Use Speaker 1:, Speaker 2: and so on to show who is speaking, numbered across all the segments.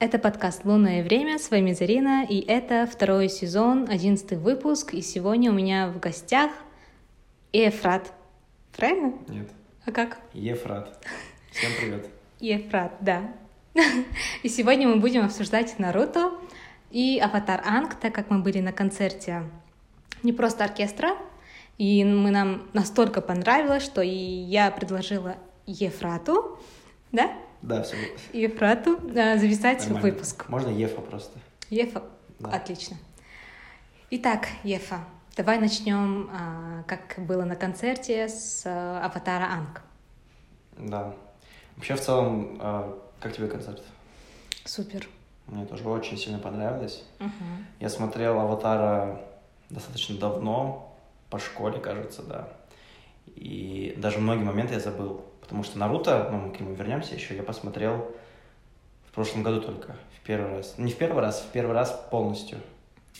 Speaker 1: Это подкаст «Лунное время», с вами Зарина, и это второй сезон, одиннадцатый выпуск, и сегодня у меня в гостях Ефрат. Правильно?
Speaker 2: Нет.
Speaker 1: А как?
Speaker 2: Ефрат. Всем привет.
Speaker 1: Ефрат, да. И сегодня мы будем обсуждать Наруто и Аватар Анг, так как мы были на концерте не просто оркестра, и мы нам настолько понравилось, что и я предложила Ефрату, да?
Speaker 2: Да, все.
Speaker 1: Ефрату э, записать выпуск.
Speaker 2: Можно Ефа просто.
Speaker 1: Ефа,
Speaker 2: Да.
Speaker 1: отлично. Итак, Ефа, давай начнем, а, как было на концерте с э, Аватара Анг.
Speaker 2: Да. Вообще, в целом, э, как тебе концерт?
Speaker 1: Супер.
Speaker 2: Мне тоже очень сильно понравилось.
Speaker 1: Мгм.
Speaker 2: Я смотрел «Аватара» достаточно давно, по школе, кажется, да. И даже многие моменты я забыл. Потому что «Наруто», ну, мы к нему вернемся еще, я посмотрел в прошлом году только, в первый раз. Ну, не в первый раз, в первый раз полностью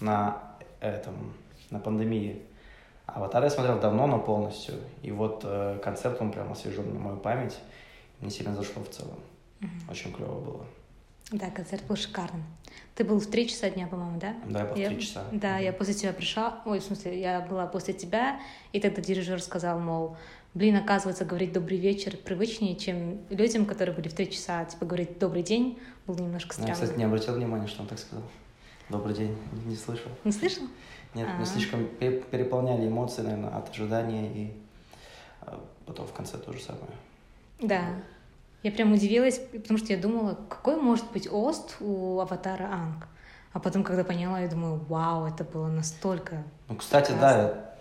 Speaker 2: на этом, на пандемии. «Аватар» я смотрел давно, но полностью. И вот э, концерт, он прям освежен на мою память. Мне сильно зашло в целом.
Speaker 1: Мгм.
Speaker 2: Очень клево было.
Speaker 1: Да, концерт был шикарным. Ты был в три часа дня, по-моему, да?
Speaker 2: Да, я по
Speaker 1: Я-
Speaker 2: три часа.
Speaker 1: Да, я после тебя пришла, ой, в смысле, я была после тебя, и тогда дирижер сказал, мол, блин, оказывается, говорить «добрый вечер» привычнее, чем людям, которые были в три часа, типа говорить «добрый день» было немножко
Speaker 2: Ну, Я,
Speaker 1: странно.
Speaker 2: кстати, не обратил внимания, что он так сказал. Добрый день, не- не слышал.
Speaker 1: Не слышал?
Speaker 2: Нет,
Speaker 1: А.
Speaker 2: мы слишком пе- переполняли эмоции, наверное, от ожидания и э, потом в конце то же самое.
Speaker 1: Да. Я прям удивилась, потому что я думала, какой может быть ост у аватара Анг? А потом, когда поняла, я думаю, вау, это было настолько...
Speaker 2: Ну, кстати, да, я-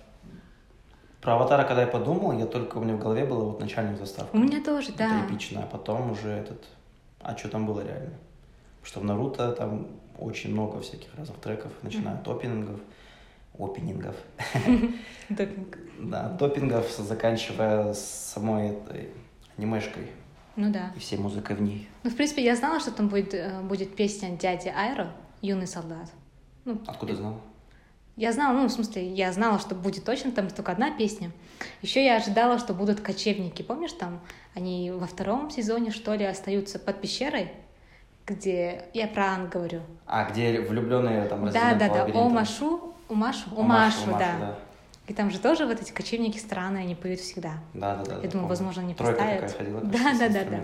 Speaker 2: про аватара, когда я подумал, я только у меня в голове была вот начальная заставка.
Speaker 1: У меня тоже, да.
Speaker 2: Это эпично, а потом уже этот... А что там было реально? Потому что в Наруто там очень много всяких разных треков, начиная от опенингов, опенингов,
Speaker 1: Допинг.
Speaker 2: да, от опенингов, заканчивая с самой этой анимешкой
Speaker 1: Ну да.
Speaker 2: и всей музыкой в ней.
Speaker 1: Ну, в принципе, я знала, что там будет, э, будет песня дяди Айро «Юный солдат». Ну,
Speaker 2: Откуда знал?
Speaker 1: я знала, ну, в смысле, я знала, что будет точно там только одна песня. Еще я ожидала, что будут кочевники. Помнишь, там они во втором сезоне, что ли, остаются под пещерой, где... Я про Анг говорю.
Speaker 2: А, где влюбленные там
Speaker 1: Да,
Speaker 2: разделены
Speaker 1: да,
Speaker 2: по
Speaker 1: да.
Speaker 2: лабиринтам.
Speaker 1: Омашу, Умашу,
Speaker 2: Омашу,
Speaker 1: Умашу,
Speaker 2: Омашу,
Speaker 1: да. И там же тоже вот эти кочевники странные, они поют всегда.
Speaker 2: Да, да, да. да,
Speaker 1: думаю,
Speaker 2: помню.
Speaker 1: возможно, они
Speaker 2: Тройка
Speaker 1: поставят.
Speaker 2: такая ходила.
Speaker 1: Да, да, да, да.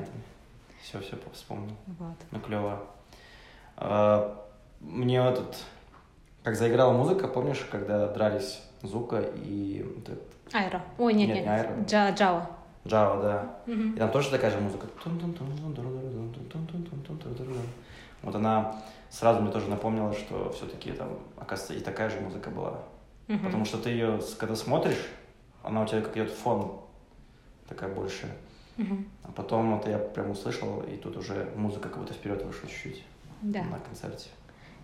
Speaker 2: Все, все вспомнил.
Speaker 1: Вот.
Speaker 2: Ну, клево. А, Мне вот этот... Как заиграла музыка, помнишь, когда дрались Зука и вот этот
Speaker 1: Айро. Ой, нет,
Speaker 2: Нет,
Speaker 1: нет.
Speaker 2: не Айро.
Speaker 1: Джа- Джао.
Speaker 2: Джава, да.
Speaker 1: Мгм.
Speaker 2: И там тоже такая же музыка. Тун-тун-тун-тун-тун-тун-тун-тун-тун-тун-тун-тун-тун-тун. Вот она сразу мне тоже напомнила, что все-таки там, оказывается, и такая же музыка была.
Speaker 1: Мгм.
Speaker 2: Потому что ты ее, когда смотришь, она у тебя как идет фон такая больше.
Speaker 1: Мгм.
Speaker 2: А потом вот я прям услышал, и тут уже музыка как будто вперед вышла чуть-чуть
Speaker 1: Да.
Speaker 2: на концерте.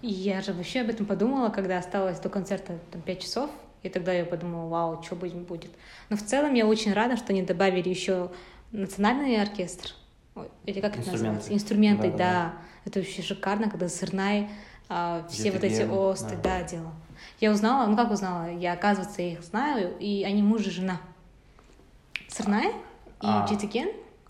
Speaker 1: И я же вообще об этом подумала, когда осталось до концерта там, 5 часов. И тогда я подумала, вау, что будет. Но в целом я очень рада, что они добавили еще национальный оркестр. Ой, Или как это
Speaker 2: Инструменты.
Speaker 1: называется? Инструменты, да,
Speaker 2: Да, да,
Speaker 1: Это вообще шикарно, когда Сырнай а, все вот эти
Speaker 2: Зетыген,
Speaker 1: осты, да.
Speaker 2: да.
Speaker 1: делал. Я узнала, ну как узнала, я, оказывается, их знаю, и они муж и жена. Сырнай
Speaker 2: А.
Speaker 1: и Джитиген,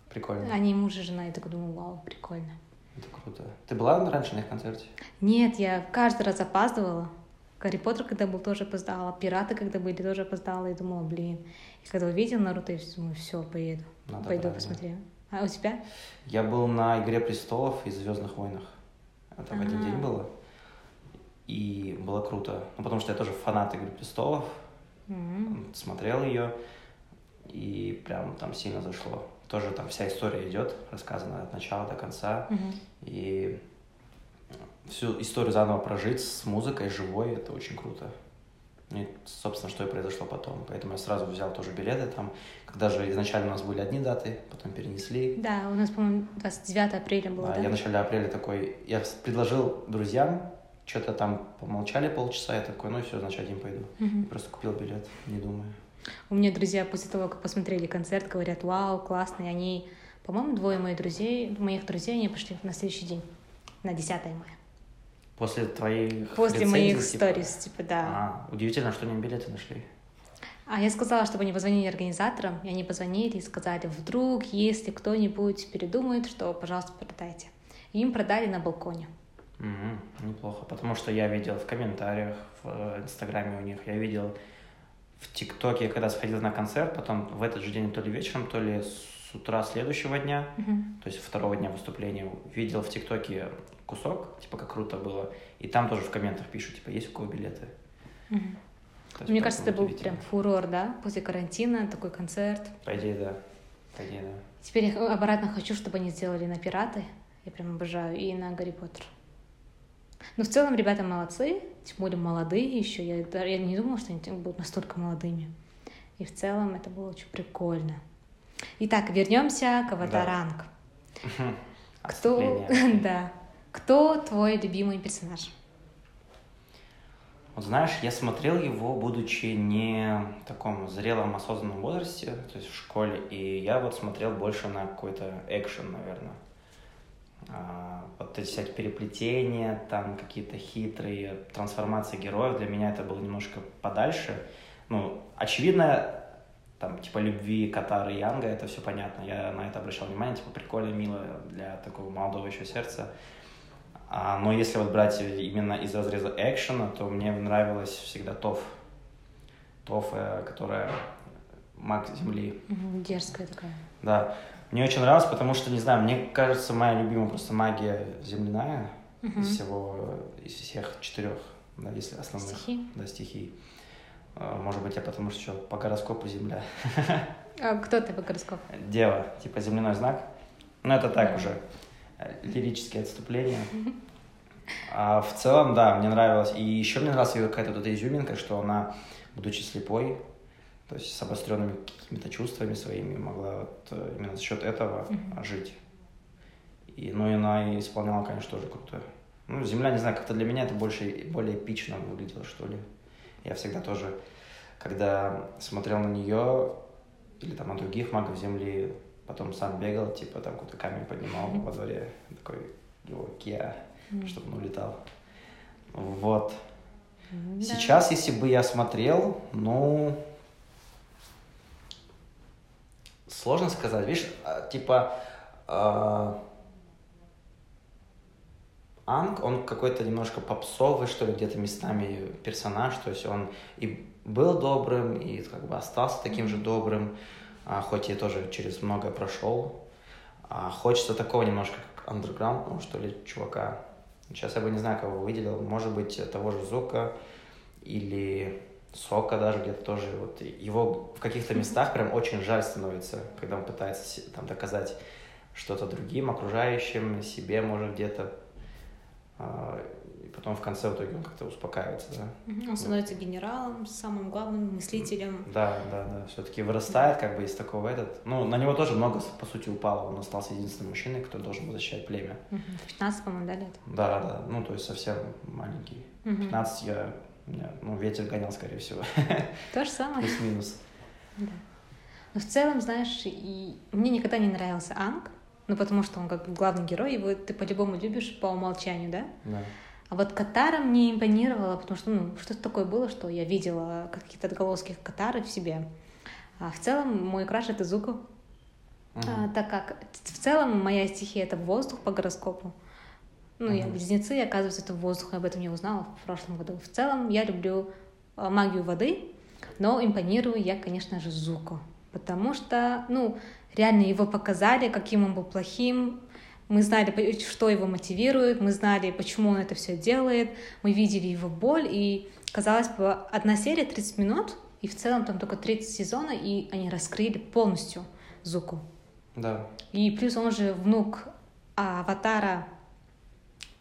Speaker 2: Прикольно.
Speaker 1: они муж и жена. Я так думаю, вау, прикольно.
Speaker 2: Это круто. Ты была раньше на их концерте?
Speaker 1: Нет, я каждый раз опаздывала. Гарри Поттер, когда был, тоже опоздала. Пираты, когда были, тоже опоздала. И думала, блин. И когда увидела Наруто, я думаю, все, поеду.
Speaker 2: Надо
Speaker 1: Пойду
Speaker 2: правильно.
Speaker 1: посмотрю. А у тебя?
Speaker 2: Я был на «Игре престолов» и «Звездных войнах». Это в один
Speaker 1: Ага.
Speaker 2: день было. И было круто. Ну, потому что я тоже фанат «Игры престолов».
Speaker 1: М.
Speaker 2: Смотрел ее. И прям там сильно зашло. Тоже там вся история идет, рассказана от начала до конца.
Speaker 1: Мгм.
Speaker 2: И всю историю заново прожить с музыкой живой, это очень круто. И, собственно, что и произошло потом. Поэтому я сразу взял тоже билеты там. Когда же изначально у нас были одни даты, потом перенесли.
Speaker 1: Да, у нас, по-моему, 29 апреля было,
Speaker 2: А
Speaker 1: да?
Speaker 2: Я в начале апреля такой... Я с- предложил друзьям, что-то там помолчали полчаса, я такой, ну все, значит, один пойду.
Speaker 1: Мгм.
Speaker 2: Просто купил билет, не думаю.
Speaker 1: У меня друзья после того, как посмотрели концерт, говорят, вау, классно. И они, по-моему, двое моих друзей, моих друзей, они пошли на следующий день, на 10 мая.
Speaker 2: После твоих
Speaker 1: После
Speaker 2: рецензий,
Speaker 1: моих
Speaker 2: типа,
Speaker 1: сториз, типа, да.
Speaker 2: А, удивительно, что они билеты нашли.
Speaker 1: А я сказала, чтобы они позвонили организаторам, и они позвонили и сказали, вдруг, если кто-нибудь передумает, что, пожалуйста, продайте. и им продали на балконе.
Speaker 2: Мгм, неплохо, потому что я видел в комментариях, в э, Инстаграме у них, я видел в ТикТоке, когда сходил на концерт, потом в этот же день то ли вечером, то ли с утра следующего дня,
Speaker 1: Мгм.
Speaker 2: то есть второго дня выступления, видел в ТикТоке кусок, типа как круто было, и там тоже в комментах пишут, типа, есть у кого билеты.
Speaker 1: Мгм.
Speaker 2: То есть
Speaker 1: Мне
Speaker 2: поэтому
Speaker 1: кажется, это был
Speaker 2: удивительно.
Speaker 1: прям фурор, да, после карантина, такой концерт.
Speaker 2: По идее, да. По идее, да.
Speaker 1: Теперь я обратно хочу, чтобы они сделали на «Пираты», я прям обожаю, и на «Гарри Поттер». Но в целом ребята молодцы, тем более молодые еще, я, да- я не думала, что они будут настолько молодыми. И в целом это было очень прикольно. Итак, вернемся к «Аватаранг». Кто,
Speaker 2: Отступление.
Speaker 1: да, кто твой любимый персонаж?
Speaker 2: Вот знаешь, я смотрел его, будучи не в таком зрелом, осознанном возрасте, то есть в школе, и я вот смотрел больше на какой-то экшен, наверное. А, вот эти всякие переплетения, там какие-то хитрые трансформации героев, для меня это было немножко подальше. Ну, очевидно, там, типа, любви Катара и Янга, это все понятно, я на это обращал внимание, типа, прикольно, мило для такого молодого еще сердца. А, но если вот брать именно из разреза экшена, то мне нравилась всегда Тоф. Тоф, э, которая маг Земли.
Speaker 1: Мгм, Дерзкая такая.
Speaker 2: Да. Мне очень нравилось, потому что, не знаю, мне кажется, моя любимая просто магия земляная
Speaker 1: Мгм.
Speaker 2: из всего, из всех четырех, да, если основных.
Speaker 1: Стихи.
Speaker 2: Да, стихий. Э, Может быть, я потому что еще по гороскопу земля.
Speaker 1: А кто ты по гороскопу?
Speaker 2: Дева, типа земляной знак. Ну, это так
Speaker 1: Да.
Speaker 2: уже. э, Лирические отступления. А в целом, да, мне нравилось. И еще мне нравилась ее какая-то вот эта изюминка, что она, будучи слепой, то есть с обостренными какими-то чувствами своими, могла вот э, именно за счет этого
Speaker 1: Мгм.
Speaker 2: жить. И, ну, и она и исполняла, конечно, тоже круто. Ну, земля, не знаю, как-то для меня это больше, более эпично выглядело, что ли. Я всегда тоже, когда смотрел на нее или там на других магов земли, потом сам бегал, типа там какой-то камень поднимал во дворе, такой его киа,
Speaker 1: М,
Speaker 2: чтобы он улетал. Вот.
Speaker 1: м, да.
Speaker 2: Сейчас, если бы я смотрел, ну... Сложно сказать, видишь, а, типа... а, Анг, он какой-то немножко попсовый, что ли, где-то местами персонаж, то есть он и был добрым, и как бы остался таким же добрым, а, хоть я тоже через многое прошел. А, хочется такого немножко, как андерграунд, ну, что ли, чувака. Сейчас я бы не знаю, кого выделил, может быть, того же Зука, или Сока даже где-то тоже. Вот его в каких-то местах прям очень жаль становится, когда он пытается се- там доказать что-то другим, окружающим, себе, может, где-то. А, И потом в конце в итоге он как-то успокаивается, да?
Speaker 1: Мгм, Он становится генералом, самым главным мыслителем.
Speaker 2: Да, да, да. Все-таки вырастает как бы из такого этот. Ну, на него тоже много, по сути, упало. Он остался единственным мужчиной, кто должен был защищать племя.
Speaker 1: Мгм, 15, по-моему, да, лет?
Speaker 2: Да, да. Ну, то есть совсем маленький.
Speaker 1: Мгм.
Speaker 2: 15 я... у меня, ну, ветер гонял, скорее всего.
Speaker 1: То же самое.
Speaker 2: Плюс-минус.
Speaker 1: Да. Но в целом, знаешь, и мне никогда не нравился Анг, ну потому что он как бы главный герой, его ты по-любому любишь по умолчанию, да?
Speaker 2: Да.
Speaker 1: А вот Катара мне импонировала, потому что ну, что-то такое было, что я видела какие-то отголоски Катары в себе. А в целом мой краш это Зуку,
Speaker 2: Мгм.
Speaker 1: А, так как т- в целом моя стихия это воздух по гороскопу. Ну, я
Speaker 2: Мгм.
Speaker 1: близнецы, и, оказывается, это воздух, я об этом не узнала в прошлом году. В целом я люблю а, магию воды, но импонирую я, конечно же, Зуку. Потому что, ну, реально его показали, каким он был плохим. Мы знали, по- что его мотивирует, мы знали, почему он это все делает, мы видели его боль, и казалось бы, одна серия 30 минут, и в целом там только 30 сезона, и они раскрыли полностью Зуку.
Speaker 2: Да.
Speaker 1: И плюс он же внук а, аватара,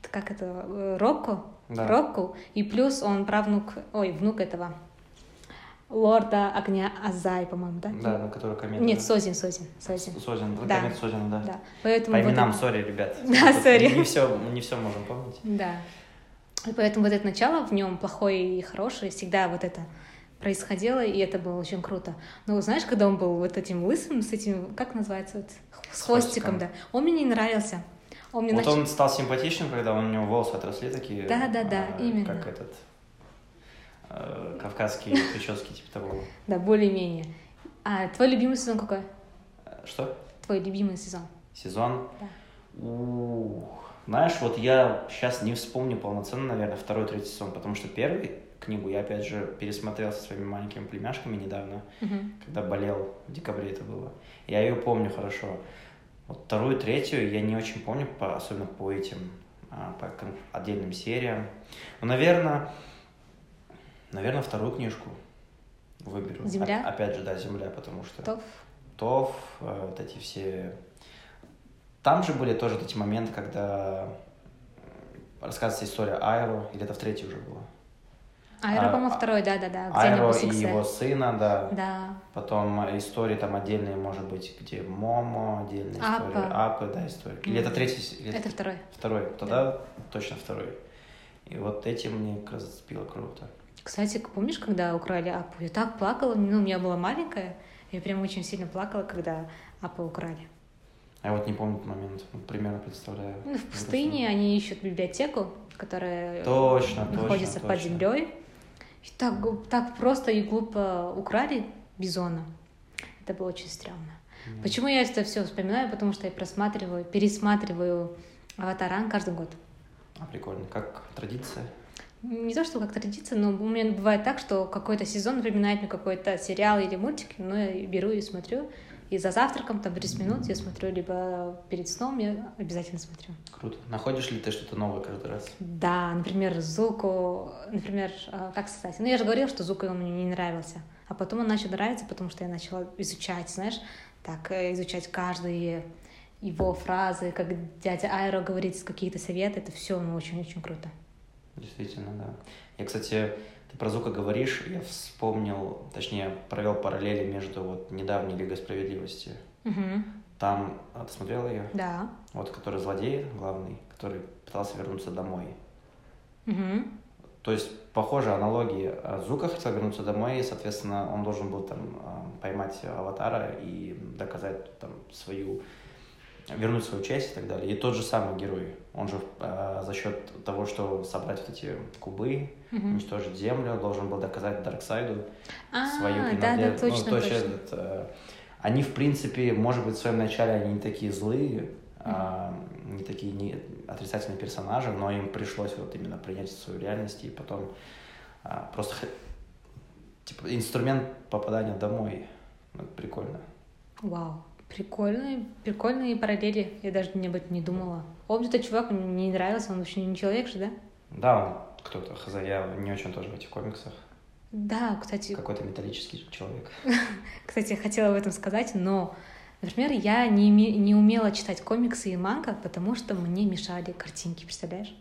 Speaker 1: т- как это, э, Рокко?
Speaker 2: Да.
Speaker 1: Рокко. И плюс он правнук, ой, внук этого, лорда огня Азай, по-моему, да?
Speaker 2: Да, на который комета.
Speaker 1: Нет, Созин, Созин, Созин.
Speaker 2: Созин, да,
Speaker 1: Да.
Speaker 2: комета Созина, да.
Speaker 1: Да. Поэтому
Speaker 2: По
Speaker 1: вот
Speaker 2: именам,
Speaker 1: это-
Speaker 2: сори, ребят.
Speaker 1: Да,
Speaker 2: Тут
Speaker 1: сори.
Speaker 2: Не все, не все можем помнить.
Speaker 1: Да. И поэтому вот это начало в нем плохое и хорошее, всегда вот это происходило, и это было очень круто. Но знаешь, когда он был вот этим лысым, с этим, как называется, вот, с, хвостиком,
Speaker 2: хвостиком.
Speaker 1: да, он мне не нравился. Он мне
Speaker 2: вот
Speaker 1: нач-
Speaker 2: он стал симпатичным, когда у него волосы отросли такие.
Speaker 1: Да, да, да,
Speaker 2: а,
Speaker 1: именно.
Speaker 2: Как этот э, кавказские прически типа того.
Speaker 1: Да, более-менее. А твой любимый сезон какой?
Speaker 2: Э, Что?
Speaker 1: Твой любимый сезон?
Speaker 2: Сезон?
Speaker 1: Да.
Speaker 2: Ух, Знаешь, вот я сейчас не вспомню полноценно, наверное, второй, третий сезон, потому что первый книгу я, опять же, пересмотрел со своими маленькими племяшками недавно,
Speaker 1: Мгм.
Speaker 2: когда болел, в декабре это было. Я ее помню хорошо. Вот вторую, третью я не очень помню, по, особенно по этим, а, по кон- отдельным сериям. Ну, наверное, наверное, вторую книжку выберу.
Speaker 1: «Земля»?
Speaker 2: Оп- опять же, да, «Земля», потому что...
Speaker 1: Готов?
Speaker 2: Тов, э, вот эти все... Там же были тоже вот эти моменты, когда рассказывается история Айро, или это в третьей уже было?
Speaker 1: Айро,
Speaker 2: А,
Speaker 1: по-моему,
Speaker 2: а-
Speaker 1: второй, да-да-да. где они
Speaker 2: Айро и
Speaker 1: пасутся.
Speaker 2: его сына, да.
Speaker 1: Да.
Speaker 2: Потом э, истории там отдельные, может быть, где Момо, отдельная
Speaker 1: Аппа.
Speaker 2: история. Апы, да, история. Или это третий? с- или
Speaker 1: Это второй.
Speaker 2: Второй. Тогда точно второй. И вот эти мне как раз зацепило круто.
Speaker 1: Кстати, к- помнишь, когда украли Апу? Я так плакала, ну, у меня была маленькая, я прям очень сильно плакала, когда Апу украли.
Speaker 2: А я вот не помню этот момент, ну, примерно представляю.
Speaker 1: Ну, в пустыне они ищут библиотеку, которая
Speaker 2: Точно, точно,
Speaker 1: находится под
Speaker 2: точно.
Speaker 1: землей. И так, гу- так просто и глупо украли бизона. Это было очень стрёмно.
Speaker 2: Мгм.
Speaker 1: Почему я это все вспоминаю? Потому что я просматриваю, пересматриваю Аватаран каждый год.
Speaker 2: А, прикольно. Как традиция.
Speaker 1: Не то, что как традиция, но у меня бывает так, что какой-то сезон напоминает мне какой-то сериал или мультик, но я беру и смотрю. И за завтраком, там, 30 минут я смотрю, либо перед сном я обязательно смотрю.
Speaker 2: Круто. Находишь ли ты что-то новое каждый раз?
Speaker 1: Да, например, Зуку, например, э, как сказать, ну я же говорила, что Зуку он мне не нравился, а потом он начал нравиться, потому что я начала изучать, знаешь, так э, изучать каждые его фразы, как дядя Айро говорит какие-то советы, это все очень-очень круто.
Speaker 2: Действительно, да. Я, кстати, ты про Зука говоришь, я вспомнил, точнее, провел параллели между вот недавней Лигой Справедливости.
Speaker 1: Мгм.
Speaker 2: Там, а, ты смотрела ее?
Speaker 1: Да.
Speaker 2: Вот, который злодей главный, который пытался вернуться домой.
Speaker 1: Мгм.
Speaker 2: То есть, похожие аналогии. А Зука хотел вернуться домой, и, соответственно, он должен был там а, поймать аватара и доказать там свою вернуть свою часть и так далее. И тот же самый герой. Он же а, за счет того, что собрать вот эти кубы,
Speaker 1: Мгм.
Speaker 2: уничтожить землю, должен был доказать Дарксайду
Speaker 1: А,
Speaker 2: свою
Speaker 1: да, да,
Speaker 2: принадлежность. Ну,
Speaker 1: точно,
Speaker 2: то есть
Speaker 1: точно.
Speaker 2: этот, э, они, в принципе, может быть, в своем начале они не такие злые, а, не такие не отрицательные персонажи, но им пришлось вот именно принять свою реальность и потом а, просто х- типа инструмент попадания домой. Ну, это прикольно.
Speaker 1: Вау, прикольные, прикольные параллели. Я даже не об этом не думала. Он этот чувак мне не нравился, он вообще не человек же, да?
Speaker 2: Да, он кто-то, хз, я не очень тоже в этих комиксах.
Speaker 1: Да, кстати,
Speaker 2: Какой-то металлический человек.
Speaker 1: Кстати, я хотела об этом сказать, но, например, я не, име- не умела читать комиксы и манго, потому что мне мешали картинки, представляешь?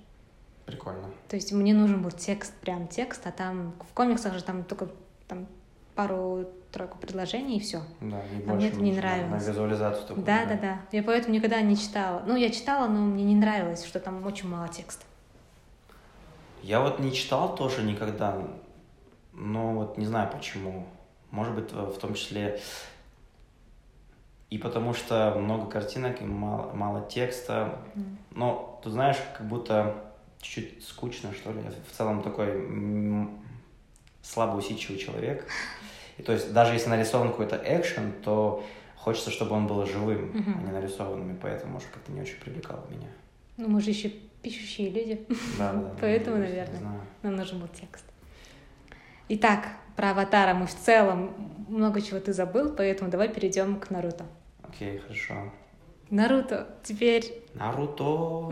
Speaker 2: Прикольно.
Speaker 1: То есть мне нужен был текст, прям текст, а там в комиксах же там только там пару-тройку предложений и все.
Speaker 2: Да, и
Speaker 1: А мне это не
Speaker 2: ничего. На
Speaker 1: нравилось.
Speaker 2: визуализацию такую.
Speaker 1: Да, да, да. Я поэтому никогда не читала. Ну, я читала, но мне не нравилось, что там очень мало текста.
Speaker 2: Я вот не читал тоже никогда, но вот не знаю почему. Может быть, в том числе и потому что много картинок и мало, мало текста.
Speaker 1: Мгм.
Speaker 2: Но, ты знаешь, как будто чуть-чуть скучно, что ли. Я в целом такой м, слабо усидчивый человек. И то есть даже если нарисован какой-то экшен, то хочется, чтобы он был живым,
Speaker 1: Мгм.
Speaker 2: а не нарисованным. И поэтому, может, как-то не очень привлекал меня.
Speaker 1: Ну, мы же еще пишущие люди.
Speaker 2: Да, да,
Speaker 1: Поэтому,
Speaker 2: не
Speaker 1: наверное.
Speaker 2: знаю.
Speaker 1: Нам нужен был текст. Итак, про аватара мы в целом много чего ты забыл, поэтому давай перейдем к Наруто.
Speaker 2: Окей, хорошо.
Speaker 1: Наруто, теперь
Speaker 2: Наруто,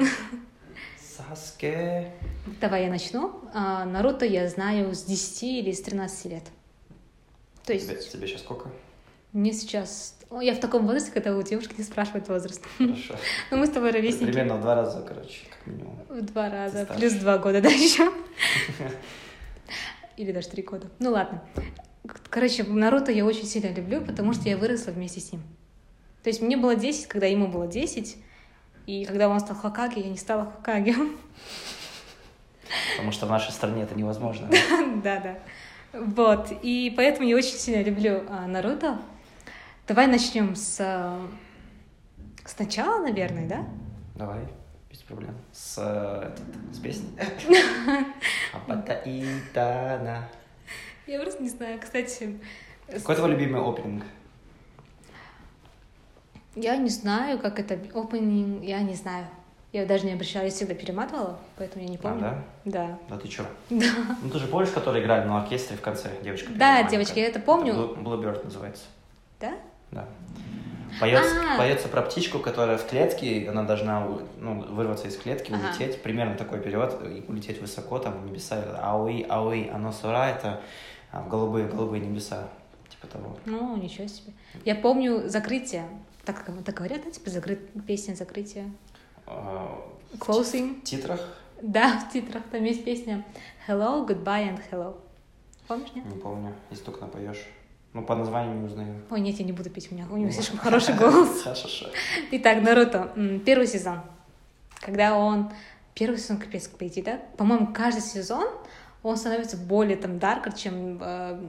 Speaker 2: Саске.
Speaker 1: давай я начну. А, Наруто я знаю с 10 или с 13 лет. То
Speaker 2: Тебе,
Speaker 1: есть
Speaker 2: тебе сейчас сколько?
Speaker 1: мне сейчас... О, я в таком возрасте, когда у девушки не спрашивают возраст.
Speaker 2: Хорошо.
Speaker 1: Но мы с тобой ровесники.
Speaker 2: Примерно в два раза, короче, как минимум.
Speaker 1: В два раза,
Speaker 2: старше.
Speaker 1: плюс два года, да, еще. Или даже три года. Ну ладно. Короче, Наруто я очень сильно люблю, потому что я выросла вместе с ним. То есть мне было 10, когда ему было 10, и когда он стал Хокаге, я не стала Хокаге.
Speaker 2: Потому что в нашей стране это невозможно.
Speaker 1: Да-да. Вот. И поэтому я очень сильно люблю а, Наруто. Давай начнем с... а, Сначала, наверное, да?
Speaker 2: Давай, без проблем. С, э, этот, с песней. А Абата Итана.
Speaker 1: Я просто не знаю. Кстати... с-
Speaker 2: Какой твой любимый опенинг?
Speaker 1: Я не знаю, как это... Opening, я не знаю. Я даже не обращала, я всегда перематывала, поэтому я не помню.
Speaker 2: да?
Speaker 1: Да.
Speaker 2: А, Да ты чё?
Speaker 1: Да.
Speaker 2: Ну ты же помнишь, которые играли на оркестре в конце, девочка?
Speaker 1: Да,
Speaker 2: первая
Speaker 1: девочки,
Speaker 2: маленькая?
Speaker 1: я это помню.
Speaker 2: Blue- Bluebird называется.
Speaker 1: Да?
Speaker 2: Да. Поется,
Speaker 1: А.
Speaker 2: поется про птичку, которая в клетке, и она должна у- ну, вырваться из клетки,
Speaker 1: Ага.
Speaker 2: улететь, примерно такой период, и улететь высоко, там, в небеса, и ауи, ауи, оно сура, это а, в голубые, голубые небеса, типа того.
Speaker 1: Ну, ничего себе. Я помню закрытие. Так, как так говорят, да, типа закры- песня закрытия.
Speaker 2: А,
Speaker 1: Closing.
Speaker 2: В титрах,
Speaker 1: Да, в титрах там есть песня Hello, goodbye and hello. Помнишь, нет?
Speaker 2: не помню, если только напоешь. Ну, по названию не узнаю. Ну,
Speaker 1: Ой, нет, я не буду петь, у меня, у него слишком хороший голос.
Speaker 2: Хорошо.
Speaker 1: Итак, Наруто, м, первый сезон. Когда он... Первый сезон капец как пойти, да? По-моему, каждый сезон он становится более там даркер, чем э,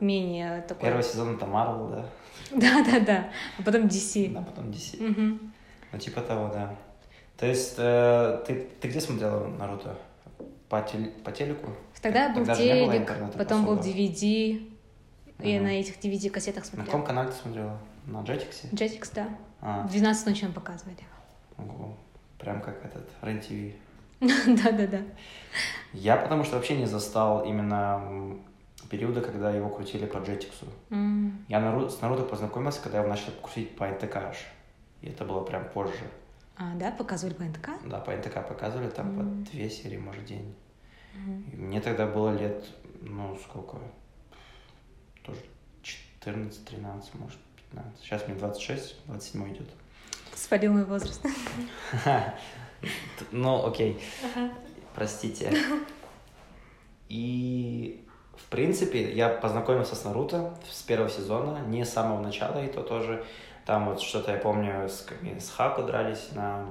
Speaker 1: менее такой...
Speaker 2: Первый сезон это Marvel, да?
Speaker 1: Да-да-да. А потом DC.
Speaker 2: А потом DC.
Speaker 1: Мгм.
Speaker 2: Ну, типа того, да. То есть, э, ты, ты где смотрела Наруто? По, теле- по телеку?
Speaker 1: Тогда был
Speaker 2: же не было
Speaker 1: телек,
Speaker 2: интернета
Speaker 1: потом был
Speaker 2: особо.
Speaker 1: DVD. Я
Speaker 2: Ага.
Speaker 1: на этих DVD-кассетах
Speaker 2: На каком
Speaker 1: смотрела.
Speaker 2: канале ты смотрела? На Jetix?
Speaker 1: Jetix, да.
Speaker 2: А,
Speaker 1: В 12 ночи нам показывали.
Speaker 2: ого. Прям как этот, рен -ТВ.
Speaker 1: Да-да-да.
Speaker 2: Я потому что вообще не застал именно м, периода, когда его крутили по Jetix.
Speaker 1: М.
Speaker 2: Я Нару- с Наруто познакомился, когда его начали крутить по НТК аж. И это было прям позже.
Speaker 1: А, да, показывали по НТК?
Speaker 2: Да, по НТК показывали, там
Speaker 1: Мгм.
Speaker 2: по две серии, может, день. И мне тогда было лет, ну, сколько? Тоже 14, 13, может, 15. Сейчас мне 26, 27 идет.
Speaker 1: Спалил мой возраст.
Speaker 2: Э. Ну, окей. Простите. И, в принципе, я познакомился с Наруто с первого сезона, не с самого начала, и то тоже. Там вот что-то, я помню, с, какими- с Хаку дрались на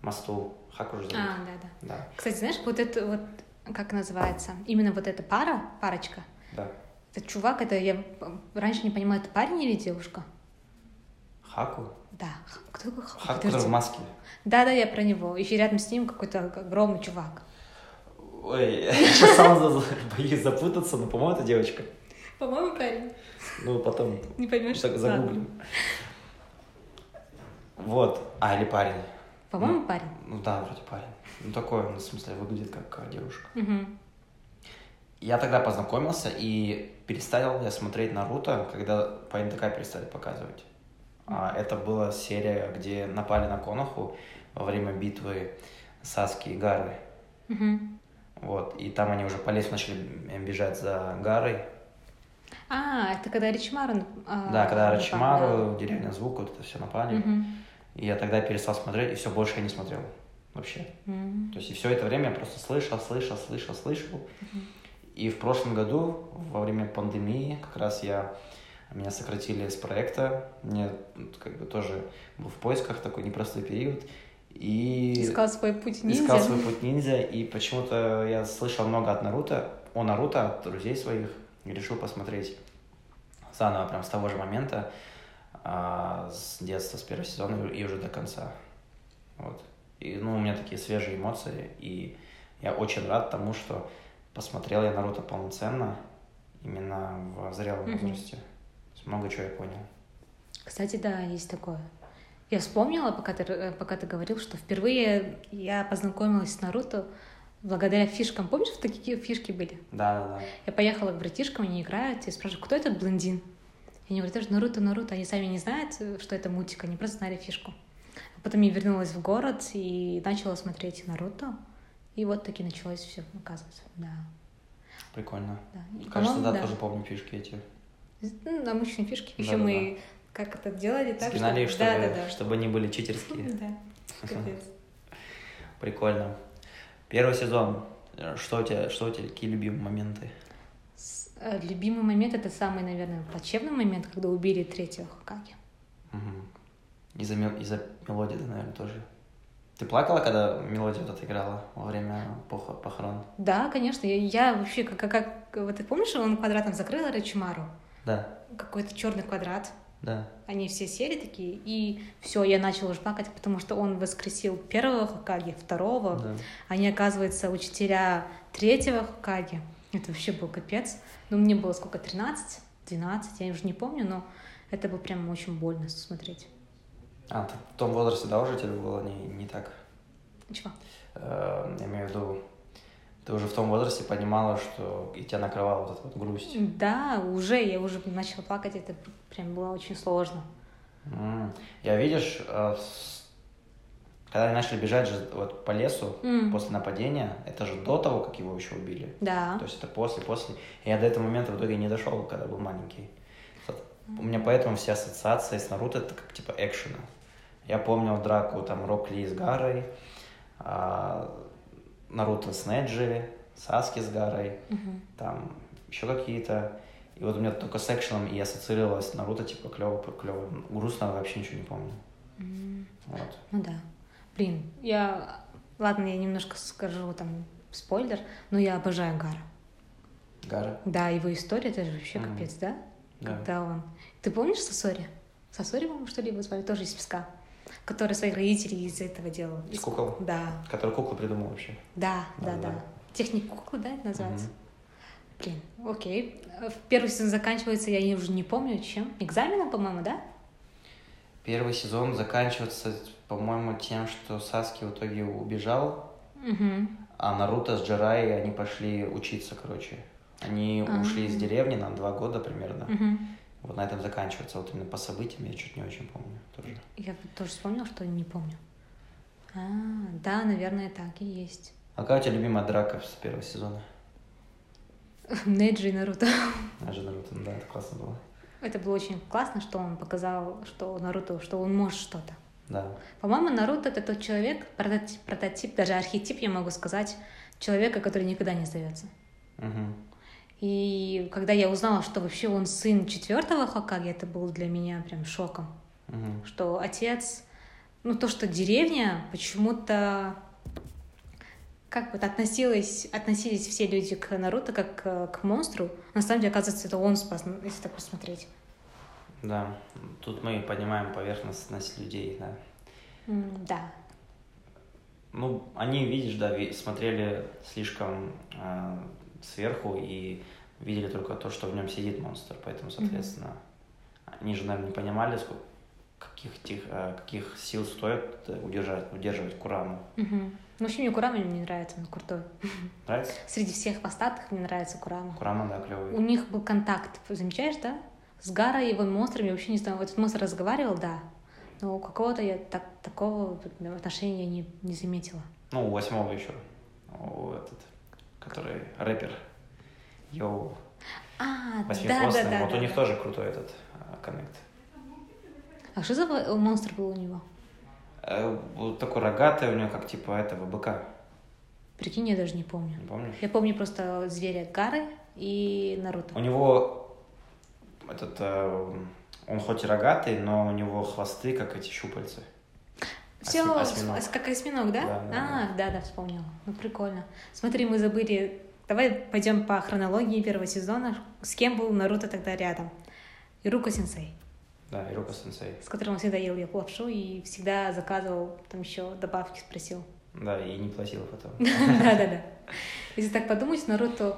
Speaker 2: мосту. Хаку же зовут.
Speaker 1: А, да, да.
Speaker 2: Да,
Speaker 1: Кстати, знаешь, вот это вот, как называется, именно вот эта пара, парочка,
Speaker 2: да.
Speaker 1: этот чувак, это я э, раньше не понимала, это парень или девушка?
Speaker 2: Хаку?
Speaker 1: Да, Х- кто такой Х-
Speaker 2: Хаку, который
Speaker 1: Подожди.
Speaker 2: в маске.
Speaker 1: Да, да, я про него. Еще рядом с ним какой-то огромный чувак.
Speaker 2: Ой, я сейчас сам за- за- боюсь запутаться, но, по-моему, это девочка.
Speaker 1: По-моему, парень.
Speaker 2: Ну, потом
Speaker 1: Не поймешь.
Speaker 2: за- загуглим. Вот. А, или парень.
Speaker 1: По-моему, парень.
Speaker 2: Ну да, вроде парень. Ну такой он, в смысле, выглядит как э, девушка.
Speaker 1: Мгм.
Speaker 2: Я тогда познакомился и перестал я смотреть Наруто, когда по НТК перестали показывать. А, это была серия, где напали на Коноху во время битвы Саски и Гары.
Speaker 1: Мгм.
Speaker 2: Вот, и там они уже по лесу начали м, бежать за Гарой.
Speaker 1: А, это когда Ричмару... а,
Speaker 2: Да, когда
Speaker 1: напал,
Speaker 2: Рачимару, деревня звук, вот это все
Speaker 1: да.
Speaker 2: напали.
Speaker 1: Мгм.
Speaker 2: И я тогда перестал смотреть, и все, больше я не смотрел вообще.
Speaker 1: М.
Speaker 2: То есть и все это время я просто слышал, слышал, слышал, слышал. И в прошлом году, во время пандемии, как раз я меня сократили с проекта. Мне ну, как бы тоже был в поисках такой непростой период. И
Speaker 1: Искал свой путь ниндзя.
Speaker 2: искал свой путь ниндзя. И почему-то я слышал много от Наруто, о Наруто, от друзей своих, и решил посмотреть заново, прям с того же момента, а, с детства, с первого сезона и уже до конца. Вот. И, ну, у меня такие свежие эмоции, и я очень рад тому, что посмотрел я Наруто полноценно, именно в зрелом
Speaker 1: Мгм.
Speaker 2: возрасте. То есть Много чего я понял.
Speaker 1: Кстати, да, есть такое. Я вспомнила, пока ты, э, пока ты говорил, что впервые я познакомилась с Наруто благодаря фишкам. Помнишь, такие фишки были?
Speaker 2: Да-да-да.
Speaker 1: Я поехала к братишкам, они играют, и спрашиваю, кто этот блондин? И они говорят, это же Наруто, Наруто. Они сами не знают, э, что это мультик, они просто знали фишку. А потом я вернулась в город и начала смотреть Наруто. И вот таки началось все, оказывается. Да,
Speaker 2: Прикольно.
Speaker 1: да. И,
Speaker 2: Кажется,
Speaker 1: по-моему,
Speaker 2: да,
Speaker 1: Ну, да.
Speaker 2: тоже помню фишки эти.
Speaker 1: Ну, нам очень фишки. Еще
Speaker 2: Да-да-да.
Speaker 1: мы как это делали, так
Speaker 2: Спинали,
Speaker 1: что...
Speaker 2: чтобы,
Speaker 1: Да-да-да.
Speaker 2: чтобы они были читерские.
Speaker 1: Да, капец.
Speaker 2: Прикольно. Первый сезон. Э, Что у тебя, что у тебя, какие любимые моменты?
Speaker 1: С- э, Любимый момент это самый, наверное, плачевный момент, когда убили третьего Хокаги.
Speaker 2: Мгм. Из-за, мел- из-за мелодии, да, наверное, тоже. Ты плакала, когда мелодия вот эта играла во время пох- похорон?
Speaker 1: Да, конечно, я, я вообще как, как, как- вот ты помнишь, он квадратом закрыл Рачимару,
Speaker 2: Да,
Speaker 1: какой-то черный квадрат.
Speaker 2: да.
Speaker 1: Они все сели такие, и все, я начала уже плакать, потому что он воскресил первого Хокаги, второго.
Speaker 2: да.
Speaker 1: Они, оказывается, учителя третьего Хокаги. Это вообще был капец. Ну, мне было сколько, 13, 12, я уже не помню, но это было прям очень больно смотреть.
Speaker 2: А, ты в том возрасте, да, уже тебе было не, не так?
Speaker 1: Чего?
Speaker 2: Э, Я имею в виду, ты уже в том возрасте понимала, что и тебя накрывала вот эта вот грусть.
Speaker 1: Да, уже, я уже начала плакать, это прям было очень сложно.
Speaker 2: М. Я, видишь, э, с- когда они начали бежать же вот по лесу
Speaker 1: М,
Speaker 2: после нападения, это же до того, как его еще убили.
Speaker 1: Да.
Speaker 2: То есть это после, после. Я до этого момента в итоге не дошел, когда был маленький. Вот У меня поэтому все ассоциации с Наруто это как типа экшена. Я помнил драку там Рок Ли с Гарой, а, Наруто с Неджи, Саски с Гарой,
Speaker 1: Мгм.
Speaker 2: там еще какие-то. И вот у меня только с экшеном и ассоциировалось Наруто типа клево, клево. Грустного а вообще ничего не помню.
Speaker 1: М.
Speaker 2: Вот.
Speaker 1: Ну да. Блин, я... Ладно, я немножко скажу там спойлер, но я обожаю Гара.
Speaker 2: Гара.
Speaker 1: Да, его история, это же вообще
Speaker 2: Мгм.
Speaker 1: капец, да?
Speaker 2: Да.
Speaker 1: Когда он... Ты помнишь Сосори? Сосори, по-моему, что ли, его звали, тоже из песка, который своих родителей из этого делал.
Speaker 2: Из кукол.
Speaker 1: Да,
Speaker 2: Который куклу придумал вообще.
Speaker 1: да, да,
Speaker 2: Да-да-да.
Speaker 1: да. Техник куклы, да, это называется?
Speaker 2: Мгм.
Speaker 1: Блин, окей. Э, в Первый сезон заканчивается, я уже не помню, чем. Экзаменом, по-моему, да?
Speaker 2: Первый сезон заканчивается, по-моему, тем, что Саски в итоге убежал,
Speaker 1: Угу.
Speaker 2: а Наруто с Джараей, они пошли учиться, короче. Они
Speaker 1: А.
Speaker 2: ушли из деревни на два года примерно.
Speaker 1: Угу.
Speaker 2: Вот на этом заканчивается. Вот именно по событиям я чуть не очень помню тоже.
Speaker 1: Я вот тоже вспомнила, что не помню. А, да, наверное, так и есть.
Speaker 2: А какая у тебя любимая драка с первого сезона?
Speaker 1: Неджи и Наруто.
Speaker 2: А же Наруто, ну да, это классно было.
Speaker 1: Это было очень классно, что он показал, что Наруто, что он может что-то.
Speaker 2: Да.
Speaker 1: По-моему, Наруто это тот человек, прототип, прототип, даже архетип, я могу сказать, человека, который никогда не сдается.
Speaker 2: Мгм.
Speaker 1: И когда я узнала, что вообще он сын четвертого Хокаги, это было для меня прям шоком.
Speaker 2: Мгм.
Speaker 1: Что отец, ну то, что деревня почему-то как вот относилась, относились все люди к Наруто как э, к монстру. На самом деле, оказывается, это он спас, ну, если так посмотреть.
Speaker 2: Да. Тут мы поднимаем поверхностность людей, да.
Speaker 1: М, Да.
Speaker 2: Ну, они, видишь, да, ви- смотрели слишком э, сверху и видели только то, что в нем сидит монстр. Поэтому, соответственно, они же, наверное, не понимали, сколько, каких, тех, э, каких сил стоит э, удержать, удерживать Кураму.
Speaker 1: Мгм. Ну, вообще, мне Курама не нравится, он крутой.
Speaker 2: Нравится?
Speaker 1: Среди всех хвостатых мне нравится Курама.
Speaker 2: Курама, да,
Speaker 1: У
Speaker 2: клевый.
Speaker 1: них был контакт, замечаешь, да? С Гара и его монстрами, я вообще не знаю, вот этот монстр разговаривал, да, но у какого-то я так, такого отношения не, не заметила.
Speaker 2: Ну, у восьмого еще. У этот, который рэпер. Йоу.
Speaker 1: А, да, да,
Speaker 2: Восьмихвостный.
Speaker 1: да.
Speaker 2: вот
Speaker 1: да,
Speaker 2: у них
Speaker 1: да.
Speaker 2: тоже крутой этот э, коннект.
Speaker 1: А что за во- монстр был у него?
Speaker 2: Э, вот такой рогатый у него, как типа этого быка.
Speaker 1: Прикинь, я даже не помню.
Speaker 2: Не помнишь?
Speaker 1: Я помню просто зверя Гары и
Speaker 2: У
Speaker 1: Наруто.
Speaker 2: него этот, э, он хоть и рогатый, но у него хвосты, как эти щупальцы.
Speaker 1: Все
Speaker 2: осьми- осьминог.
Speaker 1: как осьминог, да?
Speaker 2: Да, да, да.
Speaker 1: а, да, да, вспомнила. Ну прикольно. Смотри, мы забыли. Давай пойдем по хронологии первого сезона. С кем был Наруто тогда рядом? Ируко сенсей.
Speaker 2: Да, Ирука сенсей.
Speaker 1: с которым он всегда ел я лапшу и всегда заказывал там еще добавки, спросил.
Speaker 2: Да, и не платил потом.
Speaker 1: Да-да-да. Если так подумать, Наруто...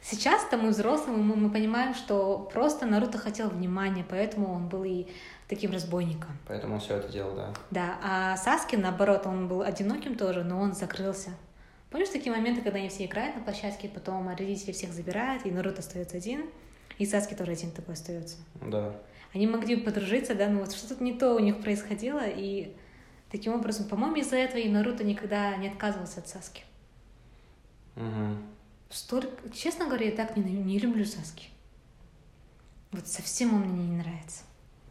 Speaker 1: Сейчас-то мы взрослые, мы, мы понимаем, что просто Наруто хотел внимания, поэтому он был и таким разбойником.
Speaker 2: Поэтому он все это делал, да.
Speaker 1: Да, а Саски, наоборот, он был одиноким тоже, но он закрылся. Помнишь такие моменты, когда они все играют на площадке, потом родители всех забирают, и Наруто остается один, и Саски тоже один такой остается.
Speaker 2: Да.
Speaker 1: Они могли бы подружиться, да, но вот что тут не то у них происходило, и таким образом, по-моему, из-за этого и Наруто никогда не отказывался от Саски.
Speaker 2: Мгм.
Speaker 1: Столько... Честно говоря, я так не, не люблю Саски. Вот совсем он мне не нравится.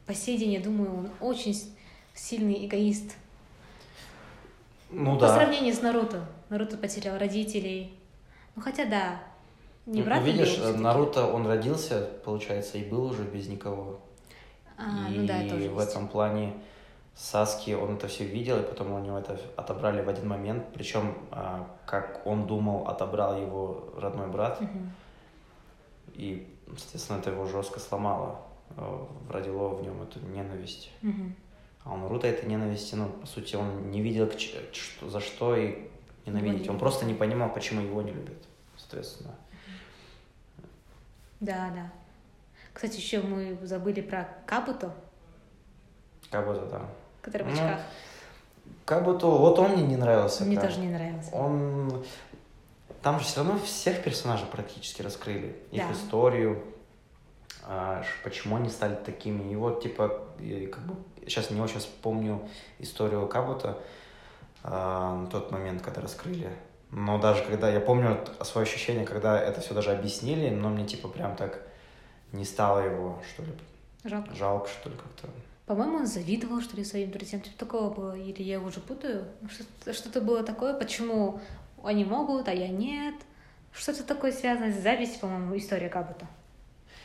Speaker 1: По сей день, я думаю, он очень с- сильный эгоист.
Speaker 2: Ну
Speaker 1: По
Speaker 2: да.
Speaker 1: сравнению с Наруто. Наруто потерял родителей. Ну хотя да, не
Speaker 2: Ну,
Speaker 1: брат ли
Speaker 2: видишь,
Speaker 1: он
Speaker 2: э,
Speaker 1: всё-таки?
Speaker 2: Наруто, он родился, получается, и был уже без никого.
Speaker 1: А,
Speaker 2: и
Speaker 1: ну да, это уже
Speaker 2: в
Speaker 1: есть.
Speaker 2: этом плане Саски, он это все видел, и потом у него это отобрали в один момент. Причем, как он думал, отобрал его родной брат.
Speaker 1: Мгм.
Speaker 2: И, соответственно, это его жестко сломало, э, родило в нем эту ненависть.
Speaker 1: Мгм.
Speaker 2: А у Наруто этой ненависти, ну, по сути, он не видел, к ч- что- за что и ненавидеть. Он просто не понимал, почему его не любят, соответственно.
Speaker 1: Да, да. Кстати, еще мы забыли про Кабуто,
Speaker 2: Как будто, да.
Speaker 1: который в
Speaker 2: Ну,
Speaker 1: очках.
Speaker 2: Как бы то, вот он мне не нравился.
Speaker 1: Мне
Speaker 2: прям.
Speaker 1: тоже не нравилось.
Speaker 2: Он... Там же все равно всех персонажей практически раскрыли. Их
Speaker 1: Да.
Speaker 2: историю, а, ш- почему они стали такими. И вот, типа, и как бы... Сейчас не очень вспомню историю Кабута а, на тот момент, когда раскрыли. Но даже когда... Я помню т- свое ощущение, когда это все даже объяснили, но мне, типа, прям так не стало его, что ли,
Speaker 1: Жалко.
Speaker 2: жалко, что ли, как-то.
Speaker 1: По-моему, он завидовал, что ли, своим друзьям. Типа такого было. Или я уже путаю. Ну, Что- Что-то было такое, почему они могут, а я нет. Что-то такое связано с завистью, по-моему, история как будто.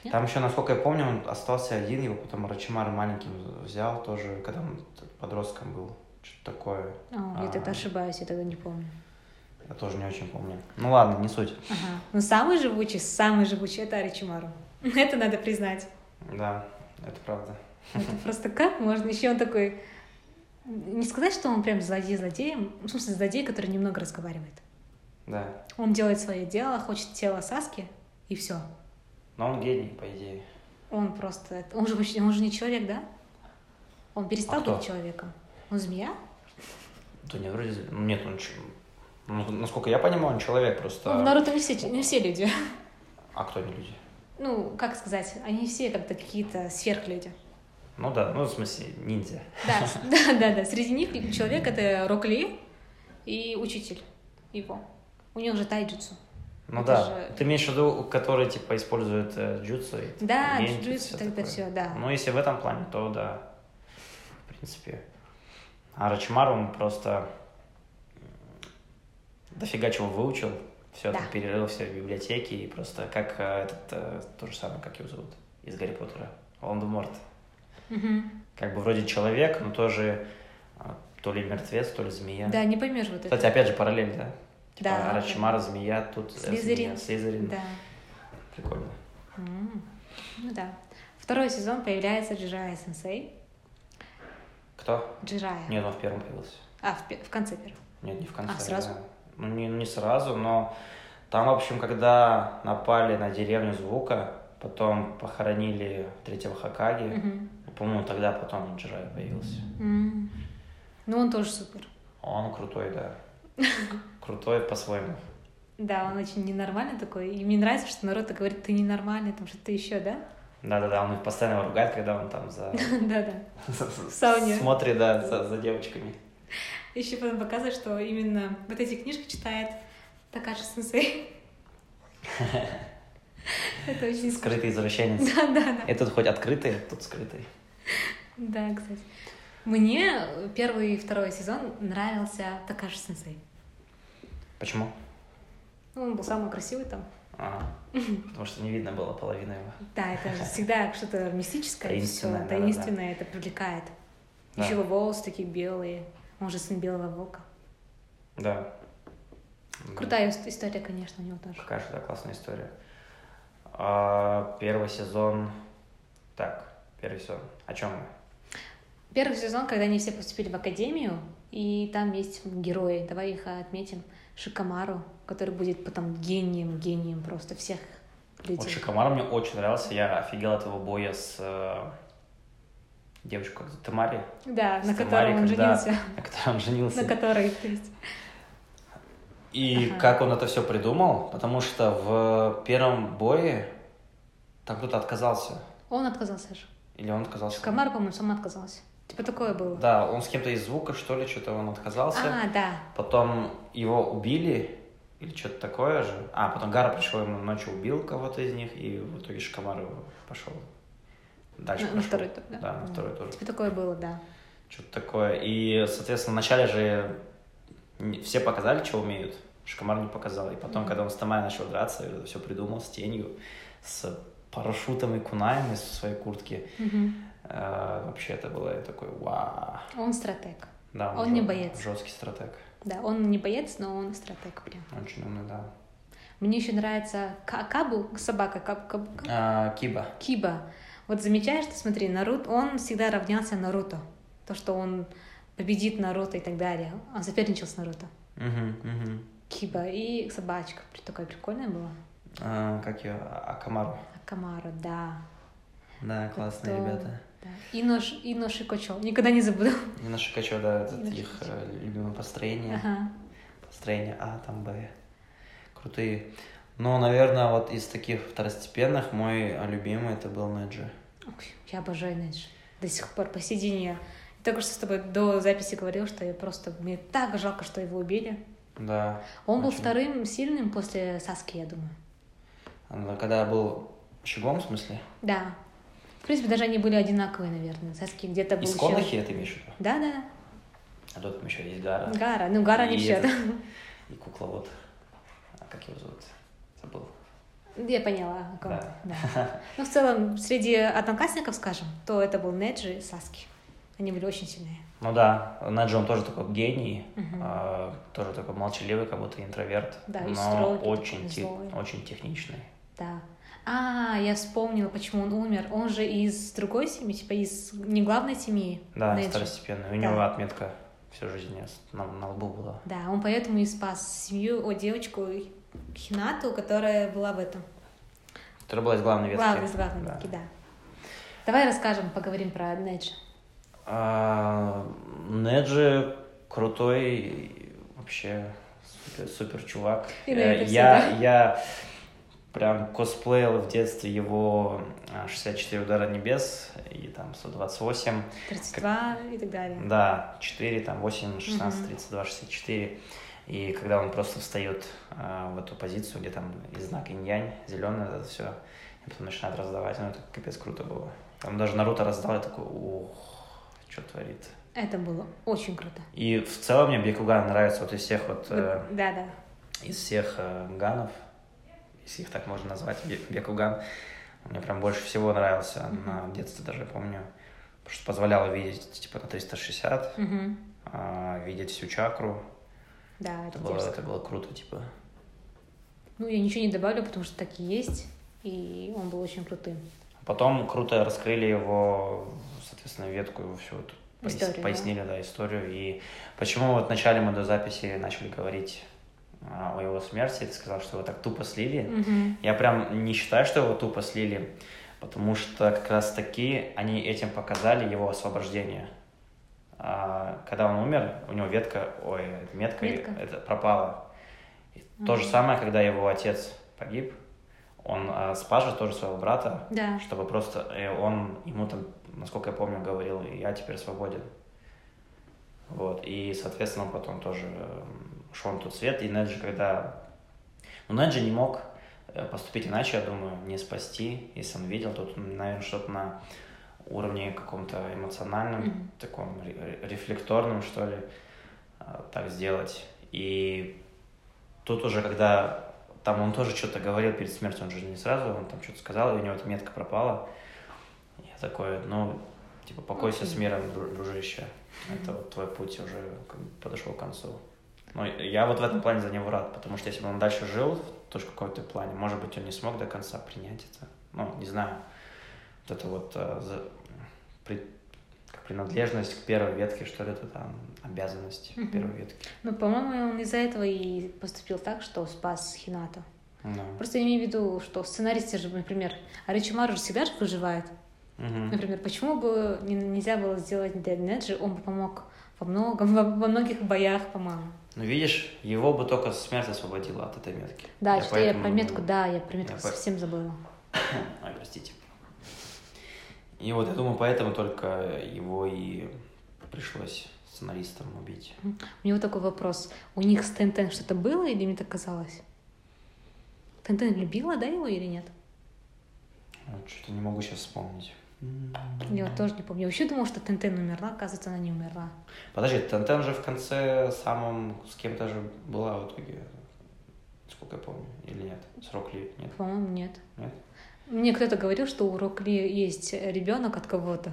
Speaker 1: Нет?
Speaker 2: Там еще, насколько я помню, он остался один, его потом Рачимар маленьким взял тоже, когда он т- подростком был. Что-то такое.
Speaker 1: А, Я
Speaker 2: А.
Speaker 1: тогда ошибаюсь, я тогда не помню.
Speaker 2: Я тоже не очень помню. Ну ладно, не суть.
Speaker 1: Ага. Но самый живучий, самый живучий это Аричимару. Это надо признать.
Speaker 2: Да, это правда.
Speaker 1: Это просто как можно? Еще он такой. Не сказать, что он прям злодей-злодеем, в смысле злодей, который немного разговаривает.
Speaker 2: Да.
Speaker 1: Он делает свое дело, хочет тело Саски, и все.
Speaker 2: Но он гений, по идее.
Speaker 1: Он просто... Он же, вообще- он же не человек, да? Он перестал
Speaker 2: А кто?
Speaker 1: быть человеком. Он змея?
Speaker 2: Да не, вроде... ну, Нет, он... ч- ну, насколько я понимаю, он человек просто...
Speaker 1: Ну, в Наруто не все, не все люди.
Speaker 2: А кто не люди?
Speaker 1: Ну, как сказать, они все как-то какие-то сверхлюди.
Speaker 2: Ну да, ну в смысле ниндзя.
Speaker 1: Да, да, да, да. Среди них человек — это Рок Ли и учитель его. У него же тайджутсу.
Speaker 2: Ну
Speaker 1: Это
Speaker 2: да,
Speaker 1: же-
Speaker 2: ты имеешь в виду, которые типа используют э, джутсу и т-
Speaker 1: Да,
Speaker 2: гень,
Speaker 1: джутсу,
Speaker 2: всё
Speaker 1: тогда
Speaker 2: такое.
Speaker 1: все, да.
Speaker 2: Ну, если в этом плане, то да. В принципе. А Рачмар, он просто дофига чего выучил. Все
Speaker 1: Да.
Speaker 2: это перерыл все в библиотеке и просто как э, этот, э, то же самое, как его зовут, из Гарри Поттера, Волан-де-Морт.
Speaker 1: Мгм.
Speaker 2: Как бы вроде человек, но тоже э, то ли мертвец, то ли змея.
Speaker 1: Да, не поймешь вот это.
Speaker 2: Кстати, опять же, параллель, да? Типа
Speaker 1: Да.
Speaker 2: Рачмар, змея, тут э,
Speaker 1: Слизерин.
Speaker 2: змея, Слизерин.
Speaker 1: Да.
Speaker 2: Прикольно.
Speaker 1: М. Ну да. Второй сезон появляется Джирая Сенсей.
Speaker 2: Кто?
Speaker 1: Джирая.
Speaker 2: Нет, он в первом появился.
Speaker 1: А, в, пе- в конце первого.
Speaker 2: Нет, не в конце.
Speaker 1: А, сразу?
Speaker 2: да. Ну, не, не сразу, но там, в общем, когда напали на деревню Звука, потом похоронили третьего Хакаги,
Speaker 1: Мгм.
Speaker 2: по-моему, тогда потом Джирай появился.
Speaker 1: М. Ну, он тоже супер.
Speaker 2: Он крутой, да. Крутой по-своему.
Speaker 1: Да, он очень ненормальный такой. И мне нравится, что народ так говорит, ты ненормальный, там что-то еще, да?
Speaker 2: Да-да-да, он их постоянно его ругает, когда он там за...
Speaker 1: Да-да.
Speaker 2: за-
Speaker 1: сауне.
Speaker 2: Смотрит, да, за, за девочками.
Speaker 1: Еще потом показывает, что именно вот эти книжки читает Такаши Сенсей. Это очень скрыто.
Speaker 2: Скрытый извращенец.
Speaker 1: Да, да, да.
Speaker 2: И тут хоть открытый, тут скрытый.
Speaker 1: Да, кстати. Мне первый и второй сезон нравился Такаши Сенсей.
Speaker 2: Почему?
Speaker 1: Ну, он был самый красивый там.
Speaker 2: А, потому что не видно было половины его.
Speaker 1: Да, это же всегда что-то мистическое, все
Speaker 2: Таинственное, да-да-да.
Speaker 1: таинственное, это привлекает.
Speaker 2: Да.
Speaker 1: Еще его волосы такие белые. Он же сын белого волка.
Speaker 2: Да.
Speaker 1: Крутая ис- история, конечно, у него тоже.
Speaker 2: Какая же это классная история. А, первый сезон. Так, первый сезон. О чем мы?
Speaker 1: Первый сезон, когда они все поступили в академию, и там есть герои. Давай их а, отметим. Шикамару, который будет потом гением, гением просто всех
Speaker 2: Вот
Speaker 1: людей.
Speaker 2: Шикамар мне очень нравился. Я офигел от его боя с э, девочкой как Тамари,
Speaker 1: Да, на
Speaker 2: С Тамарой,
Speaker 1: котором он
Speaker 2: когда-
Speaker 1: женился.
Speaker 2: на которой он женился.
Speaker 1: На которой, то есть.
Speaker 2: И
Speaker 1: Ага.
Speaker 2: как он это все придумал, потому что в первом бое там кто-то отказался.
Speaker 1: Он отказался же.
Speaker 2: Или он отказался?
Speaker 1: Шикамару, по-моему, сама отказалась. Типа такое было.
Speaker 2: Да, он с кем-то из звука, что ли, что-то он отказался.
Speaker 1: А, да.
Speaker 2: Потом его убили, или что-то такое же. А, потом Гара пришел ему ночью, убил кого-то из них, и в итоге Шикамару пошел дальше.
Speaker 1: На- на
Speaker 2: прошел.
Speaker 1: второй тур, да?
Speaker 2: на второй тур.
Speaker 1: Типа такое было, да.
Speaker 2: Что-то такое. И, соответственно, вначале же не- все показали, что умеют. Шикамар не показал. И потом,
Speaker 1: Мгм.
Speaker 2: когда он с Тамай начал драться, все придумал с тенью, с парашютом и кунаем из своей куртки.
Speaker 1: Мгм.
Speaker 2: Э, вообще это было такой вау.
Speaker 1: Он стратег.
Speaker 2: Да,
Speaker 1: Он не
Speaker 2: жё-
Speaker 1: боец.
Speaker 2: Жесткий стратег.
Speaker 1: Да, он не боец, но он стратег прям.
Speaker 2: Очень умный, да.
Speaker 1: Мне еще нравится Ка- Кабу, собака Кабу, Кабу, Кабу.
Speaker 2: А, Киба.
Speaker 1: Киба. Вот замечаешь, ты смотри, Наруто, он всегда равнялся Наруто. То, что он победит Наруто и так далее. Он соперничал с Наруто.
Speaker 2: Мгм, мгм.
Speaker 1: Киба и собачка. При- Такая прикольная была.
Speaker 2: А, как ее? Акамару.
Speaker 1: Акамара, да.
Speaker 2: Да, классные
Speaker 1: Потом-
Speaker 2: ребята.
Speaker 1: Да. Инош, Иноши Кочо. Никогда не забуду.
Speaker 2: И наши качо, да, это
Speaker 1: Наши
Speaker 2: их
Speaker 1: Качо.
Speaker 2: э, любимое построение.
Speaker 1: Ага.
Speaker 2: Построение А, там Б. Крутые. Но, наверное, вот из таких второстепенных мой любимый это был Неджи.
Speaker 1: Ой, Я обожаю Нэдж. До сих пор, по сей день я... Только что с тобой до записи говорил, что я просто... Мне так жалко, что его убили.
Speaker 2: Да.
Speaker 1: Он был
Speaker 2: Очень.
Speaker 1: вторым сильным после Саски, я думаю.
Speaker 2: Она Когда был щегом, в смысле?
Speaker 1: Да. В принципе, даже они были одинаковые, наверное. Саски где-то был
Speaker 2: Из
Speaker 1: еще-
Speaker 2: Конахи это имеешь в виду?
Speaker 1: Да, да.
Speaker 2: А тут там еще есть Гара.
Speaker 1: Гара. Ну, Гара не
Speaker 2: И
Speaker 1: все.
Speaker 2: этот, И кукла вот. А как его зовут? Забыл.
Speaker 1: Я поняла. о ком.
Speaker 2: Да.
Speaker 1: Да. Ну, в целом, среди одноклассников, скажем, то это был Неджи и Саски. Они были очень сильные.
Speaker 2: Ну да, Наджи, он тоже такой гений,
Speaker 1: Мгм.
Speaker 2: а, тоже такой молчаливый, как будто интроверт,
Speaker 1: Да, и
Speaker 2: но
Speaker 1: строгий,
Speaker 2: очень,
Speaker 1: такой
Speaker 2: те-
Speaker 1: злой.
Speaker 2: очень техничный.
Speaker 1: Да. А, я вспомнила, почему он умер. Он же из другой семьи, типа из не главной семьи.
Speaker 2: Да,
Speaker 1: Неджи.
Speaker 2: второстепенный. У
Speaker 1: Да.
Speaker 2: него отметка всю жизнь с- на, на лбу была.
Speaker 1: Да, он поэтому и спас семью, о, девочку Хинату, которая была в этом.
Speaker 2: Которая была из главной ветки.
Speaker 1: Главной, из главной ветки, да. Давай расскажем, поговорим про Неджи.
Speaker 2: А, Неджи крутой и вообще супер, супер чувак.
Speaker 1: И на это
Speaker 2: Э,
Speaker 1: всё,
Speaker 2: Я,
Speaker 1: да?
Speaker 2: я прям косплеил в детстве его а, 64 удара небес и там 128.
Speaker 1: 32 и так далее.
Speaker 2: Да, 4, там 8, 16,
Speaker 1: Мгм.
Speaker 2: 32, 64. И когда он просто встает а, в эту позицию, где там и знак инь-янь, зеленый, это все, и потом начинает раздавать, ну это капец круто было. Там даже Наруто раздал, я такой, ух, что творит.
Speaker 1: Это было очень круто.
Speaker 2: И в целом мне Бекуган нравится вот из всех вот, э,
Speaker 1: Вот, Да, да.
Speaker 2: из всех э, ганов, если их так можно назвать, Бе- Бекуган, мне прям больше всего нравился, на детстве даже помню, потому что позволяло видеть типа на 360,
Speaker 1: Мгм.
Speaker 2: а, видеть всю чакру.
Speaker 1: Да, это
Speaker 2: Это было,
Speaker 1: дерзко.
Speaker 2: это было круто, типа.
Speaker 1: Ну, я ничего не добавлю, потому что так и есть. И он был очень крутым.
Speaker 2: Потом круто раскрыли его, соответственно, ветку, его всю эту пояс-
Speaker 1: Историю, да?
Speaker 2: пояснили, да? историю. И почему вот вначале мы до записи начали говорить а, о его смерти, ты сказал, что его так тупо слили.
Speaker 1: Мгм.
Speaker 2: Я прям не считаю, что его тупо слили, потому что как раз таки они этим показали его освобождение. А, когда он умер, у него ветка, ой, метка,
Speaker 1: Метка.
Speaker 2: Это, пропала. И То
Speaker 1: Мгм.
Speaker 2: же самое, когда его отец погиб, он а, спас же тоже своего брата,
Speaker 1: Да.
Speaker 2: чтобы просто э, он ему там, насколько я помню, говорил, я теперь свободен. Вот, и, соответственно, он потом тоже эм, ушел на тот свет, и Неджи, когда... Ну, Неджи не мог э, поступить иначе, я думаю, не спасти, если он видел, тут, наверное, что-то на уровне каком-то эмоциональном,
Speaker 1: Мгм.
Speaker 2: таком ре- ре- рефлекторном, что ли, э, так сделать. И тут уже, когда там он тоже что-то говорил перед смертью, он же не сразу, он там что-то сказал, и у него эта метка пропала. Я такой, ну, типа, покойся с миром, дру- дружище. Это вот твой путь уже как бы подошел к концу. Ну, я вот в этом плане за него рад, потому что если бы он дальше жил, тоже в каком-то плане, может быть, он не смог до конца принять это. Ну, не знаю. Вот это вот э, за- при- как принадлежность к первой ветке, что ли, это там обязанность
Speaker 1: Мгм.
Speaker 2: первой ветки.
Speaker 1: Ну, по-моему, он из-за этого и поступил так, что спас Хината.
Speaker 2: Да.
Speaker 1: Просто я имею в виду, что сценаристы же, например, а Аричимару же всегда же выживает.
Speaker 2: Мгм.
Speaker 1: Например, почему бы не- нельзя было сделать для Неджи, он бы помог во многом, во, во многих боях, по-моему.
Speaker 2: Ну, видишь, его бы только смерть освободила от этой метки.
Speaker 1: Да,
Speaker 2: Я
Speaker 1: что я
Speaker 2: поэтому-
Speaker 1: про метку, да, я про метку
Speaker 2: Я по-
Speaker 1: совсем забыла.
Speaker 2: Ой, простите. И вот я думаю, поэтому только его и пришлось сценаристом убить.
Speaker 1: У него такой вопрос. У них с Тентен что-то было или мне так казалось? Тентен любила, да, его или нет?
Speaker 2: Вот Что-то не могу сейчас вспомнить.
Speaker 1: Я вот тоже не помню. Я вообще думала, что Тентен умерла, оказывается, она не умерла.
Speaker 2: Подожди, Тантен же в конце самым с кем-то же была в итоге, сколько я помню, или нет? Срок ли? Нет.
Speaker 1: По-моему, нет.
Speaker 2: Нет?
Speaker 1: Мне кто-то говорил, что у Рокли есть ребенок от кого-то.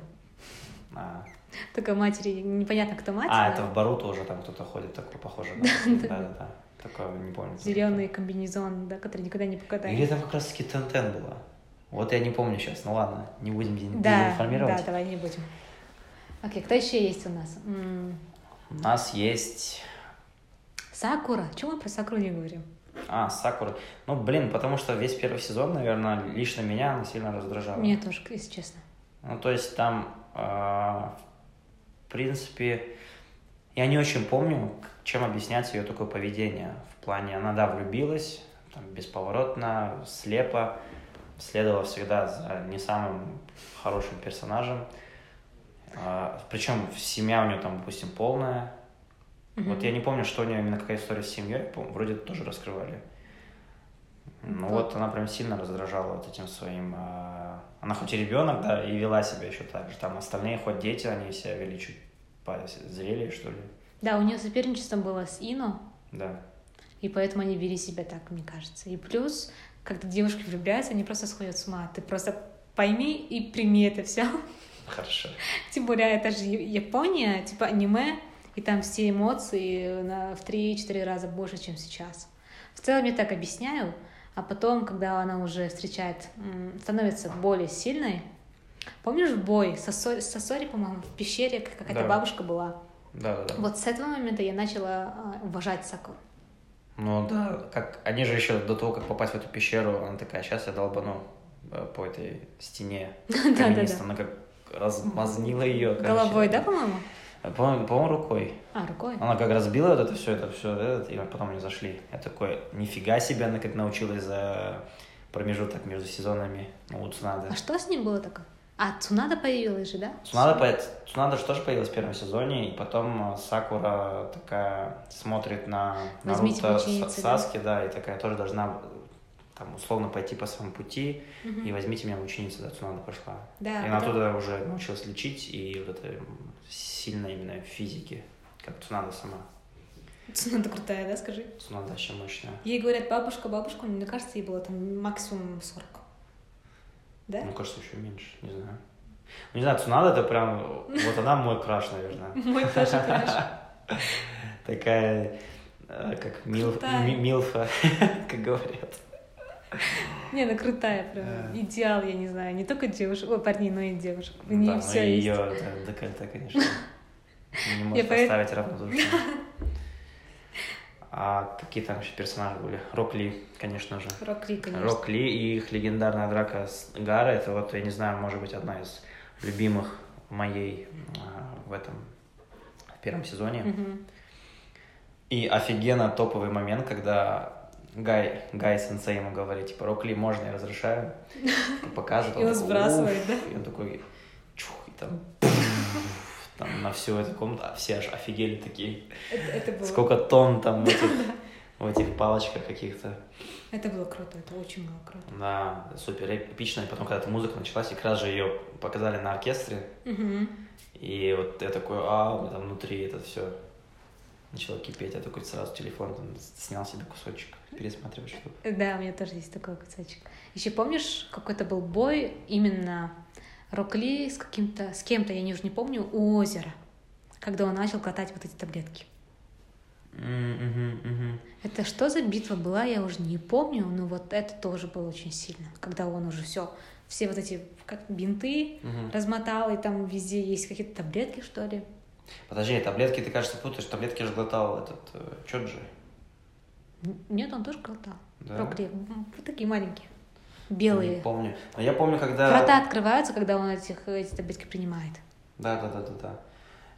Speaker 2: А,
Speaker 1: Такой матери, непонятно, кто мать.
Speaker 2: А, это в Баруто уже там кто-то ходит, такой похожий. Да-да-да. Такое не помню.
Speaker 1: Зеленый комбинезон, да, который никогда не покатает.
Speaker 2: Или там как раз таки Тентен была. Вот я не помню сейчас, ну ладно, не будем дезин-
Speaker 1: Да,
Speaker 2: дезинформировать.
Speaker 1: да, давай не будем. Окей, кто еще есть у нас? М,
Speaker 2: У нас есть...
Speaker 1: Сакура. Чего мы про Сакуру не говорим?
Speaker 2: А, Сакура. Ну, блин, потому что весь первый сезон, наверное, лично меня она сильно раздражала.
Speaker 1: Мне тоже, если честно.
Speaker 2: Ну, то есть там а, в принципе, я не очень помню, чем объясняется ее такое поведение. В плане, она, да, влюбилась, там, бесповоротно, слепо, следовала всегда за не самым хорошим персонажем. А, причем семья у нее там, допустим, полная.
Speaker 1: Мгм.
Speaker 2: Вот я не помню, что у нее именно какая история с семьей, пом- вроде это тоже раскрывали. Ну
Speaker 1: Вот.
Speaker 2: вот. она прям сильно раздражала вот этим своим. а, Она хоть и ребенок, да, и вела себя еще так же. Там остальные, хоть дети, они себя вели чуть зрелее, что ли.
Speaker 1: Да, у нее соперничество было с Ино,
Speaker 2: Да.
Speaker 1: и поэтому они вели себя так, мне кажется. И плюс, когда девушки влюбляются, они просто сходят с ума. Ты просто пойми и прими это все.
Speaker 2: Хорошо.
Speaker 1: Тем более, это же Япония, типа аниме, и там все эмоции на, в 3-4 раза больше, чем сейчас. В целом я так объясняю, а потом, когда она уже встречает, м, становится более сильной, помнишь бой со Сосори, по-моему, в пещере какая-то
Speaker 2: Да.
Speaker 1: бабушка была?
Speaker 2: Да, да, да.
Speaker 1: Вот с этого момента я начала а, уважать Саку.
Speaker 2: Ну да, как они же еще до того, как попасть в эту пещеру, она такая, сейчас я долбану э, по этой стене
Speaker 1: да, да.
Speaker 2: каменистой». Она как размазнила ее.
Speaker 1: Головой, да, по-моему?
Speaker 2: По-моему, по-моему, рукой.
Speaker 1: А, рукой.
Speaker 2: Она как разбила вот это все, это все, и потом они зашли. Я такой, нифига себе, она как научилась за промежуток между сезонами. Ну, у Цунады.
Speaker 1: А что с ним было такое? А, Цунада появилась же, да?
Speaker 2: Цунада, по- Цунада же тоже появилась в первом сезоне, и потом э, Сакура такая смотрит на
Speaker 1: Возьмите
Speaker 2: Наруто
Speaker 1: ученицы,
Speaker 2: Са-
Speaker 1: да?
Speaker 2: Саски, да, и такая тоже должна э, там условно пойти по своему пути,
Speaker 1: Мгм.
Speaker 2: и возьмите меня в ученицы, да, Цунада пошла.
Speaker 1: Да,
Speaker 2: и она
Speaker 1: потом-
Speaker 2: оттуда уже научилась лечить, и вот это м, сильно именно в физике, как Цунада сама.
Speaker 1: Цунада крутая, да, скажи?
Speaker 2: Цунада вообще мощная.
Speaker 1: Ей говорят бабушка, бабушка, но мне кажется, ей было там максимум 40. Да?
Speaker 2: Мне кажется, еще меньше, не знаю. Ну, не знаю, Цунада это прям, вот она мой краш, наверное.
Speaker 1: Мой тоже краш.
Speaker 2: Такая, э, как милф,
Speaker 1: Крутая.
Speaker 2: ми- милфа, как говорят.
Speaker 1: Не, она крутая прям.
Speaker 2: Да.
Speaker 1: Идеал, я не знаю, не только девушек, ой, парней, но и девушек. У
Speaker 2: да,
Speaker 1: нее
Speaker 2: ну
Speaker 1: все
Speaker 2: и
Speaker 1: есть.
Speaker 2: ее да, декольте, конечно. Не может
Speaker 1: поэт-
Speaker 2: оставить равнодушным. А какие там еще персонажи были? Рок Ли, конечно же.
Speaker 1: Рок Ли, конечно.
Speaker 2: Рок Ли и их легендарная драка с Гара, это вот, я не знаю, может быть, одна из любимых моей а, в этом, в первом сезоне.
Speaker 1: Мгм.
Speaker 2: И офигенно топовый момент, когда Гай, Гай Сенсей ему говорит, типа, Рокли, можно, я разрешаю. Типа, Показывает.
Speaker 1: И он
Speaker 2: такой,
Speaker 1: сбрасывает,
Speaker 2: «Уф».
Speaker 1: да?
Speaker 2: И он такой, чух, и там, пф, там на всю эту комнату, а все аж офигели такие.
Speaker 1: Это, это было,
Speaker 2: Сколько тонн там в этих, в этих палочках каких-то.
Speaker 1: это было круто, это очень было круто.
Speaker 2: Да, супер эпично. И потом, когда эта музыка началась, и как раз же ее показали на оркестре.
Speaker 1: Мгм.
Speaker 2: И вот я такой, а, у меня там внутри это все начало кипеть. Я такой сразу телефон там снял себе кусочек, пересматриваю, что
Speaker 1: Да, у меня тоже есть такой кусочек. Еще помнишь, какой-то был бой именно Рок Ли с каким-то, с кем-то, я не- уже не помню, у озера, когда он начал катать вот эти таблетки. Это что за битва была, я уже не помню, но вот это тоже было очень сильно, когда он уже все, все вот эти как бинты размотал, и там везде есть какие-то таблетки, что ли.
Speaker 2: Подожди, а таблетки, ты, кажется, путаешь. Таблетки же глотал этот э, Чоджи.
Speaker 1: Н- Нет, он тоже глотал.
Speaker 2: Да?
Speaker 1: Рок-ли. М, вот такие маленькие,
Speaker 2: Не
Speaker 1: белые.
Speaker 2: помню. Но я помню, когда...
Speaker 1: Врата открываются, когда он этих, эти таблетки принимает.
Speaker 2: Да, да, да, да, да.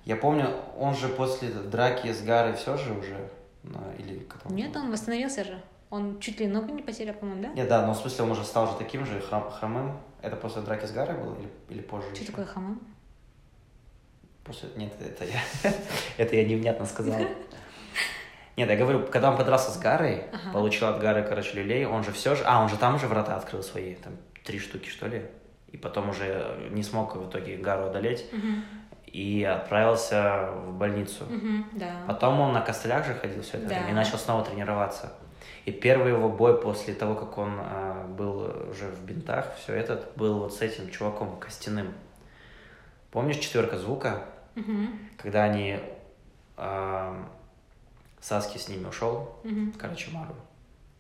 Speaker 2: Я помню, он же после драки с Гарой все же уже... на- Или как там?
Speaker 1: Нет, он восстановился же. Он чуть ли ногу не потерял, по-моему, да?
Speaker 2: Нет, да, но в смысле он уже стал же таким же хром- хромым. Это после драки с Гарой было или, или позже?
Speaker 1: Что
Speaker 2: еще?
Speaker 1: такое хамам?
Speaker 2: После... Нет, это я... это я невнятно сказал. Нет, я говорю, когда он подрался с Гарой,
Speaker 1: Ага.
Speaker 2: получил от Гары, короче, люлей, он же все же... А, он же там уже врата открыл свои, там, три штуки, что ли? И потом уже не смог в итоге Гару одолеть
Speaker 1: Мгм.
Speaker 2: и отправился в больницу.
Speaker 1: Мгм, Да.
Speaker 2: Потом он на костылях же ходил все это
Speaker 1: Да.
Speaker 2: время и начал снова тренироваться. И первый его бой после того, как он а, был уже в бинтах, все этот, был вот с этим чуваком костяным. Помнишь четверка звука?
Speaker 1: Мгм,
Speaker 2: когда они эм, Саски с ними ушел,
Speaker 1: мгм.
Speaker 2: короче, Мару,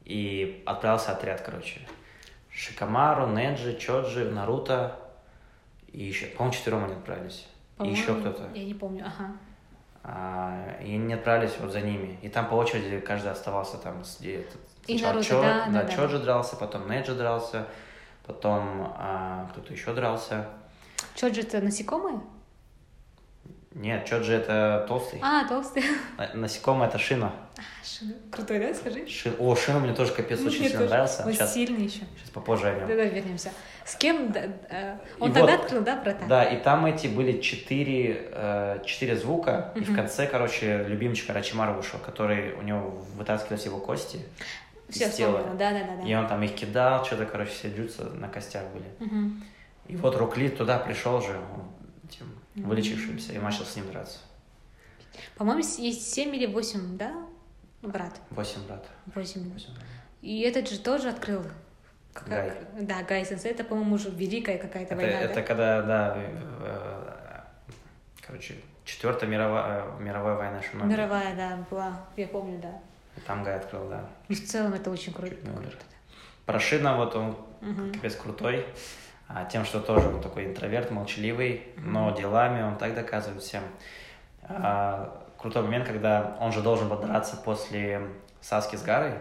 Speaker 2: и отправился отряд, короче. Шикамару, Неджи, Чоджи, Наруто и еще, по-моему, четвером они отправились. И
Speaker 1: По-моему,
Speaker 2: еще кто-то.
Speaker 1: Я не помню, ага.
Speaker 2: А, и они отправились вот за ними. И там по очереди каждый оставался там. с- где этот-
Speaker 1: И
Speaker 2: сначала
Speaker 1: Наруто,
Speaker 2: Чо-
Speaker 1: да, да, да.
Speaker 2: Чоджи дрался, потом Неджи дрался, потом а, кто-то еще дрался.
Speaker 1: Чоджи это насекомые?
Speaker 2: Нет, Чоджи это толстый.
Speaker 1: А, толстые.
Speaker 2: На- Насекомое это шина.
Speaker 1: А, шина. Крутой, да, скажи? Ну,
Speaker 2: Ши- О, шина мне тоже капец
Speaker 1: Мне
Speaker 2: очень сильно
Speaker 1: тоже.
Speaker 2: нравился.
Speaker 1: Он
Speaker 2: Сейчас,
Speaker 1: сильный еще.
Speaker 2: сейчас попозже о нем.
Speaker 1: Да-да, вернемся. С кем? да, э,
Speaker 2: И
Speaker 1: Он
Speaker 2: вот.
Speaker 1: тогда открыл, да, брата?
Speaker 2: Да, и там эти были четыре, э, четыре звука, и в
Speaker 1: Мгм.
Speaker 2: конце, короче, любимчик Рачимара вышел, который у него вытаскивались его кости из
Speaker 1: Все
Speaker 2: тела.
Speaker 1: вспомнила, да-да-да.
Speaker 2: И он там их кидал, что-то, короче, все джутсы на костях были.
Speaker 1: Мгм.
Speaker 2: И вот Рукли туда пришел же, он этим
Speaker 1: Мгм.
Speaker 2: вылечившимся, и начал с ним драться.
Speaker 1: По-моему, с- есть 7 или 8, да, брат?
Speaker 2: Восемь брат.
Speaker 1: 8.
Speaker 2: Восемь брат.
Speaker 1: И этот же тоже открыл. Как-
Speaker 2: Гай.
Speaker 1: Да, Гай Сенсей, это, по-моему, уже великая какая-то
Speaker 2: Это,
Speaker 1: война. да?
Speaker 2: это когда, да, э, короче, четвертая мировая, мировая война Шиноби.
Speaker 1: Мировая, да, была, я помню, да.
Speaker 2: Там Гай открыл, да.
Speaker 1: И в целом это очень круто.
Speaker 2: Чуть не умер.
Speaker 1: круто,
Speaker 2: Парашина, вот он
Speaker 1: да. Мгм.
Speaker 2: капец крутой, а тем, что тоже он такой интроверт, молчаливый, но делами он так доказывает всем. А, крутой момент, когда он же должен был драться после Саски с Гарой.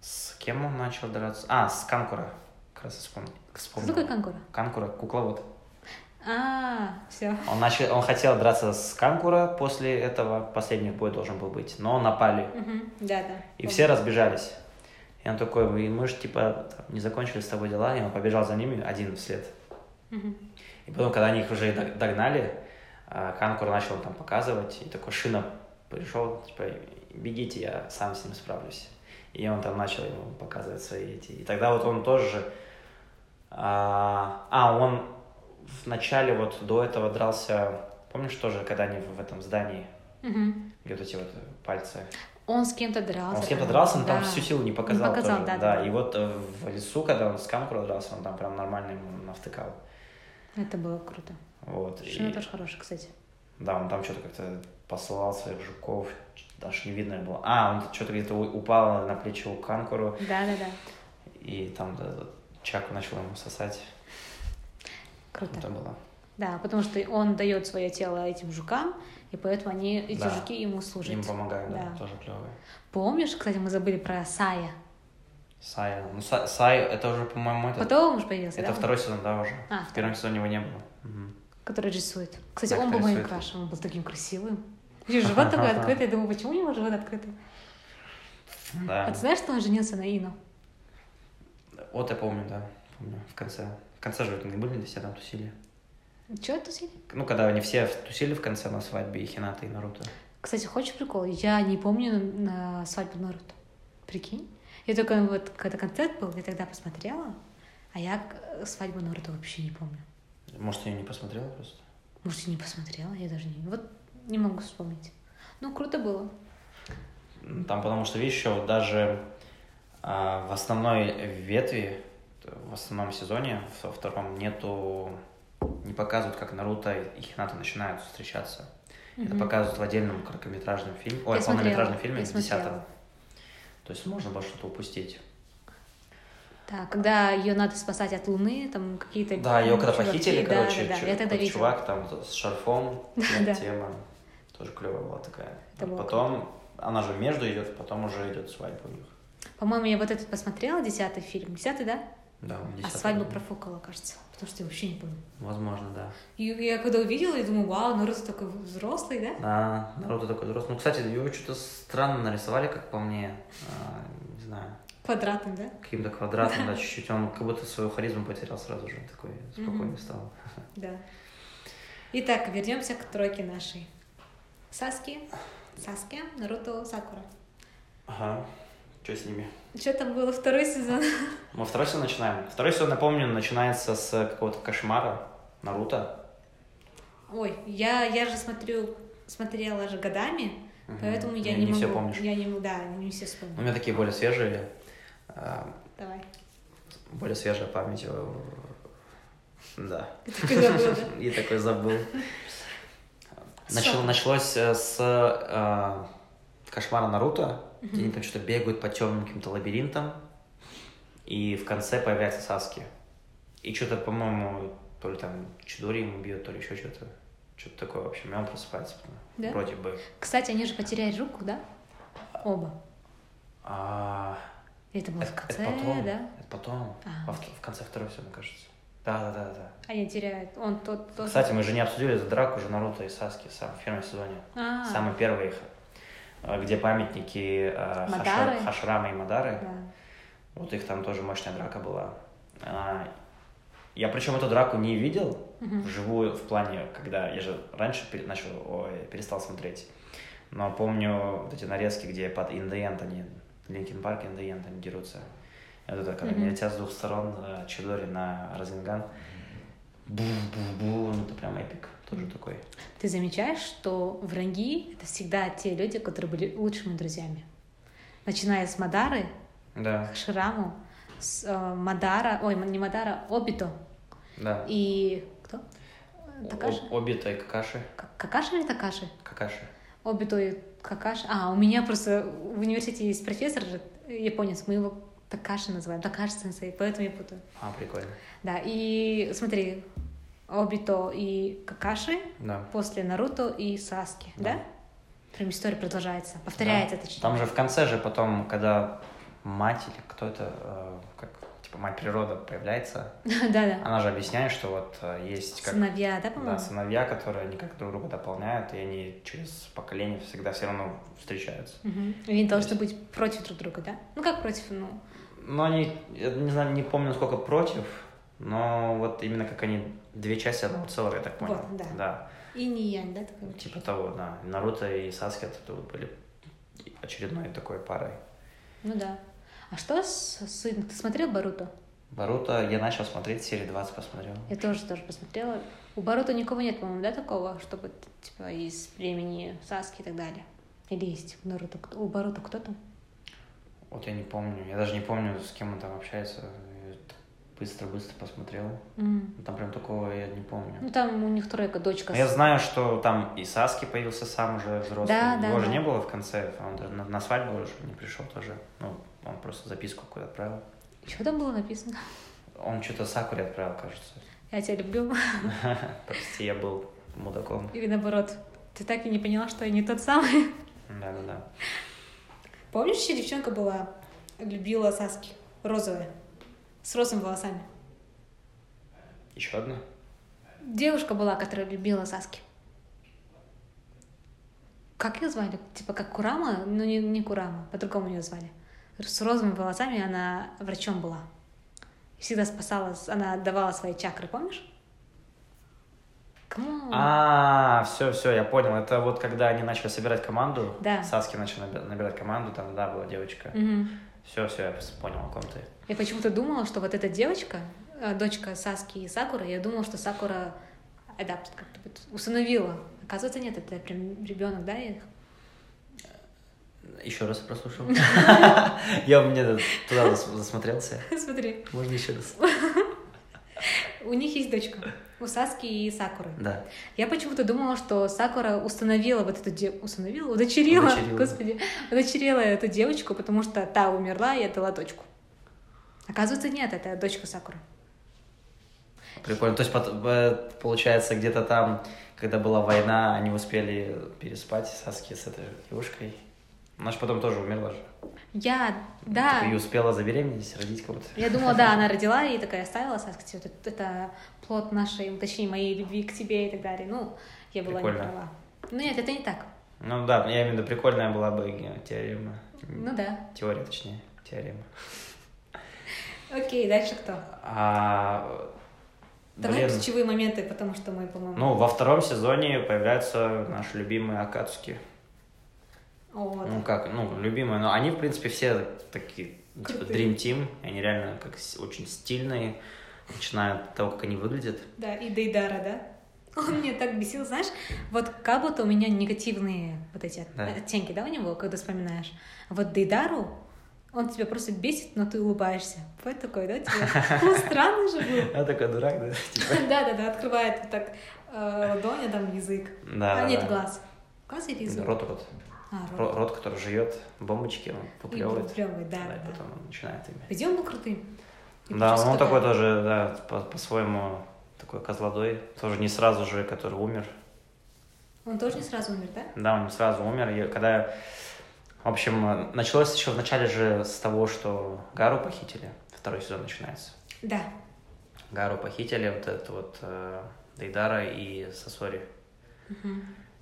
Speaker 2: С кем он начал драться? А, с Канкура. Как раз вспомнил.
Speaker 1: С
Speaker 2: вспомнил.
Speaker 1: какой конкура?
Speaker 2: Канкура, кукловод.
Speaker 1: А, все.
Speaker 2: Он, начал, он хотел драться с Канкура, после этого последний бой должен был быть, но напали.
Speaker 1: Да, да.
Speaker 2: И все разбежались. И он такой, «Вы, мы же типа там, не закончили с тобой дела, и он побежал за ними один вслед.
Speaker 1: Мгм.
Speaker 2: И потом, когда они их уже дог- догнали, а, Канкур начал им там показывать, и такой Шина пришел, типа, бегите, я сам с ним справлюсь. И он там начал ему показывать свои эти... И тогда вот он тоже... А, а, он в начале вот до этого дрался... Помнишь тоже, когда они в в этом здании,
Speaker 1: Мгм.
Speaker 2: где вот эти вот пальцы?
Speaker 1: Он с кем-то дрался.
Speaker 2: Он с кем-то дрался, но там
Speaker 1: А, Да.
Speaker 2: всю силу не показал.
Speaker 1: показал,
Speaker 2: тоже.
Speaker 1: да,
Speaker 2: да.
Speaker 1: да.
Speaker 2: И вот э, в лесу, когда он с Канкуром дрался, он там прям нормально ему навтыкал.
Speaker 1: Это было круто.
Speaker 2: Вот. и-
Speaker 1: Шина тоже хорошая, кстати.
Speaker 2: Да, он там что-то как-то посылал своих жуков, даже не видно было. А, он что-то где-то у- упал на плечо у Канкуру,
Speaker 1: Да, да, да.
Speaker 2: и там да, да, Чаку начал ему сосать.
Speaker 1: Круто.
Speaker 2: Это было.
Speaker 1: Да, потому что он дает свое тело этим жукам, и поэтому они, эти
Speaker 2: Да.
Speaker 1: жуки ему служат.
Speaker 2: Им помогает, да,
Speaker 1: Да.
Speaker 2: тоже клево.
Speaker 1: Помнишь, кстати, мы забыли про Сая.
Speaker 2: Сай, ну Са- Сай, это уже, по-моему, это,
Speaker 1: Потом он же появился,
Speaker 2: это
Speaker 1: да?
Speaker 2: второй сезон, да, уже.
Speaker 1: А,
Speaker 2: В
Speaker 1: второй,
Speaker 2: первом сезоне его не было. Мгм.
Speaker 1: который рисует. Кстати,
Speaker 2: Да,
Speaker 1: он был
Speaker 2: который
Speaker 1: моим
Speaker 2: рисует.
Speaker 1: крашем, он был таким красивым. И живот такой открытый, я думаю, почему у него живот открытый? А
Speaker 2: Да.
Speaker 1: ты знаешь, что он женился на Ину?
Speaker 2: Вот я помню, да, помню, в конце. В конце же вот они были, все там тусили.
Speaker 1: Чё это сидит?
Speaker 2: Ну, когда они все тусили в конце на свадьбе, и Хината, и Наруто.
Speaker 1: Кстати, хочешь прикол? Я не помню на свадьбу Наруто. Прикинь? Я только вот, когда концерт был, я тогда посмотрела, а я к- свадьбу Наруто вообще не помню.
Speaker 2: Может, я не посмотрела просто?
Speaker 1: Может, я не посмотрела, я даже не... Вот не могу вспомнить. Ну, круто было.
Speaker 2: Ну, Там, потому что, видишь, еще вот даже а, в основной ветви, т- в основном сезоне, во втором, нету... Не показывают, как Наруто и Хината начинают встречаться. Это
Speaker 1: Мгм.
Speaker 2: показывают в отдельном короткометражном фильме.
Speaker 1: Я
Speaker 2: Ой,
Speaker 1: смотрела,
Speaker 2: полнометражном фильме
Speaker 1: я
Speaker 2: с
Speaker 1: смотрела.
Speaker 2: 10 То есть можно было что-то упустить.
Speaker 1: Да, когда ее надо спасать от Луны, там какие-то...
Speaker 2: Да, ее когда
Speaker 1: чуваки,
Speaker 2: похитили,
Speaker 1: да,
Speaker 2: короче,
Speaker 1: Да, да,
Speaker 2: чу-
Speaker 1: я тогда
Speaker 2: тот
Speaker 1: видела.
Speaker 2: чувак там т- с шарфом, тем-
Speaker 1: Да.
Speaker 2: тема тоже клевая была такая.
Speaker 1: Это было
Speaker 2: Потом она же между идет, потом уже идет свадьба у них.
Speaker 1: По-моему, я вот этот посмотрела, десятый фильм. Десятый, да?
Speaker 2: Да, он
Speaker 1: А
Speaker 2: десятый
Speaker 1: свадьбу
Speaker 2: был.
Speaker 1: профукала, кажется. Потому что я вообще не помню.
Speaker 2: Возможно, да.
Speaker 1: И я когда увидела, я думаю, вау, Наруто такой взрослый, да?
Speaker 2: Да, Наруто такой взрослый. Ну, кстати, его что-то странно нарисовали, как по мне. А, не знаю,
Speaker 1: Квадратный, да?
Speaker 2: каким-то квадратом, да, чуть-чуть. Он как будто свою харизму потерял сразу же. Такой спокойный
Speaker 1: Мгм.
Speaker 2: стал.
Speaker 1: Да. Итак, вернемся к тройке нашей. Саски, Саски, Наруто, Сакура.
Speaker 2: Ага. Что с ними?
Speaker 1: Что там было второй сезон?
Speaker 2: Мы второй сезон начинаем. Второй сезон, напомню, начинается с какого-то кошмара Наруто.
Speaker 1: Ой, я, я же смотрю, смотрела же годами,
Speaker 2: Мгм.
Speaker 1: поэтому я
Speaker 2: Не-
Speaker 1: не,
Speaker 2: не
Speaker 1: могу.
Speaker 2: всё помнишь.
Speaker 1: Я не могу, да, не все вспомнила.
Speaker 2: У меня такие более свежие, а,
Speaker 1: Давай.
Speaker 2: более свежая память. э, Да.
Speaker 1: Ты забыла, да?
Speaker 2: И такой забыл. Начал-
Speaker 1: Что?
Speaker 2: началось э, с э, кошмара Наруто, где они там что-то бегают по темным каким-то лабиринтам, и в конце появляется Саски. И что-то, по-моему, то ли там Чидори ему бьет, то ли еще что-то. Что-то такое, в общем, и он просыпается. потом.
Speaker 1: Да?
Speaker 2: Вроде бы.
Speaker 1: Кстати, они же потеряли руку, да? Оба.
Speaker 2: А,
Speaker 1: Это было
Speaker 2: это,
Speaker 1: в
Speaker 2: это
Speaker 1: конце,
Speaker 2: потом,
Speaker 1: да?
Speaker 2: А, Э, это потом,
Speaker 1: А,
Speaker 2: во вт- в конце второго сезона, кажется. Да-да-да.
Speaker 1: Они теряют. А Он тот, тот.
Speaker 2: Кстати, мы же не обсудили эту драку же Наруто и Саски сам, в первом сезоне.
Speaker 1: А,
Speaker 2: Самый первый их, э, где памятники э, Хашра-
Speaker 1: Мадары.
Speaker 2: Хашрамы и Мадары.
Speaker 1: да.
Speaker 2: Вот их там тоже мощная драка была. А, Я причем эту драку не видел
Speaker 1: Мгм.
Speaker 2: вживую в плане, когда я же раньше пере- начал, ой, перестал смотреть. Но помню вот эти нарезки, где под In the End они, Линкин Парк In the End они дерутся. Это вот это, когда
Speaker 1: Мгм.
Speaker 2: они летят с двух сторон, э, Чидори на Разинган. Бу-бу-бу, ну это прям эпик, тоже такой.
Speaker 1: Ты замечаешь, что враги это всегда те люди, которые были лучшими друзьями. Начиная с Мадары,
Speaker 2: Да,
Speaker 1: Хашираму, с э, Мадара, ой, не Мадара, Обито
Speaker 2: да.
Speaker 1: и кто? Такаши?
Speaker 2: О- Обита и Какаши.
Speaker 1: Как- Какаши или Такаши?
Speaker 2: Какаши.
Speaker 1: Обито и Какаши. А, у меня просто в университете есть профессор же, японец, мы его Такаши называем, Такаши сенсей, поэтому я путаю.
Speaker 2: А, прикольно.
Speaker 1: Да, и смотри, Обито и Какаши
Speaker 2: Да.
Speaker 1: после Наруто и Саски, да?
Speaker 2: Да.
Speaker 1: Прям история продолжается, повторяется
Speaker 2: Да.
Speaker 1: точнее.
Speaker 2: Там же в конце же потом, когда мать или кто-то, э, как типа мать природа появляется,
Speaker 1: Да-да.
Speaker 2: она же объясняет, что вот э, есть как
Speaker 1: Сыновья, да,
Speaker 2: да,
Speaker 1: по-моему?
Speaker 2: сыновья, которые они как друг друга дополняют, и они через поколение всегда все равно встречаются.
Speaker 1: Мгм. И Они должны быть против друг друга, да? Ну как против, ну...
Speaker 2: Но они, я не знаю, не помню, сколько против, но вот именно как они две части одного целого, я так понял.
Speaker 1: Вот, да.
Speaker 2: да.
Speaker 1: И не янь, да? такое?
Speaker 2: Типа того, да. Наруто и Саски это были очередной такой парой.
Speaker 1: Ну да. А что с сыном? Ты смотрел Баруто?
Speaker 2: Баруто я начал смотреть, серии 20 посмотрел.
Speaker 1: Я тоже тоже посмотрела. У Баруто никого нет, по-моему, да, такого, чтобы типа из времени Саски и так далее. Или есть у Наруто? кто- У Баруто кто-то?
Speaker 2: Вот я не помню. Я даже не помню, с кем он там общается. Я так Быстро-быстро посмотрел.
Speaker 1: М.
Speaker 2: Ну, Там прям такого я не помню.
Speaker 1: Ну там у них тройка, дочка.
Speaker 2: Но А я
Speaker 1: с-
Speaker 2: знаю, что там и Саски появился сам уже взрослый.
Speaker 1: Да, да,
Speaker 2: Его же
Speaker 1: да.
Speaker 2: не было в конце. а Он даже на, на свадьбу уже не пришел тоже. Ну, он просто записку куда отправил.
Speaker 1: Что там было написано?
Speaker 2: Он что-то Сакуре отправил, кажется.
Speaker 1: Я тебя люблю.
Speaker 2: Прости, я был мудаком.
Speaker 1: Или наоборот. Ты так и не поняла, что я не тот самый.
Speaker 2: Да-да-да.
Speaker 1: Помнишь, еще девчонка была, любила Саски, розовая, с розовыми волосами?
Speaker 2: Еще одна?
Speaker 1: Девушка была, которая любила Саски. Как ее звали? Типа как Курама? Ну, не, не Курама, по-другому ее звали. С розовыми волосами она врачом была. Всегда спасала, с- она отдавала свои чакры, помнишь? Кому?
Speaker 2: А, все, все, я понял. Это вот когда они начали собирать команду.
Speaker 1: Да.
Speaker 2: Саски начал наби- набирать команду, там, да, была девочка.
Speaker 1: Мгм.
Speaker 2: Все, все, я понял, о ком ты.
Speaker 1: Я почему-то думала, что вот эта девочка, э, дочка Саски и Сакуры, я думала, что Сакура адапт как-то вот усыновила. Оказывается, нет, это прям ребенок, да, их?
Speaker 2: Еще раз прослушал. Я у меня туда зас- засмотрелся.
Speaker 1: Смотри,
Speaker 2: Можно еще раз?
Speaker 1: у них есть дочка, у Саски и Сакуры.
Speaker 2: Да.
Speaker 1: Я почему-то думала, что Сакура установила вот эту девочку, установила, удочерила,
Speaker 2: Удочерила.
Speaker 1: господи, удочерила эту девочку, потому что та умерла и отдала дочку. Оказывается, нет, это дочка Сакуры.
Speaker 2: Прикольно. То есть, пот- э, получается, где-то там, когда была война, они успели переспать Саски с этой девушкой. Она же потом тоже умерла же. Ну, типа,
Speaker 1: Я, да.
Speaker 2: И успела забеременеть, родить кого-то.
Speaker 1: Я думала, да, она родила и такая оставила, Саска, типа, это, это плод нашей, точнее, моей любви к тебе и так далее. Ну, я была
Speaker 2: Прикольно.
Speaker 1: не права. Ну нет, это не так.
Speaker 2: Ну да, я имею в виду, прикольная была бы э, теорема.
Speaker 1: Ну да.
Speaker 2: Теория, точнее, теорема.
Speaker 1: Окей, дальше кто?
Speaker 2: А,
Speaker 1: Давай
Speaker 2: блин,
Speaker 1: ключевые моменты, потому что мы, по-моему...
Speaker 2: ну, во втором сезоне появляются наши любимые Акацуки.
Speaker 1: О,
Speaker 2: Ну
Speaker 1: да.
Speaker 2: как, ну, любимые, но они, в принципе, все такие, типа,
Speaker 1: Крутые.
Speaker 2: Dream Team, они реально как с- очень стильные, начиная от того, как они выглядят.
Speaker 1: Да, и Дейдара, да? Он меня так бесил, знаешь, вот как будто у меня негативные вот эти от-
Speaker 2: Да.
Speaker 1: оттенки, да, у него, когда вспоминаешь. А Вот Дейдару, он тебя просто бесит, но ты улыбаешься. Вот такой, да, тебе? Он странный же был.
Speaker 2: Я такой дурак, да? Типа.
Speaker 1: Да-да-да, открывает вот так э, ладонь, а там язык.
Speaker 2: Да,
Speaker 1: А
Speaker 2: да,
Speaker 1: нет,
Speaker 2: да.
Speaker 1: глаз. Глаз или язык?
Speaker 2: Рот, рот.
Speaker 1: А,
Speaker 2: Ро-
Speaker 1: рот.
Speaker 2: Рот, который жует бомбочки, он
Speaker 1: И
Speaker 2: поплевывает.
Speaker 1: Выплевывает, да.
Speaker 2: Да, и
Speaker 1: да.
Speaker 2: потом он начинает ими.
Speaker 1: Пойдем мы крутым. И
Speaker 2: Да,
Speaker 1: прическа
Speaker 2: он такой
Speaker 1: такая.
Speaker 2: тоже, да, по- по-своему такой козлодой. Тоже не сразу же, который умер.
Speaker 1: Он тоже не сразу умер, да?
Speaker 2: Да, он сразу умер. И когда... В общем, э, началось еще в начале же с того, что Гару похитили. Второй сезон начинается.
Speaker 1: Да.
Speaker 2: Гару похитили, вот этот вот э, Дейдара и Сосори.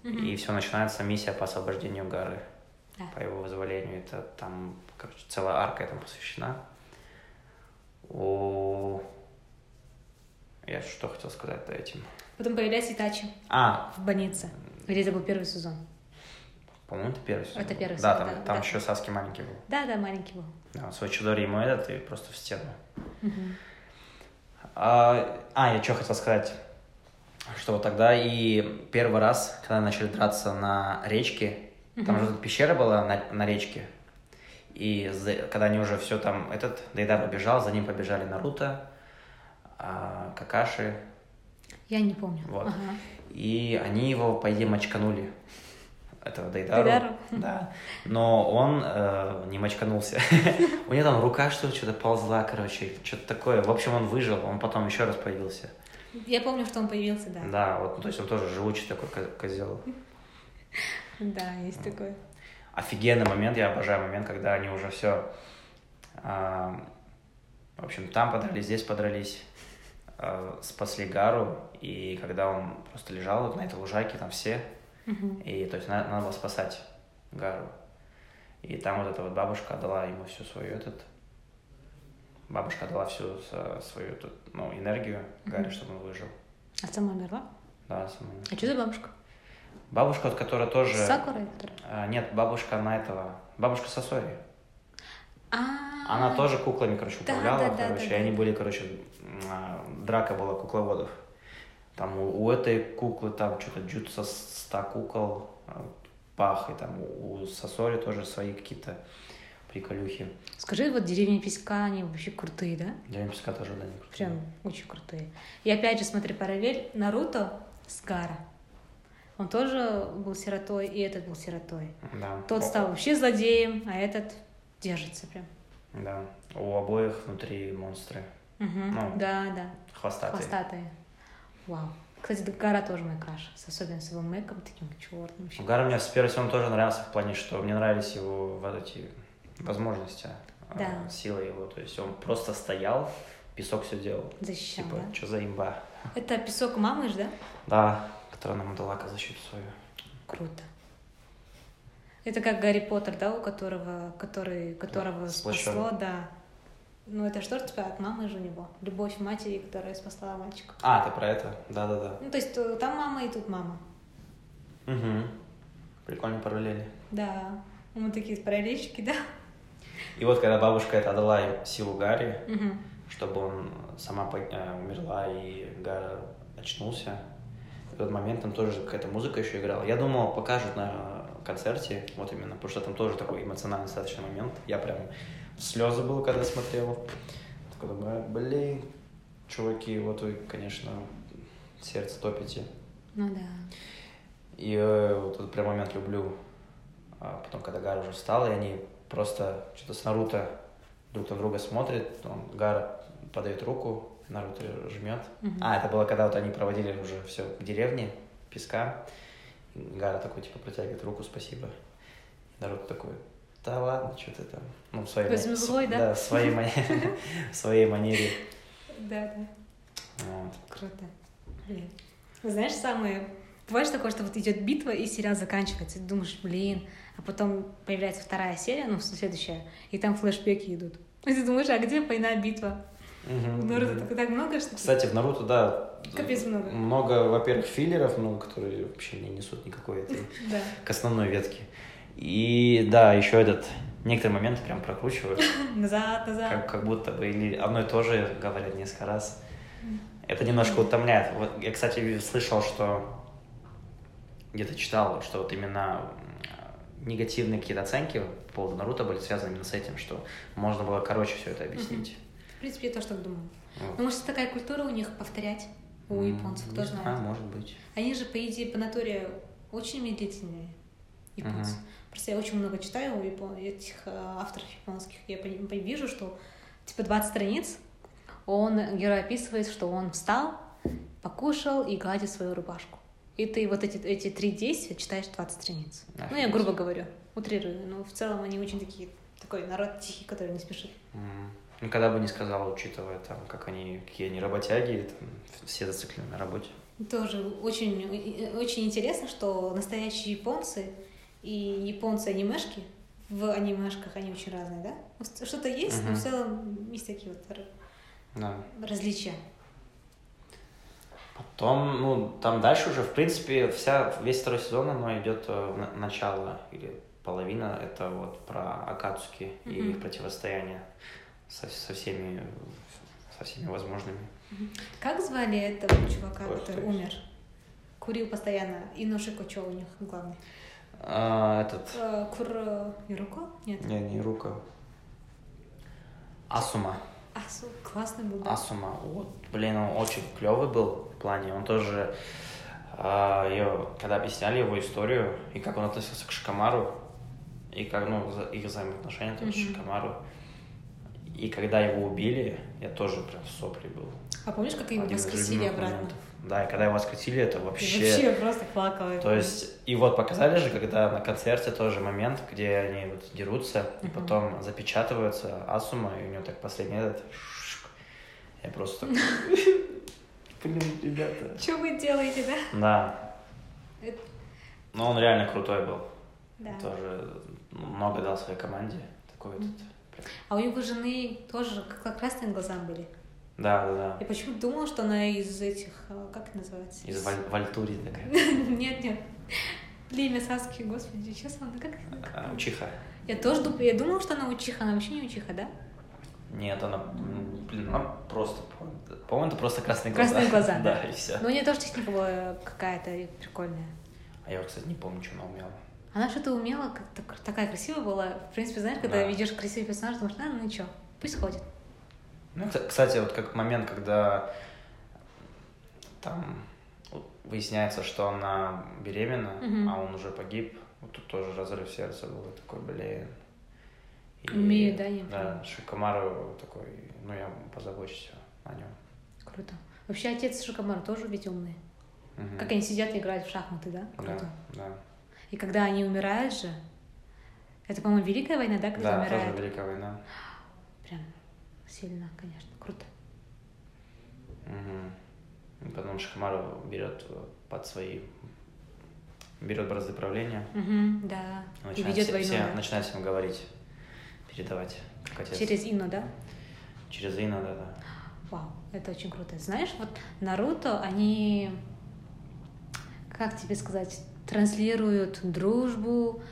Speaker 2: И все начинается миссия по освобождению Гары.
Speaker 1: Да.
Speaker 2: По его вызволению. Это там, короче, целая арка этому посвящена. О... Я что хотел сказать-то этим?
Speaker 1: Потом появляется Итачи
Speaker 2: А,
Speaker 1: в больнице. Или это был первый сезон?
Speaker 2: По-моему, это первый сезон.
Speaker 1: Это
Speaker 2: был.
Speaker 1: первый
Speaker 2: Да,
Speaker 1: сезон,
Speaker 2: там,
Speaker 1: да,
Speaker 2: там
Speaker 1: да.
Speaker 2: еще Саски маленький был.
Speaker 1: Да, да, маленький был.
Speaker 2: Да, свой Чидори ему этот и просто в стену.
Speaker 1: Мгм.
Speaker 2: А, а, я что хотел сказать, что вот тогда и первый раз, когда начали драться на речке, там же тут пещера была на, на речке, и за- когда они уже все там, этот Дейдар побежал, за ним побежали Наруто, а, Какаши,
Speaker 1: Я не помню.
Speaker 2: Вот.
Speaker 1: Ага.
Speaker 2: и они его, по идее, мочканули, этого Дейдару.
Speaker 1: Дейдару?
Speaker 2: Да. Но он э, не мочканулся. У него там рука что-то, что-то ползла, короче, что-то такое. В общем, он выжил, он потом еще раз появился.
Speaker 1: Я помню, что он появился, да.
Speaker 2: Да, вот, ну, то есть он тоже живучий такой ко- козел.
Speaker 1: Да, есть такое.
Speaker 2: Офигенный момент, я обожаю момент, когда они уже все, в общем, там подрались, здесь подрались, э, спасли Гару, и когда он просто лежал вот на этой лужайке, там все,
Speaker 1: Мгм.
Speaker 2: и то есть на- надо, было спасать Гару. И там вот эта вот бабушка отдала ему всю свою этот, бабушка отдала всю с- свою тут, ну, энергию Гарри,
Speaker 1: Мгм.
Speaker 2: чтобы он выжил.
Speaker 1: А сама умерла?
Speaker 2: Да, сама.
Speaker 1: А что за бабушка?
Speaker 2: Бабушка, вот, которая тоже...
Speaker 1: Сакура? которая?
Speaker 2: А, Нет, бабушка на этого. Бабушка Сосори.
Speaker 1: А,
Speaker 2: Она тоже куклами, короче,
Speaker 1: Да,
Speaker 2: управляла,
Speaker 1: да, да,
Speaker 2: короче.
Speaker 1: да,
Speaker 2: и они
Speaker 1: да.
Speaker 2: были, короче, м, а, драка была кукловодов. Там у, у этой куклы там что-то джутса с- ста кукол, а, пах, и там у, у Сосори тоже свои какие-то приколюхи.
Speaker 1: Скажи, вот деревни Песка, они вообще крутые, да?
Speaker 2: Я им песка тоже, да, не крутила.
Speaker 1: Прям очень крутые. И опять же, смотри, параллель Наруто с Гара. Он тоже был сиротой, и этот был сиротой.
Speaker 2: Да.
Speaker 1: Тот
Speaker 2: О,
Speaker 1: стал вообще злодеем, а этот держится прям.
Speaker 2: Да. У обоих внутри монстры.
Speaker 1: Мгм.
Speaker 2: Ну,
Speaker 1: да, да.
Speaker 2: Хвостатые.
Speaker 1: Хвостатые. Вау. Кстати, да, Гара тоже мой краш. С особенно с его мэком, таким черным.
Speaker 2: Ну, Гара мне с первого сезона тоже нравился в плане, что мне нравились его вот эти возможности,
Speaker 1: Да.
Speaker 2: э, сила его. То есть он просто стоял, песок все делал.
Speaker 1: Защищал,
Speaker 2: типа,
Speaker 1: да?
Speaker 2: что за имба?
Speaker 1: Это песок мамы ж, да?
Speaker 2: Да, которая нам дала защиту свою.
Speaker 1: Круто. Это как Гарри Поттер, да, у которого, который, которого
Speaker 2: сплощён.
Speaker 1: спасло, да. Ну, это что ж типа от мамы же у него? Любовь матери, которая спасла мальчика.
Speaker 2: А, ты про это? Да-да-да.
Speaker 1: Ну, то есть то- там мама и тут мама.
Speaker 2: Угу. Прикольно параллели.
Speaker 1: Да. Ну, Мы такие параллельщики, да?
Speaker 2: И вот когда бабушка это отдала им силу Гарри,
Speaker 1: Мгм.
Speaker 2: чтобы он сама по- э, умерла и Гара очнулся. В этот момент там тоже какая-то музыка еще играла. Я думал, покажут на концерте, вот именно, потому что там тоже такой эмоциональный достаточно момент. Я прям в слезы был, когда смотрел. Такой думаю, блин, чуваки, вот вы, конечно, сердце топите.
Speaker 1: Ну да.
Speaker 2: И э, вот этот прям момент люблю. А потом, когда Гара уже встал, и они просто что-то с Наруто друг на друга смотрят, он Гара подает руку, Наруто жмет.
Speaker 1: Мгм.
Speaker 2: А, это было, когда вот они проводили уже все в деревне, песка. Гара такой, типа, протягивает руку, спасибо. Наруто такой, да ладно, что ты там. Ну, в своей
Speaker 1: То есть
Speaker 2: мане-
Speaker 1: он злой, да?
Speaker 2: в своей манере. В своей манере.
Speaker 1: Да, да.
Speaker 2: Вот.
Speaker 1: Круто. Блин. Знаешь, самое... Бывает же такое, что вот идет битва, и сериал заканчивается. И ты думаешь, блин, а потом появляется вторая серия, ну, в смысле, следующая, и там флешбеки идут. И ты думаешь, а где война, битва?
Speaker 2: Мгм.
Speaker 1: Ну, это так, так много, что...
Speaker 2: Кстати, в Наруто, да.
Speaker 1: Капец много.
Speaker 2: Много, во-первых, филлеров, ну, которые вообще не несут никакой этой,
Speaker 1: Да.
Speaker 2: к основной ветке. И да, еще этот, некоторые моменты прям прокручивают,
Speaker 1: Назад, назад.
Speaker 2: как, как будто бы, или одно и то же говорят несколько раз. Это немножко утомляет. Вот я, кстати, ви- слышал, что где-то читал, что вот именно м, негативные какие-то оценки по поводу Наруто были связаны именно с этим, что можно было короче все это объяснить.
Speaker 1: В принципе, я тоже так думаю.
Speaker 2: Вот.
Speaker 1: Ну, может, такая культура у них повторять, у
Speaker 2: М,
Speaker 1: японцев, кто
Speaker 2: не знаю,
Speaker 1: знает.
Speaker 2: может быть.
Speaker 1: Они же, по идее, по натуре очень медлительные, японцы.
Speaker 2: Мгм.
Speaker 1: Просто я очень много читаю у япон- этих э, авторов японских. Я пони- по- вижу, что типа 20 страниц, он, герой описывает, что он встал, покушал и гладит свою рубашку. И ты вот эти, эти три действия читаешь 20 страниц. Ну, я
Speaker 2: Офигеть.
Speaker 1: грубо говорю, утрирую, но в целом они очень такие, такой народ тихий, который не спешит.
Speaker 2: М. Никогда бы не сказала, учитывая там, как они, какие они работяги, и, там, все зациклены на работе.
Speaker 1: Тоже очень, э, очень интересно, что настоящие японцы и японцы-анимешки в анимешках, они очень разные, да? Что-то есть, но в
Speaker 2: Мгм.
Speaker 1: целом есть такие вот р-
Speaker 2: Да.
Speaker 1: различия.
Speaker 2: Потом, ну, там дальше уже, в принципе, вся, весь второй сезон, оно идет э, на- начало или половина, это вот про Акацуки и
Speaker 1: Мгм.
Speaker 2: их противостояние со, со всеми, со всеми возможными.
Speaker 1: Как звали этого чувака,
Speaker 2: Ой,
Speaker 1: который
Speaker 2: что
Speaker 1: умер? Курил постоянно. Иношико Чо у них главный.
Speaker 2: А, этот,
Speaker 1: Э, Кур... Юруко? Нет.
Speaker 2: не, не Рука. Асума.
Speaker 1: Асу. Классный был. да?
Speaker 2: Асума. Вот, блин, он очень клевый был в плане. Он тоже, а, её- когда объясняли его историю и как он относился к Шикамару, и как, ну, за- их взаимоотношения тоже с
Speaker 1: Мгм.
Speaker 2: Шикамару. И когда его убили, я тоже прям в сопли был.
Speaker 1: А помнишь, как его
Speaker 2: Один из
Speaker 1: воскресили
Speaker 2: любимых
Speaker 1: обратно?
Speaker 2: моментов. Да, и когда его воскресили, это
Speaker 1: Я
Speaker 2: вообще...
Speaker 1: вообще просто плакала.
Speaker 2: То есть, и вот показали же, когда на концерте тоже момент, где они вот дерутся, и
Speaker 1: Мгм.
Speaker 2: потом запечатываются Асума, и у него так последний этот... шшк. Я просто... так, Блин, ребята.
Speaker 1: Что вы делаете, да?
Speaker 2: Да.
Speaker 1: Это-
Speaker 2: Но он реально крутой был.
Speaker 1: Да.
Speaker 2: Тоже много дал своей команде. Такой этот...
Speaker 1: А у его жены тоже как красные глаза были.
Speaker 2: Да, да, да.
Speaker 1: Я почему думала, что она из этих, а, как это называется?
Speaker 2: Из Валь- Вальтури такая.
Speaker 1: Нет, нет. Племя Саски, господи, честно, она как?
Speaker 2: А, Учиха.
Speaker 1: Я тоже дум- я думала, что она учиха, она вообще не учиха, да?
Speaker 2: Нет, она... м, Блин, она просто... По-моему, это просто красные глаза.
Speaker 1: Красные глаза, да.
Speaker 2: Да, и все.
Speaker 1: Но у нее тоже техника была какая-то прикольная.
Speaker 2: А я, кстати, не помню, что она умела.
Speaker 1: Она что-то умела, как так- такая красивая была. В принципе, знаешь, когда
Speaker 2: Да.
Speaker 1: видишь красивый персонаж, думаешь, а, ну ничего, пусть ходит.
Speaker 2: Ну, кс- кстати, вот как момент, когда там выясняется, что она беременна,
Speaker 1: Мгм.
Speaker 2: а он уже погиб, вот тут тоже разрыв сердца был я такой, блин. И-
Speaker 1: Умеет, да, не
Speaker 2: Да,
Speaker 1: понимаю.
Speaker 2: Шикамару такой, ну, я позабочусь о нем.
Speaker 1: Круто. Вообще отец Шикамар тоже ведь умный. Как они сидят и играют в шахматы, да? Круто.
Speaker 2: Да, да.
Speaker 1: И когда они умирают же, это, по-моему, Великая война, да, когда
Speaker 2: Да,
Speaker 1: умирают?
Speaker 2: тоже Великая война.
Speaker 1: Прям сильно, конечно, круто.
Speaker 2: Мгм. И Потом Шикамару берет э, под свои берет бразды правления.
Speaker 1: Мгм, да. и
Speaker 2: начинает
Speaker 1: ведет
Speaker 2: все-
Speaker 1: войну,
Speaker 2: все-
Speaker 1: да.
Speaker 2: начинает всем говорить, передавать, как отец.
Speaker 1: Через Ино, да?
Speaker 2: Через Ина, да, да.
Speaker 1: Вау, это очень круто. Знаешь, вот Наруто, они, как тебе сказать, транслируют дружбу,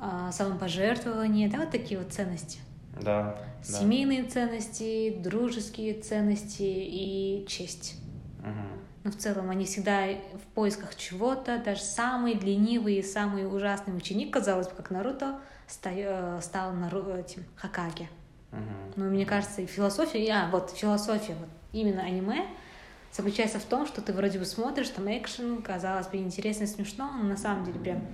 Speaker 1: а, самопожертвование, да, вот такие вот ценности.
Speaker 2: Да. да.
Speaker 1: Семейные ценности, дружеские ценности и честь.
Speaker 2: Мгм.
Speaker 1: Но Ну, в целом они всегда в поисках чего-то, даже самый ленивый и самый ужасный ученик, казалось бы, как Наруто, ста- э, стал Нару- этим Хакаги.
Speaker 2: Мгм.
Speaker 1: Но Ну, мне кажется, и философия, и- а, вот философия вот, именно аниме заключается в том, что ты вроде бы смотришь, там экшен, казалось бы, интересно и смешно, но на самом деле прям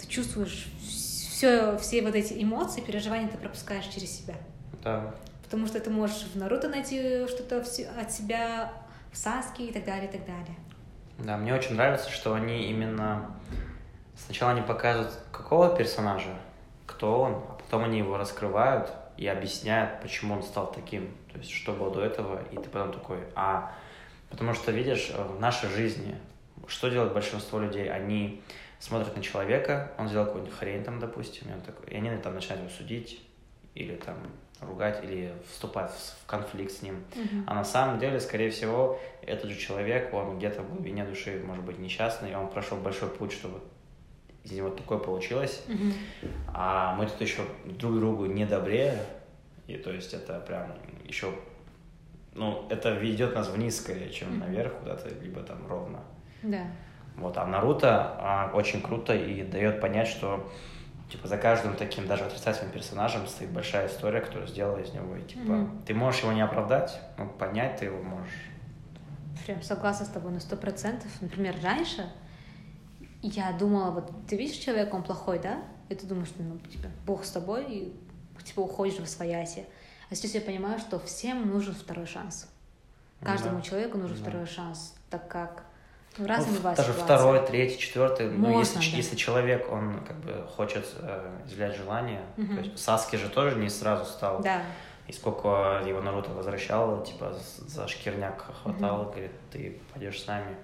Speaker 1: ты чувствуешь все, все вот эти эмоции, переживания ты пропускаешь через себя.
Speaker 2: Да.
Speaker 1: Потому что ты можешь в Наруто найти что-то вс- от себя, в Саске и так далее, и так далее.
Speaker 2: Да, мне очень нравится, что они именно сначала они показывают, какого персонажа, кто он, а потом они его раскрывают и объясняют, почему он стал таким. То есть, что было до этого, и ты потом такой, а... Потому что, видишь, э, в нашей жизни, что делает большинство людей? Они смотрят на человека, он сделал какую-нибудь хрень там, допустим, и, он такой, и они там начинают его судить, или там ругать, или вступать в с- в конфликт с ним. А на самом деле, скорее всего, этот же человек, он где-то в глубине души, может быть, несчастный, и он прошел большой путь, чтобы из него такое получилось.
Speaker 1: Мгм.
Speaker 2: А мы тут еще друг другу не добрее, и то есть это прям еще, ну, это ведет нас вниз скорее, чем
Speaker 1: Мгм.
Speaker 2: наверх куда-то, либо там ровно.
Speaker 1: Да.
Speaker 2: Вот, а Наруто а, очень круто и дает понять, что типа за каждым таким даже отрицательным персонажем стоит большая история, которая сделала из него. И типа
Speaker 1: Мгм.
Speaker 2: ты можешь его не оправдать, но понять ты его можешь.
Speaker 1: Прям согласна с тобой на сто процентов. Например, раньше я думала, вот ты видишь человека, он плохой, да? И ты думаешь, ну, типа, бог с тобой, и типа уходишь в свояси. А сейчас я понимаю, что всем нужен второй шанс. Каждому
Speaker 2: Ну Да.
Speaker 1: человеку нужен
Speaker 2: Да.
Speaker 1: второй шанс, так как ну, разные
Speaker 2: Ну,
Speaker 1: бывают
Speaker 2: даже
Speaker 1: ситуации.
Speaker 2: второй, третий, четвертый. ну,
Speaker 1: Можно,
Speaker 2: если, ч-
Speaker 1: да.
Speaker 2: если человек, он как бы хочет э, изъявлять желание,
Speaker 1: Мгм.
Speaker 2: то есть Саски же тоже не сразу стал
Speaker 1: Да.
Speaker 2: И сколько его Наруто возвращал, типа, з- за шкирняк хватал, говорит, ты пойдешь с нами.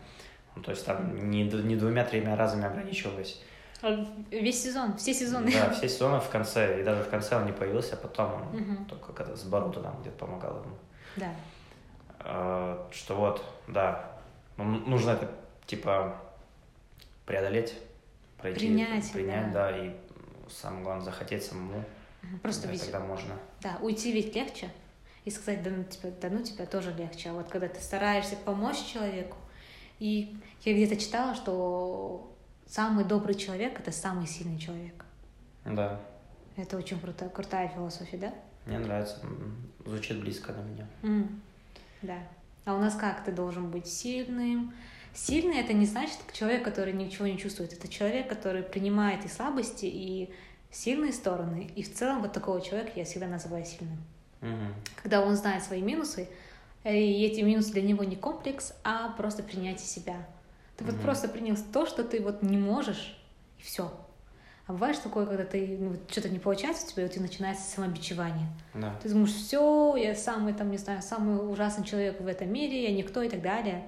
Speaker 2: Ну, то есть там не, д- не двумя-тремя разами ограничивалось.
Speaker 1: А Весь сезон, все сезоны.
Speaker 2: Да, все сезоны в конце, и даже в конце он не появился, а потом он
Speaker 1: Мгм.
Speaker 2: только когда с Баруто там где-то помогал ему.
Speaker 1: Да.
Speaker 2: А, что вот, да, ну, н- нужно это, типа, преодолеть, пройти.
Speaker 1: Принять,
Speaker 2: Принять,
Speaker 1: да.
Speaker 2: да, и самое главное, захотеть самому.
Speaker 1: Мгм. Просто
Speaker 2: Да,
Speaker 1: весь-
Speaker 2: Тогда можно.
Speaker 1: Да, уйти ведь легче. И сказать, да ну тебя, да ну тебя тоже легче. А вот когда ты стараешься помочь человеку, и я где-то читала, что самый добрый человек это самый сильный человек.
Speaker 2: Да,
Speaker 1: Это очень круто, крутая философия, да?
Speaker 2: мне нравится, м, звучит близко для меня.
Speaker 1: М, Да. А у нас как? Ты должен быть сильным. Сильный это не значит человек, который ничего не чувствует. Это человек, который принимает и слабости, и сильные стороны. И в целом вот такого человека я всегда называю сильным.
Speaker 2: Мгм.
Speaker 1: когда он знает свои минусы, э, и эти минусы для него не комплекс, а просто принятие себя. Ты вот
Speaker 2: Мгм.
Speaker 1: просто принял то, что ты вот не можешь, и все. А бывает же такое, когда ты ну, вот что-то не получается у тебя, и у тебя начинается самобичевание.
Speaker 2: Да.
Speaker 1: Ты думаешь, все, я самый там, не знаю, самый ужасный человек в этом мире, я никто и так далее.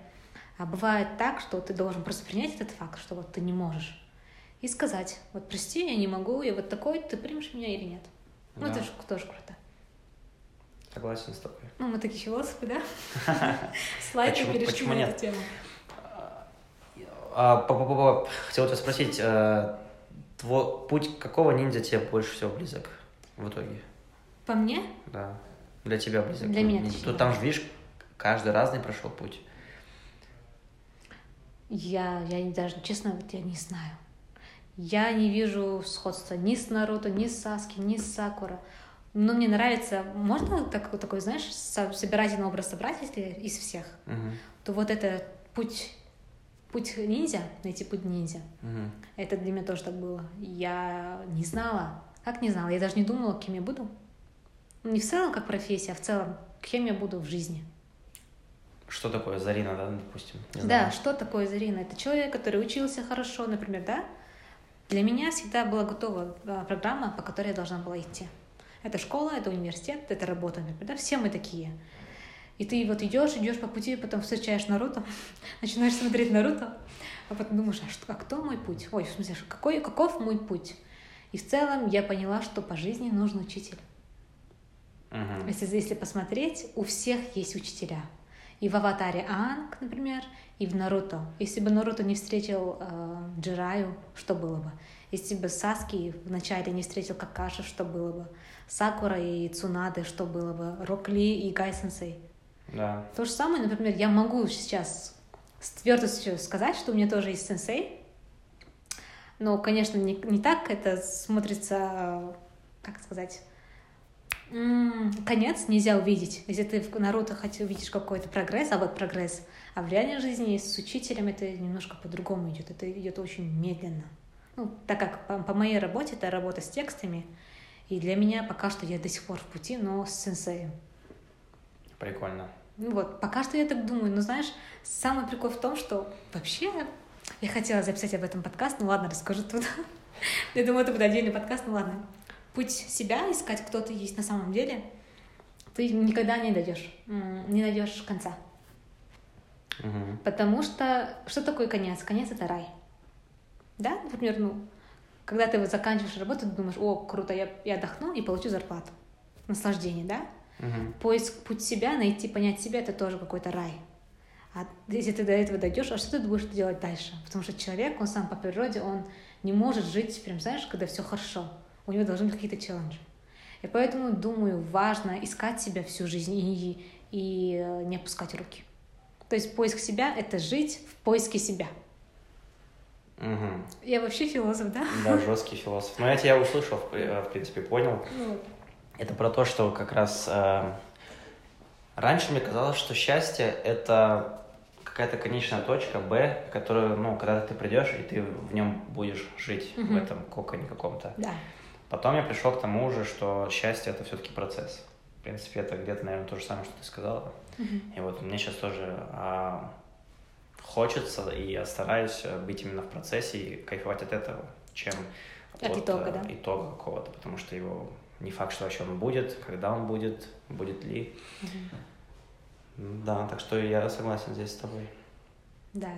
Speaker 1: А бывает так, что ты должен просто принять этот факт, что вот ты не можешь. И сказать, вот прости, я не могу, я вот такой, ты примешь меня или нет. Ну,
Speaker 2: да.
Speaker 1: это же тоже круто.
Speaker 2: Согласен с тобой.
Speaker 1: Ну, мы такие философы, да? Слайд
Speaker 2: Почему-
Speaker 1: перешли
Speaker 2: почему
Speaker 1: на
Speaker 2: нет?
Speaker 1: эту тему.
Speaker 2: А, по- по- по- по- хотел тебя спросить, э, тво- путь какого ниндзя тебе больше всего близок в итоге?
Speaker 1: По мне?
Speaker 2: Да. Для тебя близок.
Speaker 1: Для меня
Speaker 2: Ну,
Speaker 1: точнее.
Speaker 2: то- Там же, видишь, каждый разный прошел путь.
Speaker 1: Я, я не- даже, честно, вот я не знаю. Я не вижу сходства ни с Наруто, ни с Саски, ни с Сакура. Но мне нравится, можно так, такой, знаешь, со- собирательный образ собрать, если из всех,
Speaker 2: Мгм.
Speaker 1: то вот это путь, путь ниндзя, найти путь ниндзя,
Speaker 2: Мгм.
Speaker 1: это для меня тоже так было. Я не знала, как не знала, я даже не думала, кем я буду. Не в целом как профессия, а в целом, кем я буду в жизни.
Speaker 2: Что такое Зарина, да, допустим? Не
Speaker 1: Да,
Speaker 2: знаю.
Speaker 1: что такое Зарина? Это человек, который учился хорошо, например, да? Для меня всегда была готова а, программа, по которой я должна была идти. Это школа, это университет, это работа, например, да? Все мы такие. И ты вот идешь, идешь по пути, потом встречаешь Наруто, начинаешь смотреть Наруто, а потом думаешь, а, что, а кто мой путь? Ой, в смысле, что- какой, каков мой путь? И в целом я поняла, что по жизни нужен учитель.
Speaker 2: Мгм.
Speaker 1: Если, если посмотреть, у всех есть учителя. И в «Аватаре Анг», например, и в «Наруто». Если бы Наруто не встретил э, Джираю, что было бы? Если бы Саски вначале не встретил Какаши, что было бы? Сакура и Цунады, что было бы? Рокли и Гай Сенсей.
Speaker 2: Да.
Speaker 1: То же самое, например, я могу сейчас с твердостью сказать, что у меня тоже есть сенсей. Но, конечно, не, не так это смотрится, как сказать, м, конец нельзя увидеть. Если ты в Наруто хоть увидишь какой-то прогресс, а вот прогресс, а в реальной жизни с учителем это немножко по-другому идет. Это идет очень медленно. Ну, так как по, по моей работе это работа с текстами, и для меня пока что я до сих пор в пути, но с сенсеем.
Speaker 2: Прикольно.
Speaker 1: Ну Вот, пока что я так думаю, но знаешь, самый прикол в том, что вообще я хотела записать об этом подкаст, ну ладно, расскажу тут. Я думаю, это будет отдельный подкаст, ну ладно. Путь себя искать, кто ты есть на самом деле, ты никогда не дойдешь, м, не найдешь конца.
Speaker 2: Мгм.
Speaker 1: Потому что что такое конец? Конец это рай. Да, например, ну, когда ты вот заканчиваешь работу, ты думаешь, о, круто, я, я отдохну и получу зарплату. Наслаждение, да?
Speaker 2: Мгм.
Speaker 1: поиск путь себя, найти, понять себя, это тоже какой-то рай. А если ты до этого дойдешь, а что ты будешь делать дальше? Потому что человек, он сам по природе, он не может жить, прям знаешь, когда все хорошо. У него должны быть какие-то челленджи. И поэтому, думаю, важно искать себя всю жизнь и, и э, не опускать руки. То есть поиск себя — это жить в поиске себя.
Speaker 2: Мгм.
Speaker 1: Я вообще философ, да?
Speaker 2: Да, жесткий философ. Но я тебя услышал, в при- в принципе, понял.
Speaker 1: Ну,
Speaker 2: Это про то, что как раз э, раньше мне казалось, что счастье это какая-то конечная точка Б, которую, ну, когда ты придешь и ты в нем будешь жить
Speaker 1: Мгм.
Speaker 2: в этом коконе каком-то.
Speaker 1: да.
Speaker 2: Потом я пришел к тому же, что счастье это все-таки процесс. В принципе, это где-то, наверное, то же самое, что ты сказала.
Speaker 1: Мгм.
Speaker 2: И вот мне сейчас тоже а, хочется, и я стараюсь э, быть именно в процессе и кайфовать от этого, чем
Speaker 1: От итога, да?
Speaker 2: итога какого-то, потому что его Не факт, что вообще он будет, когда он будет, будет ли. М, Да, так что я согласен здесь с тобой.
Speaker 1: Да.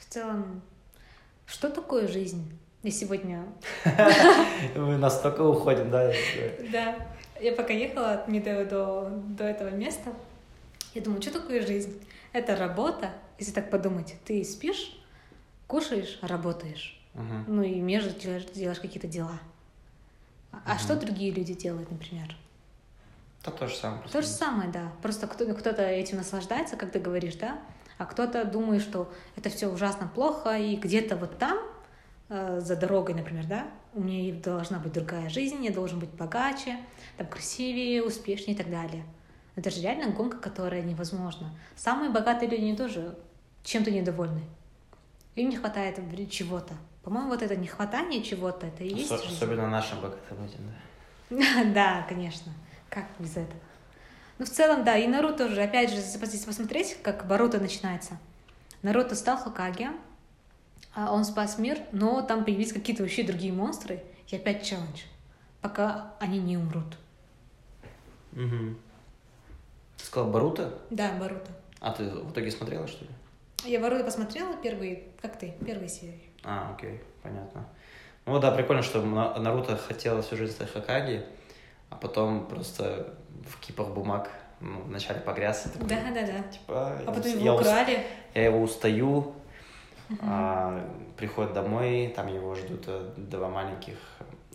Speaker 1: В целом, что такое жизнь? И сегодня...
Speaker 2: Мы настолько уходим, да?
Speaker 1: Да. Я пока ехала от Медео до, до этого места, я думаю, что такое жизнь? Это работа. Если так подумать, ты спишь, кушаешь, работаешь.
Speaker 2: Мгм.
Speaker 1: Ну и между делаешь, делаешь какие-то дела. А, а
Speaker 2: Мгм.
Speaker 1: что другие люди делают, например?
Speaker 2: Да то же самое.
Speaker 1: То
Speaker 2: просто.
Speaker 1: же самое, да. Просто кто- кто-то этим наслаждается, как ты говоришь, да, а кто-то думает, что это все ужасно плохо, и где-то вот там, э, за дорогой, например, да, у меня и должна быть другая жизнь, я должен быть богаче, там красивее, успешнее и так далее. Это же реально гонка, которая невозможна. Самые богатые люди тоже чем-то недовольны. Им не хватает вре- чего-то. По-моему, вот это нехватание чего-то, это и есть
Speaker 2: Осо-
Speaker 1: жизнь.
Speaker 2: Особенно нашим богатым людям, да.
Speaker 1: Да, конечно. Как без этого? Ну, в целом, да, и Наруто уже, опять же, если пос- если посмотреть, как Боруто начинается. Наруто стал Хокаге, а он спас мир, но там появились какие-то вообще другие монстры, и опять челлендж, пока они не умрут.
Speaker 2: Мгм. Ты сказал Барута?
Speaker 1: Да, Боруто.
Speaker 2: А ты в итоге смотрела, что ли?
Speaker 1: Я Боруто посмотрела первые, как ты, первые серии.
Speaker 2: А, окей, понятно. Ну да, прикольно, что На- Наруто хотела всю жизнь стать Хокаги, а потом просто в кипах бумаг ну, вначале погряз. и такой,
Speaker 1: Да, да, да.
Speaker 2: Типа,
Speaker 1: А
Speaker 2: я
Speaker 1: потом
Speaker 2: ус-
Speaker 1: его
Speaker 2: я, ус-
Speaker 1: украли.
Speaker 2: я его устаю, а, приходит домой, там его ждут э, два маленьких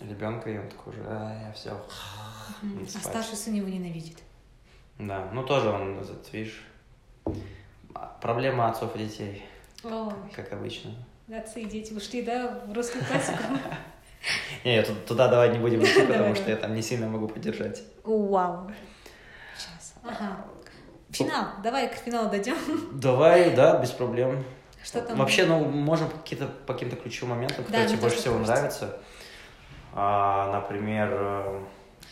Speaker 2: ребенка, и он такой уже, а, я все.
Speaker 1: Мгм. А старший сын его ненавидит.
Speaker 2: Да, ну тоже он, этот, видишь, а, проблема отцов и детей,
Speaker 1: О,
Speaker 2: как обычно.
Speaker 1: отцы и дети ушли, да, в русскую классику.
Speaker 2: Не, я тут- туда давай не будем идти, потому
Speaker 1: Давай,
Speaker 2: что
Speaker 1: давай.
Speaker 2: я там не сильно могу поддержать.
Speaker 1: Вау. Сейчас. Ага. Финал. Давай к финалу дойдем.
Speaker 2: Давай, да, без проблем.
Speaker 1: Что там?
Speaker 2: Вообще, ну, можем по какие-то, по каким-то ключевым моментам, которые
Speaker 1: Да,
Speaker 2: тебе
Speaker 1: мне
Speaker 2: больше
Speaker 1: тоже
Speaker 2: всего
Speaker 1: кажется.
Speaker 2: нравятся. А, например, э,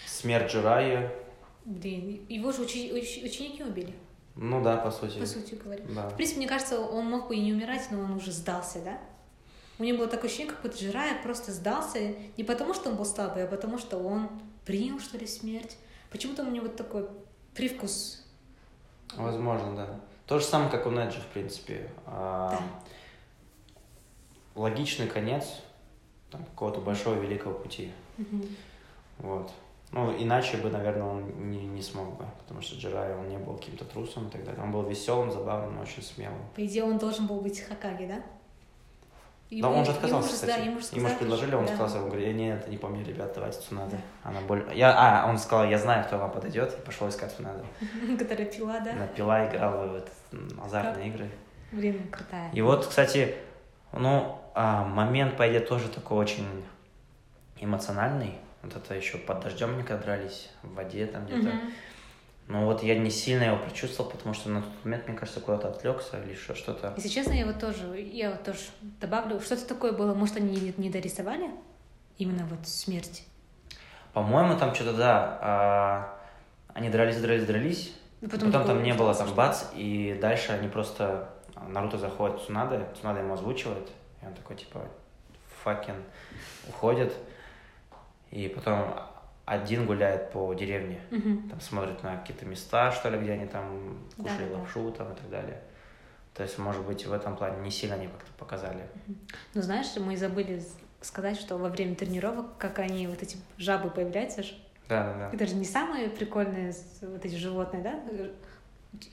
Speaker 2: смерть Джирайи.
Speaker 1: Блин, его же учи- уч- ученики убили,
Speaker 2: Ну да, по сути.
Speaker 1: по сути говоря.
Speaker 2: Да.
Speaker 1: В принципе, мне кажется, он мог бы и не умирать, но он уже сдался, да? У него было такое ощущение, как будто Жирая просто сдался. Не потому, что он был слабый, а потому, что он принял, что ли, смерть. Почему-то у него вот такой привкус.
Speaker 2: Возможно, да. То же самое, как у Неджи, в принципе. А,
Speaker 1: Да.
Speaker 2: Логичный конец там, какого-то большого великого пути.
Speaker 1: Мгм.
Speaker 2: Вот. Ну, иначе бы, наверное, он не, не смог бы, потому что Джирай, он не был каким-то трусом и так далее. Он был веселым, забавным, очень смелым.
Speaker 1: По идее, он должен был быть Хакаги, да?
Speaker 2: Да,
Speaker 1: Ему-
Speaker 2: он же
Speaker 1: ему
Speaker 2: отказался,
Speaker 1: же,
Speaker 2: кстати.
Speaker 1: да, ему же сказали,
Speaker 2: предложили, он
Speaker 1: да.
Speaker 2: отказался. Он говорит, «Я не, это не по мне, ребят, давайте Цунада. Она боль... я... А, он сказал, я знаю, кто вам подойдет, и пошел искать Цунада.
Speaker 1: Которая пила, да?
Speaker 2: Она пила, играла в этот, м, азартные игры.
Speaker 1: Блин, крутая.
Speaker 2: И вот, кстати, ну, а, момент, по идее, тоже такой очень эмоциональный. Вот это еще под дождем они когда дрались, в воде там где-то.
Speaker 1: Мгм.
Speaker 2: Но вот я не сильно его прочувствовал, потому что на тот момент, мне кажется, куда-то отвлекся или еще что-то.
Speaker 1: Если честно, я вот тоже, я вот тоже добавлю, что-то такое было, может, они не- не дорисовали? Именно вот смерть.
Speaker 2: По-моему, там что-то, да, а, они дрались, дрались, дрались.
Speaker 1: И
Speaker 2: Потом,
Speaker 1: такое
Speaker 2: там не было, там
Speaker 1: Ну, что-
Speaker 2: бац, и дальше они просто... а, Наруто заходит в Цунада, Цунада ему озвучивает, и он такой, типа, факин, уходит. И потом один гуляет по деревне,
Speaker 1: Мгм.
Speaker 2: там смотрит на какие-то места, что ли, где они там кушали
Speaker 1: Да-да-да.
Speaker 2: лапшу там и так далее. То есть, может быть, в этом плане не сильно они как-то показали.
Speaker 1: Ну, знаешь, мы забыли с- сказать, что во время тренировок, как они, вот эти жабы появляются, ж,
Speaker 2: Да-да-да.
Speaker 1: это же не самые прикольные с- вот эти животные, да?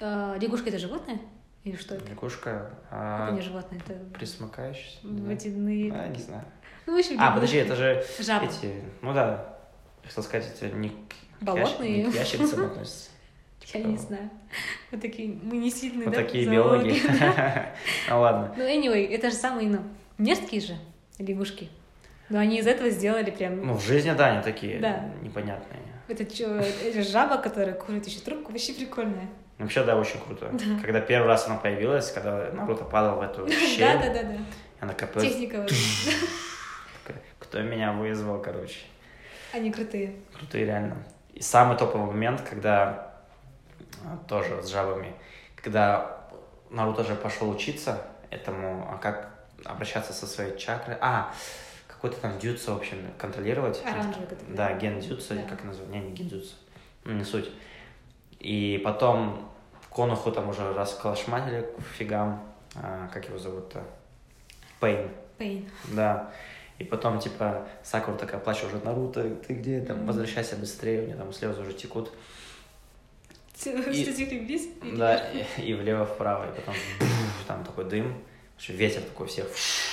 Speaker 1: А, Лягушки — это животные? Или что это?
Speaker 2: Лягушка,
Speaker 1: Это
Speaker 2: а,
Speaker 1: не животные, это
Speaker 2: присмыкающаяся? не
Speaker 1: типа
Speaker 2: знаю.
Speaker 1: водяные...
Speaker 2: А, не знаю.
Speaker 1: Ну, в общем,
Speaker 2: А,
Speaker 1: лягушки.
Speaker 2: подожди, это же
Speaker 1: Жабы.
Speaker 2: Эти, ну да, хотел сказать, это не к,
Speaker 1: Болотные.
Speaker 2: ящ- не к ящерицам относятся.
Speaker 1: Я не знаю. Вот такие, мы не сильные,
Speaker 2: типа, Вот
Speaker 1: да,
Speaker 2: такие
Speaker 1: зоологи.
Speaker 2: биологи. Ну ладно.
Speaker 1: Ну, anyway, это же самые, ну, мерзкие же лягушки. Но они из этого сделали прям...
Speaker 2: Ну, в жизни, да, они такие
Speaker 1: Да.
Speaker 2: непонятные.
Speaker 1: Это чё, это же жаба, которая курит еще трубку, вообще прикольная.
Speaker 2: Ну, Вообще, да, очень круто. Когда первый раз она появилась, когда Наруто падал в эту щель,
Speaker 1: Да-да-да.
Speaker 2: она
Speaker 1: да
Speaker 2: копилась.
Speaker 1: Техника. вот.
Speaker 2: такая, Кто меня вызвал, короче.
Speaker 1: Они крутые.
Speaker 2: Крутые, реально. И самый топовый момент, когда а, тоже с жабами, когда Наруто же пошел учиться этому, а как обращаться со своей чакрой. А, какой-то там дюцу, в общем, контролировать.
Speaker 1: Оранжевый который.
Speaker 2: Да, ген дюцу,
Speaker 1: Да.
Speaker 2: как название, не ген дюцу, ну, не суть. И потом Конуху там уже расколошматили к фигам, А, как его зовут-то? Пейн,
Speaker 1: Пейн.
Speaker 2: да. И потом, типа, Сакура такая плачет уже, Наруто, ты где там,
Speaker 1: Мгм.
Speaker 2: возвращайся быстрее, у меня там слезы уже текут. И-
Speaker 1: Вниз, и
Speaker 2: Да,
Speaker 1: вверх.
Speaker 2: и, и влево-вправо, и потом там такой дым, вообще ветер такой всех,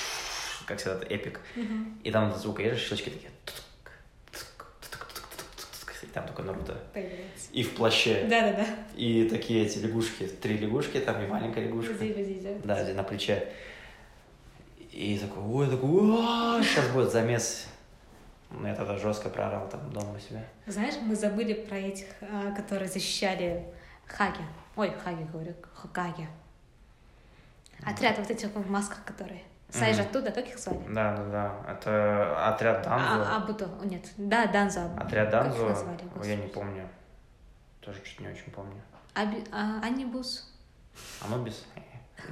Speaker 2: как всегда, это эпик.
Speaker 1: Мгм.
Speaker 2: И там звук, и щелчки такие. тук, тук, тук, тук, тук, тук, тук, И там такой Наруто.
Speaker 1: Появляется.
Speaker 2: И в плаще.
Speaker 1: Да-да-да.
Speaker 2: И такие эти лягушки. Три лягушки, там и маленькая лягушка.
Speaker 1: Здесь, здесь, да.
Speaker 2: Да, здесь на плече. И такой, ой, такой, «Уа, сейчас будет замес. Ну, я тогда жестко проорал там дома у себя.
Speaker 1: Знаешь, мы забыли про этих, а, которые защищали Хаги. Ой, Хаги, говорю, Хокаге. Отряд вот этих в масках, которые. Сайж
Speaker 2: Мгм.
Speaker 1: оттуда, как их звали?
Speaker 2: Да, да, да. Это отряд
Speaker 1: А,
Speaker 2: Данзо.
Speaker 1: Абуто, О, нет, да, Данзо. Абу-
Speaker 2: Отряд
Speaker 1: как их
Speaker 2: Данзо.
Speaker 1: назвали,
Speaker 2: Ой, Я не
Speaker 1: господи?
Speaker 2: помню. Тоже чуть не очень помню.
Speaker 1: Аби... а, Анибус.
Speaker 2: Анубис? Э,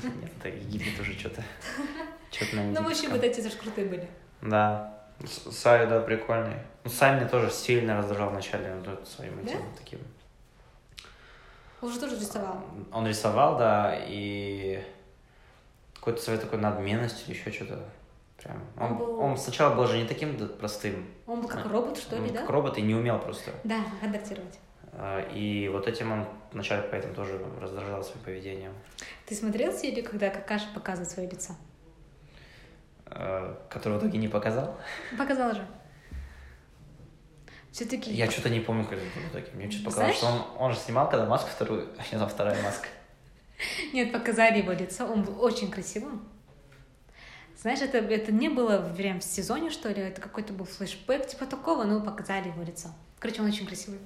Speaker 2: Нет, это Египет уже что-то. Что-то на
Speaker 1: Ну, в общем,
Speaker 2: египетском.
Speaker 1: вот эти тоже крутые были.
Speaker 2: Да. С- Сай, да, прикольный. Ну, Сай меня тоже сильно раздражал вначале ну, тут своим этим таким.
Speaker 1: Уже тоже рисовал.
Speaker 2: Он рисовал, да, и какой-то своей такой надменностью или еще что-то. Прям. Он,
Speaker 1: Он был-
Speaker 2: он сначала был же не таким да, простым.
Speaker 1: Он был как
Speaker 2: Да.
Speaker 1: робот, что
Speaker 2: А, он
Speaker 1: ли, да?
Speaker 2: как робот и не умел просто.
Speaker 1: Да, адаптировать.
Speaker 2: А, И вот этим он вначале поэтому тоже раздражал своим поведением.
Speaker 1: Ты смотрел серию, когда Какаша показывает свое лицо?
Speaker 2: А, Который в итоге не показал.
Speaker 1: Показала же. Все-таки...
Speaker 2: Я что-то не помню, как это было в итоге. Мне что-то показалось, что
Speaker 1: Знаешь-
Speaker 2: он, он же снимал, когда маску вторую, у него там вторая маска.
Speaker 1: Нет, показали его лицо, он был очень красивым. Знаешь, это, это не было прям в сезоне, что ли, это какой-то был флешбэк типа такого, но показали его лицо. Короче, он очень красивый.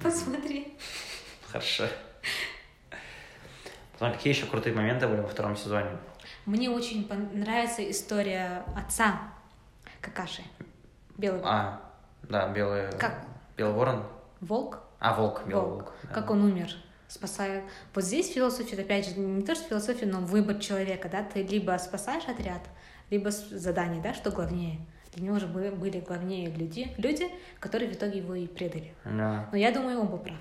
Speaker 1: Посмотри.
Speaker 2: Хорошо. Потом, какие еще крутые моменты были во втором сезоне?
Speaker 1: Мне очень пон- нравится история отца Какаши. Белый
Speaker 2: А, да, белый...
Speaker 1: Как?
Speaker 2: Белый ворон?
Speaker 1: волк.
Speaker 2: А, волк, белый волк.
Speaker 1: Волк.
Speaker 2: да.
Speaker 1: Как он умер, спасая. Вот здесь философия, это опять же, не то, что философия, но выбор человека, да, ты либо спасаешь отряд, либо с- задание, да, что главнее. Для него же бы- были главнее люди, люди, которые в итоге его и предали.
Speaker 2: Да.
Speaker 1: Но я думаю, он был прав.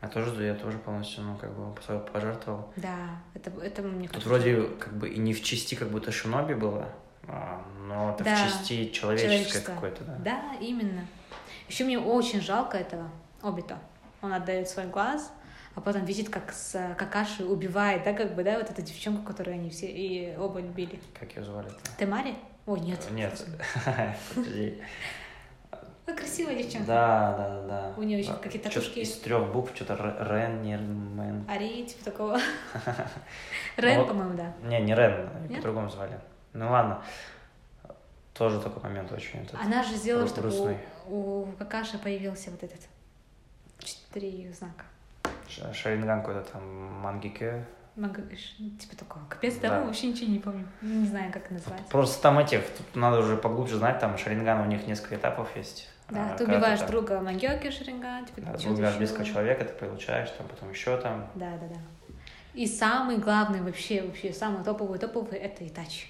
Speaker 2: Я тоже, я тоже полностью, ну, как бы, свое пожертвовал.
Speaker 1: Да, это, это мне
Speaker 2: Тут
Speaker 1: кажется.
Speaker 2: вроде, как бы, и не в части, как будто шиноби было, а, но это
Speaker 1: Да,
Speaker 2: в части человеческой
Speaker 1: человеческое.
Speaker 2: какой-то, да.
Speaker 1: Да, именно. Еще мне очень жалко этого Обито. Он отдает свой глаз, а потом видит, как с э, Какаши убивает, да, как бы, да, вот эту девчонку, которую они все и оба любили.
Speaker 2: Как ее звали-то?
Speaker 1: Ты Мари? Ой, нет.
Speaker 2: Э, Нет. Подожди.
Speaker 1: Ну, красивая девчонка.
Speaker 2: Да, да, да, да.
Speaker 1: У неё ещё
Speaker 2: Да.
Speaker 1: какие-то
Speaker 2: Чё-то
Speaker 1: татушки
Speaker 2: Из трех букв, что-то Рен, не Мэн.
Speaker 1: Ари, типа такого. Рен,
Speaker 2: Вот.
Speaker 1: по-моему, да.
Speaker 2: Не, не Рен, а
Speaker 1: Нет?
Speaker 2: по-другому звали. Ну ладно. Тоже такой момент очень. этот.
Speaker 1: Она же сделала,
Speaker 2: Ру-
Speaker 1: чтобы
Speaker 2: русный.
Speaker 1: у, у Какаши появился вот этот четыре знака.
Speaker 2: Ш- Шаринган какой-то там, Мангике.
Speaker 1: Мага- ш- Типа такого. Капец,
Speaker 2: Да.
Speaker 1: да, мы вообще ничего не помню. Не знаю, как это называется.
Speaker 2: Просто там этих, тут надо уже поглубже знать, там Шаринган у них несколько этапов есть.
Speaker 1: Да,
Speaker 2: А,
Speaker 1: ты
Speaker 2: когда
Speaker 1: убиваешь
Speaker 2: там,
Speaker 1: друга Магёки Шаринган, типа
Speaker 2: Да, ты
Speaker 1: чё-то
Speaker 2: убиваешь
Speaker 1: ещё.
Speaker 2: близкого человека, ты получаешь, там потом еще там.
Speaker 1: Да, да, да. И самый главный вообще, вообще самый топовый, топовый это Итачи.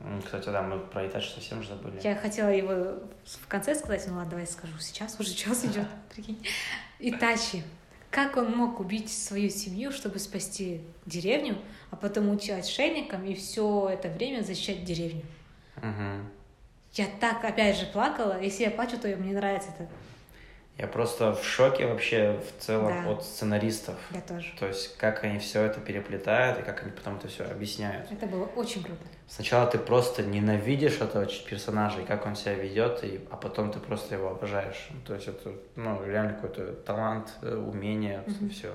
Speaker 2: М, Кстати, да, мы про Итачи совсем же забыли.
Speaker 1: Я хотела его в конце сказать, ну ладно, давай скажу. Сейчас уже час идет, прикинь. Итачи. Как он мог убить свою семью, чтобы спасти деревню, а потом уйти отшельником и все это время защищать деревню?
Speaker 2: Мгм.
Speaker 1: Я так опять же плакала. Если я плачу, то мне нравится это.
Speaker 2: Я просто в шоке вообще в целом
Speaker 1: Да.
Speaker 2: от сценаристов.
Speaker 1: Я тоже.
Speaker 2: То есть, как они все это переплетают и как они потом это все объясняют.
Speaker 1: Это было очень круто.
Speaker 2: Сначала ты просто ненавидишь этого ч- персонажа и как он себя ведет, и, а потом ты просто его обожаешь. Ну, То есть это ну, реально какой-то талант, э, умение,
Speaker 1: Мгм.
Speaker 2: все.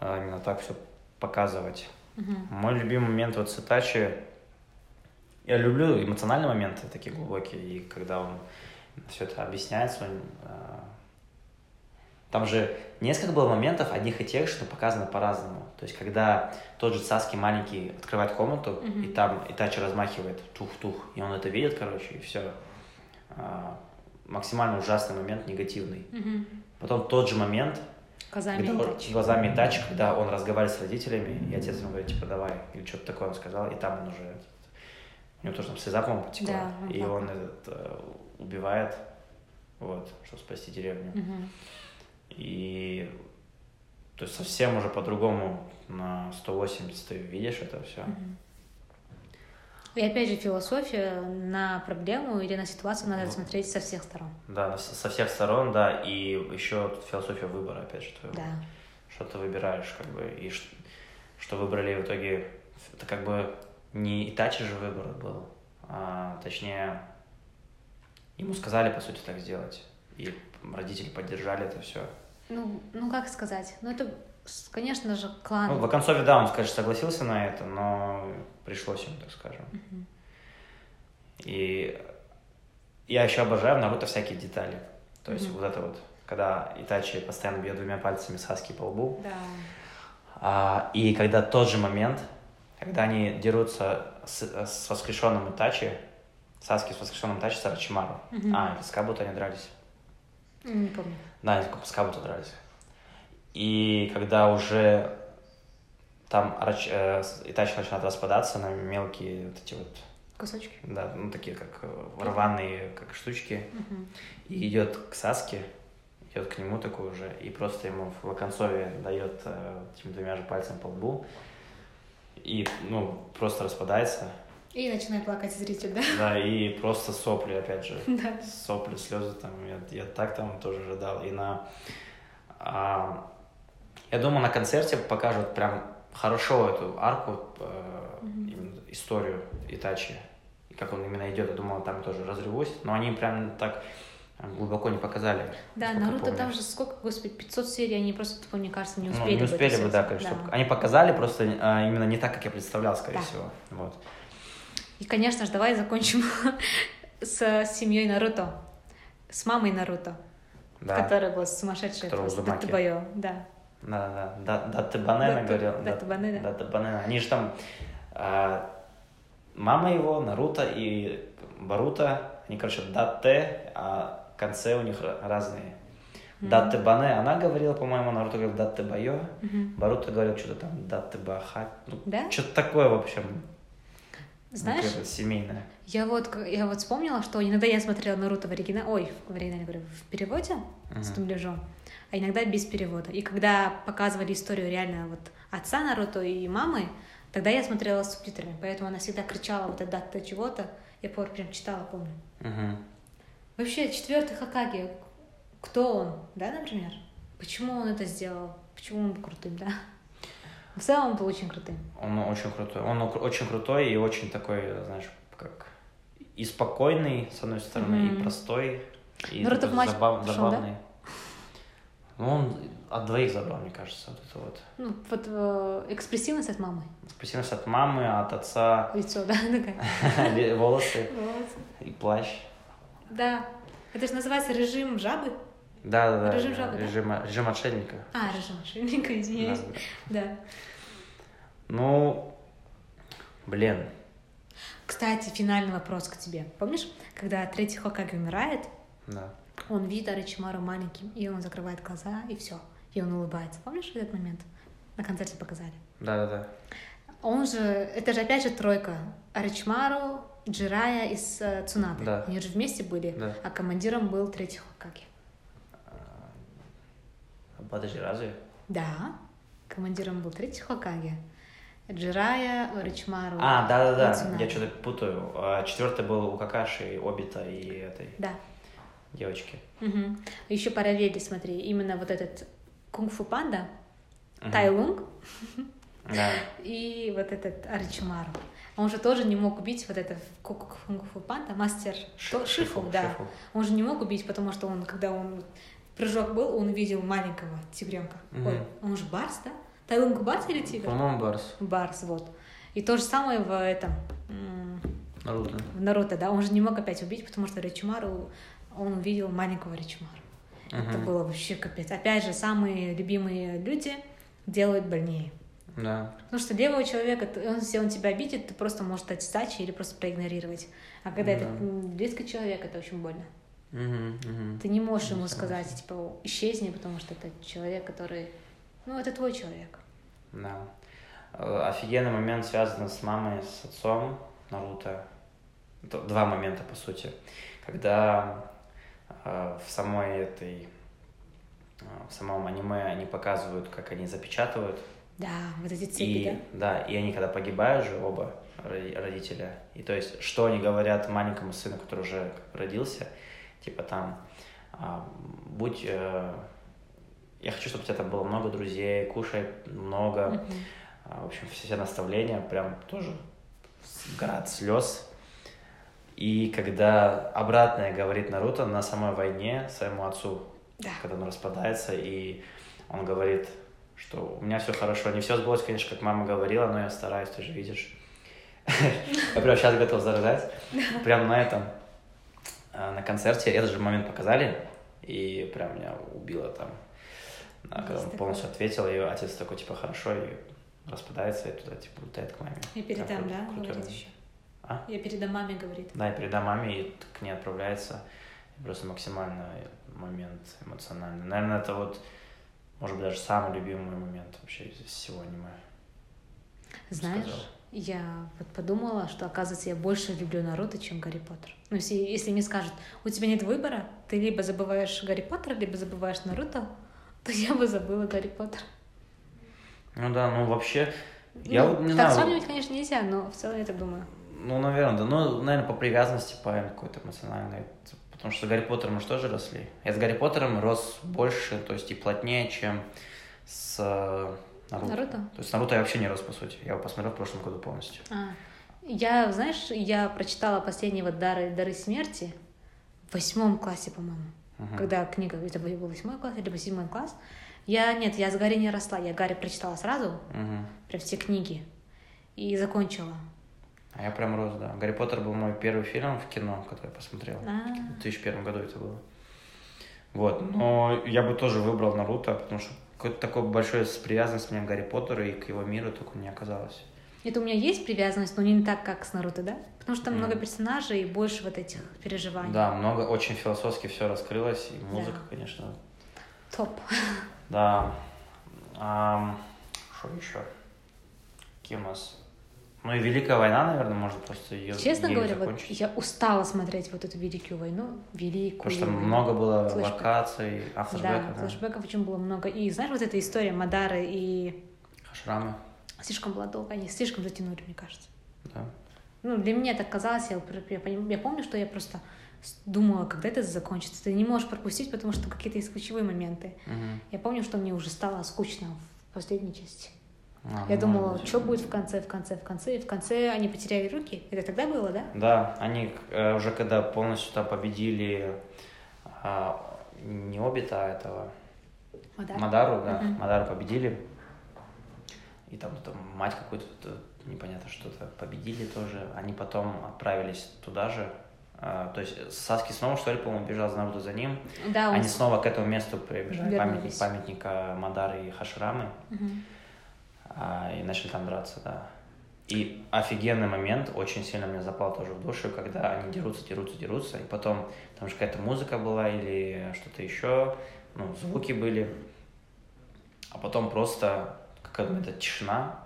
Speaker 2: именно так все показывать.
Speaker 1: Мгм.
Speaker 2: Мой любимый момент вот с Итачи, я люблю эмоциональные моменты такие глубокие, и когда он все это объясняется, он, э, там же несколько было моментов одних и тех, что показано по-разному. То есть, когда тот же Саски маленький открывает комнату,
Speaker 1: Мгм.
Speaker 2: и там Итачи размахивает тух-тух, и он это видит, короче, и все. максимально ужасный момент, негативный.
Speaker 1: Мгм.
Speaker 2: Потом тот же момент,
Speaker 1: Глазами
Speaker 2: когда он-
Speaker 1: Итачи.
Speaker 2: глазами Итачи, когда он разговаривает с родителями, и отец ему говорит, типа, давай, или что-то такое он сказал, и там он уже этот, У него тоже там слеза, по-моему, потекла.
Speaker 1: Да, он
Speaker 2: и
Speaker 1: плакал.
Speaker 2: он этот э, убивает, вот, чтобы спасти деревню.
Speaker 1: Мгм.
Speaker 2: И то есть совсем уже по-другому на 180 ты видишь это все.
Speaker 1: Мгм. И опять же, философия на проблему или на ситуацию надо
Speaker 2: Ну.
Speaker 1: смотреть со всех сторон.
Speaker 2: Да, с- со всех сторон, да, и еще философия выбора, опять же, твоего.
Speaker 1: Да.
Speaker 2: Что ты выбираешь, как бы, и ш- что выбрали в итоге, это как бы не Итачи же выбор был, а точнее, ему сказали, по сути, так сделать, и родители поддержали это все.
Speaker 1: Ну, ну как сказать? Ну, это, с- конечно же,
Speaker 2: Ну,
Speaker 1: клан.
Speaker 2: в концове, да, он, конечно, согласился на это, но пришлось ему, так скажем.
Speaker 1: Мгм.
Speaker 2: И я еще обожаю в Наруто всякие детали. То есть
Speaker 1: Мгм.
Speaker 2: вот это вот, когда Итачи постоянно бьет двумя пальцами Саски по лбу.
Speaker 1: Да.
Speaker 2: А, и когда тот же момент, когда они дерутся с, с воскрешенным Итачи, Саски с воскрешенным Итачи с Арачимару.
Speaker 1: Мгм.
Speaker 2: А, или с Кабуто они дрались.
Speaker 1: М, Ну, Не помню.
Speaker 2: Да, они с Кабуто дрались. И когда уже там Арач- э, с- Итачи начинает распадаться на мелкие вот эти вот
Speaker 1: Кусочки.
Speaker 2: Да, ну такие как э, рваные как штучки.
Speaker 1: Мгм.
Speaker 2: И идет к Саске, идет к нему такой уже, и просто ему в локонцове дает э, этим двумя же пальцем по лбу. И, ну, просто распадается.
Speaker 1: И начинает плакать зритель, да?
Speaker 2: Да, и просто сопли, опять же.
Speaker 1: Да.
Speaker 2: Сопли, слезы там. Я, я так там тоже рыдал. И на... а, я думаю, на концерте покажут прям хорошо эту арку, э,
Speaker 1: Мгм.
Speaker 2: именно историю Итачи. И как он именно идет. Я думал, там тоже разревусь. Но они прям так глубоко не показали.
Speaker 1: Да,
Speaker 2: насколько я
Speaker 1: Наруто
Speaker 2: помню.
Speaker 1: там же сколько, господи, 500 серий, они просто, тупо, мне кажется, не
Speaker 2: Ну,
Speaker 1: успели
Speaker 2: не успели бы,
Speaker 1: дописать.
Speaker 2: да, конечно. чтобы- Они показали просто э, именно не так, как я представлял, скорее
Speaker 1: Да.
Speaker 2: всего. Вот.
Speaker 1: И, конечно же, давай закончим с семьей Наруто. С мамой Наруто,
Speaker 2: Да.
Speaker 1: которая была сумасшедшая
Speaker 2: Которая
Speaker 1: просто.
Speaker 2: Узумаки.
Speaker 1: Даттабайо, да.
Speaker 2: Да, да, да, да, ты
Speaker 1: Да,
Speaker 2: банена говорил.
Speaker 1: да, ты банена.
Speaker 2: Да, ты банена. Они же там а, мама его, Наруто и Барута, они, короче, дате, а в конце у них ра- разные.
Speaker 1: Мгм.
Speaker 2: Дате бане, она говорила, по-моему, Наруто говорил дате байо,
Speaker 1: Мгм.
Speaker 2: Барута говорил что-то там дате баха, ну,
Speaker 1: Да?
Speaker 2: что-то такое, в общем, Ну,
Speaker 1: Знаешь,
Speaker 2: какое-то семейное.
Speaker 1: я вот, к- я вот вспомнила, что иногда я смотрела Наруто в оригинале, ой, в оригинале, говорю, в переводе с
Speaker 2: Мгм.
Speaker 1: дубляжом, а иногда без перевода. И когда показывали историю реально вот отца Наруто и мамы, тогда я смотрела с субтитрами, поэтому она всегда кричала вот это дата чего-то, я пор прям читала, помню.
Speaker 2: Мгм.
Speaker 1: Вообще, четвертый Хакаги, кто он, да, например? Почему он это сделал? Почему он крутым, да? В целом он был очень крутым.
Speaker 2: Он очень крутой. Он ок- очень крутой и очень такой, знаешь, как и спокойный, с одной стороны, и
Speaker 1: Мгм.
Speaker 2: простой, и
Speaker 1: Ну, Ротов
Speaker 2: такой
Speaker 1: матч пошел,
Speaker 2: забав-
Speaker 1: да?
Speaker 2: забавный. Ну, он от двоих забрал, мне кажется, вот это вот.
Speaker 1: Ну, вот э, экспрессивность от мамы.
Speaker 2: Спасибо от мамы, от отца,
Speaker 1: Лицо, да, такая.
Speaker 2: волосы
Speaker 1: Вот.
Speaker 2: и плащ.
Speaker 1: Да. Это же называется режим жабы.
Speaker 2: Да, да, да.
Speaker 1: Режим жабы, да?
Speaker 2: режим, режим отшельника.
Speaker 1: А, режим мошенника, извиняюсь.
Speaker 2: Да, да.
Speaker 1: Да.
Speaker 2: Ну, блин.
Speaker 1: Кстати, финальный вопрос к тебе. Помнишь, когда третий Хокаги умирает,
Speaker 2: Да.
Speaker 1: он видит Аричимару маленьким, и он закрывает глаза, и все. И он улыбается. Помнишь этот момент? На концерте показали.
Speaker 2: Да, да, да.
Speaker 1: Он же, это же опять же тройка. Аричмару, Джирая и с, э, Цунады.
Speaker 2: Да.
Speaker 1: Они же вместе были,
Speaker 2: Да.
Speaker 1: а командиром был третий Хокаги.
Speaker 2: А, Подожди, разве?
Speaker 1: Да, командиром был третий Хокаги. Джирая, Аричмару.
Speaker 2: А, да, да,
Speaker 1: и Цунады.
Speaker 2: да. Я что-то путаю. А, Четвертый был у Какаши, Обита и этой
Speaker 1: Да.
Speaker 2: девочки.
Speaker 1: Еще параллели, смотри, именно вот этот кунг-фу панда,
Speaker 2: Мгм.
Speaker 1: Тайлунг
Speaker 2: Да.
Speaker 1: и вот этот Аричимару. Он же тоже не мог убить вот этот кунг-фу панда, мастер Шифу, да.
Speaker 2: Шифу.
Speaker 1: Он же не мог убить, потому что он, когда он прыжок был, он увидел маленького тигренка.
Speaker 2: Мгм.
Speaker 1: Ой, он же барс, да? Тайлунг барс или тигр?
Speaker 2: По-моему, Барс.
Speaker 1: Барс, вот. И то же самое в этом, м,
Speaker 2: Наруто.
Speaker 1: в Наруто, да? Он же не мог опять убить, потому что Ричимару, он увидел маленького Ричимару. Это
Speaker 2: Мгм.
Speaker 1: было вообще капец. Опять же, самые любимые люди делают больнее.
Speaker 2: Да.
Speaker 1: Потому что левого человека, ты- он, если он тебя обидит, ты просто можешь дать сдачи или просто проигнорировать. А когда это
Speaker 2: Да.
Speaker 1: м, близкий человек, это очень больно.
Speaker 2: Мгм, мгм.
Speaker 1: Ты не можешь ему
Speaker 2: Да, согласен.
Speaker 1: сказать, типа, исчезни, потому что это человек, который... Ну, это твой человек.
Speaker 2: Да. Э, Офигенный момент связан с мамой, с отцом Наруто. Это два момента, по сути. Когда э, в самой этой э, в самом аниме они показывают, как они запечатывают.
Speaker 1: Да, вот эти цепи,
Speaker 2: И, да, и они когда погибают же оба роди- родителя. И то есть, что они говорят маленькому сыну, который уже родился, типа там, а, будь... э, я хочу, чтобы у тебя там было много друзей, кушай много,
Speaker 1: да? Мгм.
Speaker 2: а, В общем, все наставления прям тоже с- град слез. И когда обратное говорит Наруто на самой войне своему отцу,
Speaker 1: Да.
Speaker 2: когда он распадается, и он говорит, что у меня все хорошо, не все сбылось, конечно, как мама говорила, но я стараюсь, ты же видишь. Я прям сейчас готов зарыдать. Прям на этом, а, на концерте, этот же момент показали, и прям меня убило там. А, Когда
Speaker 1: Есть
Speaker 2: он
Speaker 1: такое.
Speaker 2: полностью ответил, и отец такой, типа, хорошо, и распадается, и туда, типа, улетает к маме.
Speaker 1: Я передам,
Speaker 2: Такой
Speaker 1: да,
Speaker 2: крутой
Speaker 1: говорит
Speaker 2: момент.
Speaker 1: еще.
Speaker 2: А?
Speaker 1: Я передам маме, говорит.
Speaker 2: Да, и передам маме, и к ней отправляется. И Просто максимально момент эмоциональный. Наверное, это вот, может быть, даже самый любимый момент вообще из всего аниме.
Speaker 1: Знаешь,
Speaker 2: сказала.
Speaker 1: я вот подумала, что, оказывается, я больше люблю Наруто, чем Гарри Поттер. Ну, если, если мне скажут, у тебя нет выбора, ты либо забываешь Гарри Поттера, либо забываешь Наруто, то я бы забыла Гарри Поттер.
Speaker 2: Ну да, ну вообще, я
Speaker 1: Ну,
Speaker 2: вот не
Speaker 1: так
Speaker 2: знаю.
Speaker 1: сравнивать, конечно, нельзя, но в целом я так думаю.
Speaker 2: Ну, наверное, да. Ну, наверное, по привязанности, по какой-то эмоциональной. Потому что с Гарри Поттером мы же тоже росли. Я с Гарри Поттером рос больше, то есть и плотнее, чем с э, Наруто.
Speaker 1: Наруто?
Speaker 2: То есть с Наруто я вообще не рос, по сути. Я его посмотрел в прошлом году полностью.
Speaker 1: А, я, знаешь, я прочитала последнего «Дары, дары смерти» в восьмом классе, по-моему.
Speaker 2: Мгм.
Speaker 1: Когда книга, это был восьмой класс, либо седьмой класс. Я, нет, я с Гарри не росла, я Гарри прочитала сразу,
Speaker 2: Мгм.
Speaker 1: прям все книги, и закончила.
Speaker 2: А я прям рос, да. Гарри Поттер был мой первый фильм в кино, который я посмотрел.
Speaker 1: А.
Speaker 2: В 2001 году это было. Вот, но я бы тоже выбрал Наруто, потому что какой-то такой большой с привязанность у меня к Гарри Поттеру и к его миру только не оказалось.
Speaker 1: Это у меня есть привязанность, но не так, как с Наруто, да? Потому что там
Speaker 2: Мгм.
Speaker 1: много персонажей и больше вот этих переживаний.
Speaker 2: Да, много, очень философски все раскрылось, и музыка,
Speaker 1: Да.
Speaker 2: конечно.
Speaker 1: Топ.
Speaker 2: Да. Ам, Что еще? Какие у нас? Ну и Великая война, наверное, можно просто ее
Speaker 1: Честно говоря, вот я устала смотреть вот эту Великую войну. Великую
Speaker 2: Потому что
Speaker 1: войну.
Speaker 2: много было
Speaker 1: Флэшбэк.
Speaker 2: локаций, а
Speaker 1: Да,
Speaker 2: флешбеков, да,
Speaker 1: флешбеков очень было много. И знаешь, вот эта история Мадары и...
Speaker 2: шрамы,
Speaker 1: Слишком было долго, они слишком затянули, мне кажется.
Speaker 2: да.
Speaker 1: Ну, для меня так казалось, я, пр- я поним- я помню, что я просто с- думала, когда это закончится. Ты не можешь пропустить, потому что какие-то есть ключевые моменты.
Speaker 2: Мгм.
Speaker 1: Я помню, что мне уже стало скучно в последней части.
Speaker 2: А,
Speaker 1: Я
Speaker 2: ну,
Speaker 1: думала,
Speaker 2: может быть.
Speaker 1: что будет в конце, в конце, в конце, и в конце они потеряли руки. Это тогда было, да?
Speaker 2: Да, они э, уже когда полностью там победили а, не Обита, а этого
Speaker 1: Мадар.
Speaker 2: Мадару, да,
Speaker 1: Мгм.
Speaker 2: Мадару победили. И там, там мать какую-то, т- непонятно что-то, победили тоже. Они потом отправились туда же. А, то есть Саски снова, что ли, по-моему, бежал за Наруто за ним.
Speaker 1: Да, А он...
Speaker 2: Они снова к этому месту прибежали, памятник,
Speaker 1: Вернулись.
Speaker 2: памятника Мадары и Хашрамы.
Speaker 1: Мгм.
Speaker 2: А, и начали там драться, да. И офигенный момент, очень сильно мне запал тоже в душу, когда они дерутся, дерутся, дерутся, и потом там же какая-то музыка была или что-то еще, ну, звуки были, а потом просто какая-то тишина,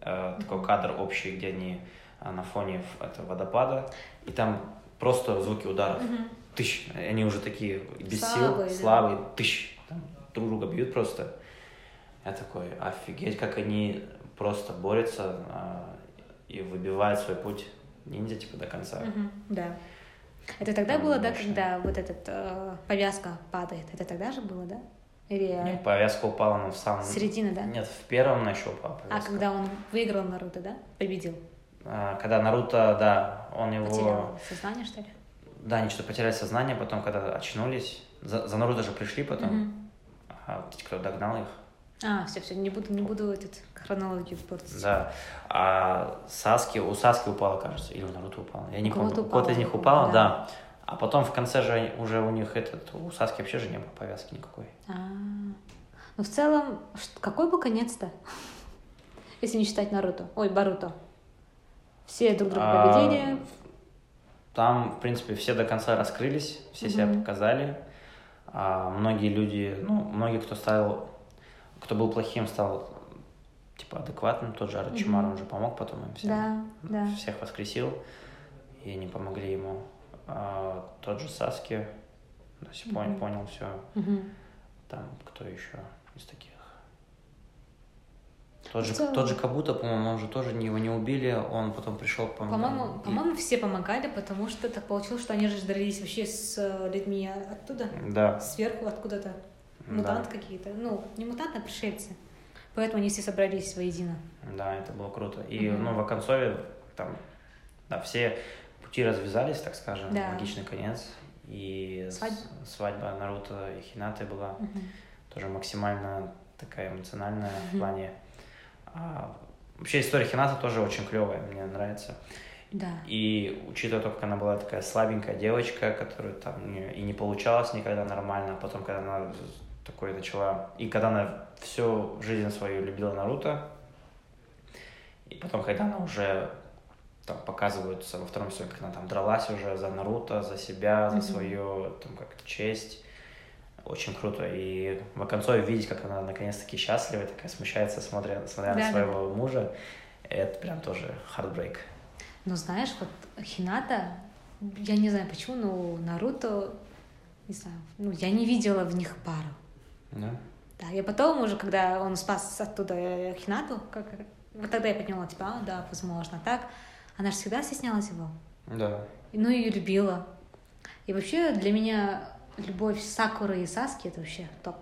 Speaker 2: э, такой кадр общий, где они а, на фоне в- этого водопада, и там просто звуки ударов,
Speaker 1: Мгм.
Speaker 2: тыщ, и они уже такие без
Speaker 1: Слабые, да.
Speaker 2: сил, слабые, тыщ, там друг друга бьют просто. Я такой, офигеть, как они просто борются а, и выбивают свой путь ниндзя, типа, до конца.
Speaker 1: Мгм. Да. Это тогда
Speaker 2: Там
Speaker 1: было, да,
Speaker 2: мощно.
Speaker 1: когда вот этот э, повязка падает? Это тогда же было, да? Или э,
Speaker 2: Нет, повязка упала, но в самом...
Speaker 1: середина, да?
Speaker 2: Нет, в первом она еще упала
Speaker 1: А
Speaker 2: повязка.
Speaker 1: когда он выиграл Наруто, да? Победил.
Speaker 2: А, когда Наруто, да, он его...
Speaker 1: Потерял сознание, что ли?
Speaker 2: Да, они что-то потеряли сознание, потом, когда очнулись... За, за Наруто же пришли потом,
Speaker 1: Мгм.
Speaker 2: а вот эти, кто догнал их.
Speaker 1: А, все, все, не буду, не буду этот хронологию портить.
Speaker 2: Да. А Саски, у Саски упала, кажется, или у Наруто упала. Я не
Speaker 1: У кого-то
Speaker 2: помню. У кого-то из них
Speaker 1: упала,
Speaker 2: упала,
Speaker 1: да.
Speaker 2: да. А потом в конце же они- уже у них этот, у Саски вообще же не было повязки никакой.
Speaker 1: А. Ну, в целом, ш- какой был конец-то? Если не считать Наруто. Ой, Баруто. Все друг друга
Speaker 2: А,
Speaker 1: победили.
Speaker 2: Там, в принципе, все до конца раскрылись, все себя
Speaker 1: Мгм.
Speaker 2: показали. А, многие люди, ну, многие, кто ставил, кто был плохим, стал типа адекватным. Тот же Арчимар,
Speaker 1: Мгм.
Speaker 2: он же помог потом им всем.
Speaker 1: Да, да.
Speaker 2: Всех воскресил. и они помогли ему. А, тот же Саски, до сих пор не
Speaker 1: Мгм.
Speaker 2: понял все.
Speaker 1: Мгм.
Speaker 2: Там кто еще из таких? Тот же,
Speaker 1: В целом-
Speaker 2: тот же Кабута, по-моему, он же тоже не, его не убили, он потом пришел, по-моему.
Speaker 1: По-моему,
Speaker 2: и-
Speaker 1: по-моему, все помогали, потому что так получилось, что они же дрались вообще с э, людьми оттуда,
Speaker 2: Да.
Speaker 1: сверху откуда-то.
Speaker 2: Да,
Speaker 1: Мутанты какие-то. Ну, не мутанты, а пришельцы. Поэтому они все собрались воедино.
Speaker 2: да, это было круто. И,
Speaker 1: Мгм.
Speaker 2: ну, в Оконцове там, да, все пути развязались, так скажем,
Speaker 1: Да.
Speaker 2: логичный конец. И с-
Speaker 1: Свадьба.
Speaker 2: свадьба Наруто и Хинаты была
Speaker 1: Мгм.
Speaker 2: тоже максимально такая эмоциональная в
Speaker 1: Мгм.
Speaker 2: плане. А, вообще история Хината тоже очень клевая, мне нравится.
Speaker 1: Да.
Speaker 2: И учитывая то, как она была такая слабенькая девочка, которая там у неё и не получалось никогда нормально, а потом, когда она такое начала, и когда она всю жизнь свою любила Наруто, и потом, когда она уже там показываются во втором сезоне, как она там дралась уже за Наруто, за себя, за
Speaker 1: Мгм.
Speaker 2: свою там как честь, очень круто. И в конце видеть, как она наконец-таки счастлива, и такая смущается, смотря, смотря на
Speaker 1: Да-да-да.
Speaker 2: своего мужа, это прям тоже хардбрейк.
Speaker 1: Но знаешь, вот Хината, я не знаю почему, но Наруто, не знаю, ну, я не видела в них пару.
Speaker 2: Да?
Speaker 1: Да, я потом уже, когда он спас оттуда э, Хинату, как, вот тогда я подняла тебя, да, возможно, так. Она же всегда стеснялась его.
Speaker 2: Да.
Speaker 1: Ну, и любила. И вообще для меня любовь Сакуры и Саски это вообще топ.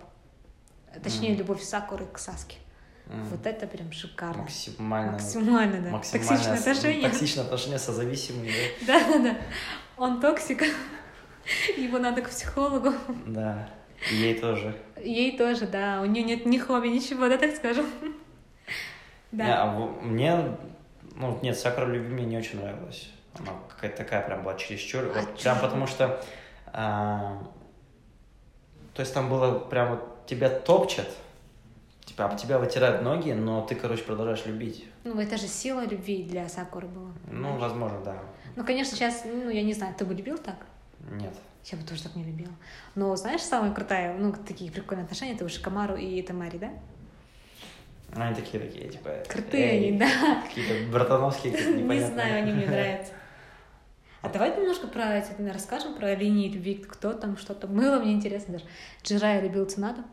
Speaker 1: Точнее,
Speaker 2: Мгм.
Speaker 1: любовь Сакуры к Саске.
Speaker 2: М.
Speaker 1: Вот это прям шикарно.
Speaker 2: Максимально.
Speaker 1: Максимально, да.
Speaker 2: максимально
Speaker 1: Токсичное
Speaker 2: с-
Speaker 1: отношение.
Speaker 2: Токсичное отношение созависимые.
Speaker 1: Да, да, да. Он токсик. Его надо к психологу.
Speaker 2: Да. И Ей тоже.
Speaker 1: Ей тоже, да. У нее нет ни хобби, ничего, да, так скажем.
Speaker 2: Не,
Speaker 1: Да.
Speaker 2: а во- мне, ну, нет, Сакура Любви мне не очень нравилась. Она какая-то такая прям была чересчур.
Speaker 1: А
Speaker 2: Вот прям
Speaker 1: чё?
Speaker 2: потому что... а, то есть там было прям вот тебя топчат, типа об тебя вытирают ноги, но ты, короче, продолжаешь любить.
Speaker 1: Ну, это же сила любви для Сакуры была.
Speaker 2: Ну, возможно, да.
Speaker 1: Ну, конечно, сейчас, ну, я не знаю, ты бы любил так?
Speaker 2: Нет.
Speaker 1: Я бы тоже так не любила. Но знаешь, самая крутая, ну, такие прикольные отношения, это уже Камару и Тамари, да?
Speaker 2: Ну, Они такие такие, типа...
Speaker 1: Крутые
Speaker 2: эй,
Speaker 1: они, да.
Speaker 2: Какие-то братановские, какие-то
Speaker 1: Не
Speaker 2: непонятные.
Speaker 1: знаю, они мне нравятся. А давай немножко про эти, наверное, расскажем про линии любви, кто там что-то. Было мне интересно даже. Джирая любил Цунаду.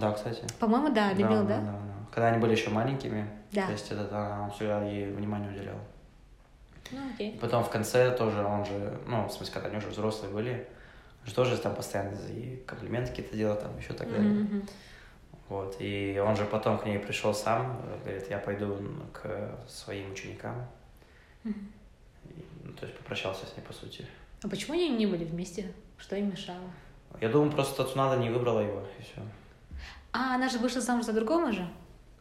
Speaker 2: Да, кстати.
Speaker 1: По-моему, да, любил, А, да?
Speaker 2: Когда они были еще маленькими,
Speaker 1: Да.
Speaker 2: то есть этот, а, он всегда ей внимание уделял.
Speaker 1: Ну,
Speaker 2: И
Speaker 1: окей.
Speaker 2: потом в конце тоже он же, ну, в смысле, когда они уже взрослые были, он же тоже там постоянно и комплименты какие-то делал, там еще так далее.
Speaker 1: Мгм, мгм.
Speaker 2: Вот, и он же потом к ней пришел сам, э, говорит, я пойду к своим ученикам.
Speaker 1: Мгм.
Speaker 2: И, ну, то есть попрощался с ней, по сути.
Speaker 1: А почему они не были вместе? Что им мешало?
Speaker 2: Я думаю, просто Цунада не выбрала его, и все.
Speaker 1: А, она же вышла замуж за другого же,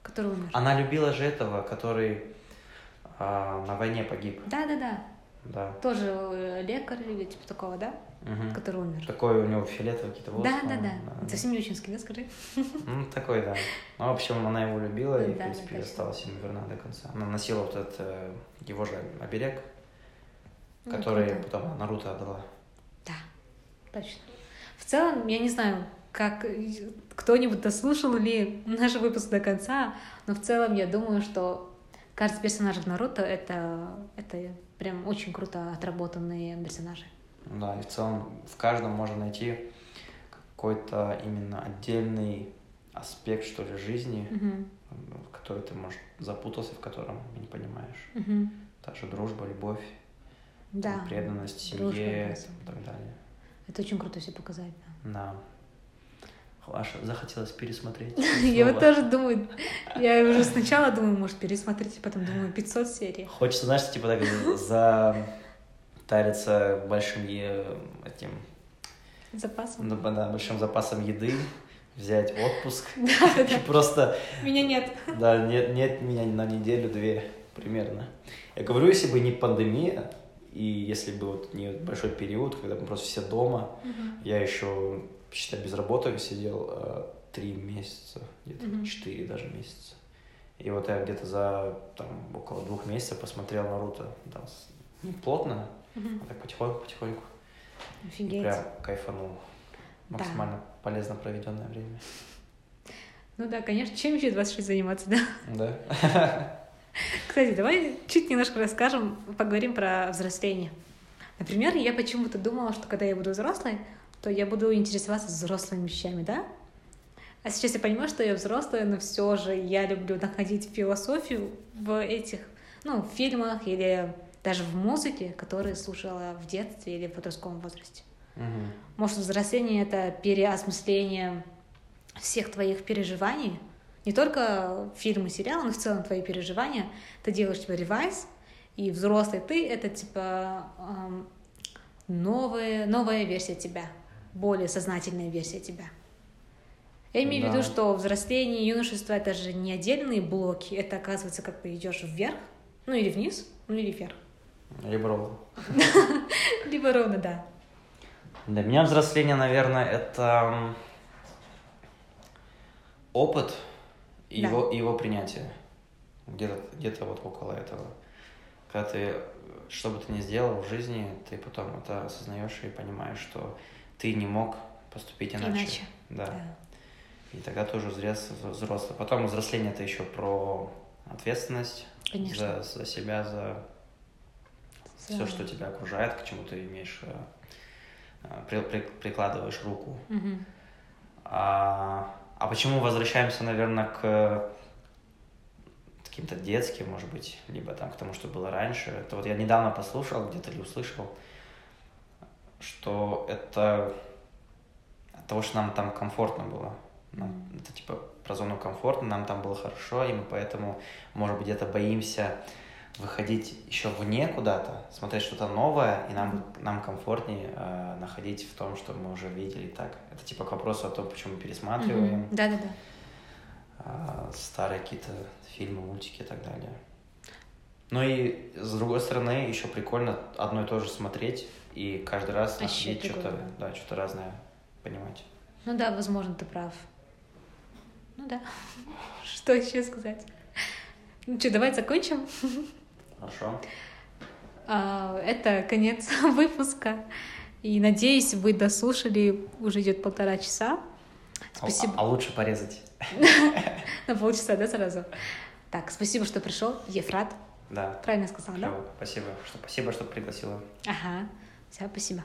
Speaker 1: который умер.
Speaker 2: Она любила же этого, который а, на войне погиб,
Speaker 1: Да-да-да.
Speaker 2: да.
Speaker 1: Тоже э, лекарь или типа такого, да?
Speaker 2: Мгм.
Speaker 1: Который умер.
Speaker 2: Такой у него фиолетовый какие-то волосы. по-моему,
Speaker 1: Да-да-да. Совсем не ученский, да, скажи?
Speaker 2: Ну, такой, да. Ну, в общем, она его любила и, в
Speaker 1: Да,
Speaker 2: принципе,
Speaker 1: точно.
Speaker 2: осталась ему верна до конца. Она носила вот этот э, его же оберег, который
Speaker 1: Ну, круто.
Speaker 2: потом Наруто отдала.
Speaker 1: Да, точно. В целом, я не знаю, как э, кто-нибудь дослушал ли наш выпуск до конца, но в целом я думаю, что каждый персонаж в Наруто это, это прям очень круто отработанные персонажи.
Speaker 2: Да, и в целом в каждом можно найти какой-то именно отдельный аспект, что ли, жизни,
Speaker 1: Мгм.
Speaker 2: в который ты, может, запутался, в котором и не понимаешь.
Speaker 1: Мгм.
Speaker 2: Та же дружба, любовь,
Speaker 1: Да,
Speaker 2: преданность
Speaker 1: Дружба,
Speaker 2: семье
Speaker 1: дружба.
Speaker 2: и так далее.
Speaker 1: это очень круто все показать. да.
Speaker 2: Да. Аж захотелось пересмотреть.
Speaker 1: Я вот
Speaker 2: снова.
Speaker 1: тоже думаю, я уже сначала думаю, может, пересмотреть, а потом думаю, 500 серий.
Speaker 2: Хочется, знаешь, типа так за тариться большим е- этим
Speaker 1: Запасом.
Speaker 2: ну, да, большим запасом еды, взять отпуск
Speaker 1: Да,
Speaker 2: и просто
Speaker 1: Меня нет.
Speaker 2: да нет нет меня на неделю две примерно. Я говорю, если бы не пандемия и если бы вот не большой период, когда мы просто все дома,
Speaker 1: Мгм.
Speaker 2: я еще считай без работы сидел э, три месяца, где-то
Speaker 1: Мгм.
Speaker 2: четыре даже месяца. И вот я где-то за там, около двух месяцев посмотрел Наруто. Да, с- не плотно,
Speaker 1: Мгм.
Speaker 2: а так потихоньку, потихоньку. И
Speaker 1: Офигеть.
Speaker 2: прям кайфанул.
Speaker 1: Да.
Speaker 2: Максимально полезно проведенное время.
Speaker 1: Ну да, конечно, чем еще 26 заниматься, да?
Speaker 2: Да.
Speaker 1: Кстати, давай чуть немножко расскажем, поговорим про взросление. Например, я почему-то думала, что когда я буду взрослой, то я буду интересоваться взрослыми вещами, да? А сейчас я понимаю, что я взрослая, но все же я люблю находить философию в этих, ну, в фильмах или даже в музыке, которые слушала в детстве или в подростковом возрасте.
Speaker 2: Мгм.
Speaker 1: Может, взросление — это переосмысление всех твоих переживаний, не только фильмы, сериалы, но в целом твои переживания. Ты делаешь типа ревайз, и взрослый ты — это типа эм, новые, новая версия тебя, более сознательная версия тебя. Я имею в
Speaker 2: Да.
Speaker 1: виду, что взросление и юношество — это же не отдельные блоки, это, оказывается, как ты идешь вверх, ну или вниз, ну или вверх.
Speaker 2: Ребро.
Speaker 1: Либо ровно, да.
Speaker 2: Для меня взросление, наверное, это м, опыт и
Speaker 1: Да.
Speaker 2: его, и его принятие. Где-то где вот около этого. Когда ты, э, что бы ты ни сделал в жизни, ты потом это осознаешь и понимаешь, что ты не мог поступить иначе.
Speaker 1: Иначе.
Speaker 2: Да.
Speaker 1: Да.
Speaker 2: И тогда ты уже взрос- взрослый. Потом взросление это еще про ответственность
Speaker 1: Конечно.
Speaker 2: за, за себя, за все,
Speaker 1: Да.
Speaker 2: что тебя окружает, к чему ты имеешь, э, э, при- при- прикладываешь руку.
Speaker 1: Мгм.
Speaker 2: А, а почему возвращаемся, наверное, к каким-то детским, может быть, либо там к тому, что было раньше. Это вот я недавно послушал где-то или услышал, что это от того, что нам там комфортно было. Нам- это типа про зону комфорта, нам там было хорошо, и мы поэтому, может быть, где-то боимся выходить еще вне куда-то, смотреть что-то новое, и нам, нам комфортнее э, находить в том, что мы уже видели и так. Это типа к вопросу о том, почему мы пересматриваем
Speaker 1: Мгм. Да-да-да.
Speaker 2: а, старые какие-то фильмы, мультики и так далее. Ну и с другой стороны, еще прикольно одно и то же смотреть и каждый раз
Speaker 1: Вообще
Speaker 2: находить что-то
Speaker 1: прикольно.
Speaker 2: да, что разное понимать.
Speaker 1: Ну да, возможно, ты прав. Ну да. Что еще сказать? Ну что, давай закончим.
Speaker 2: Хорошо.
Speaker 1: А, Это конец выпуска. И надеюсь, вы дослушали. Уже идет полтора часа.
Speaker 2: А-
Speaker 1: Спасибо.
Speaker 2: А, лучше порезать.
Speaker 1: На полчаса, да, сразу? Так, спасибо, что пришел. Ефрат.
Speaker 2: Да.
Speaker 1: Правильно сказал, да?
Speaker 2: Клево. Спасибо. Что, спасибо, что пригласила.
Speaker 1: Ага. Все, спасибо.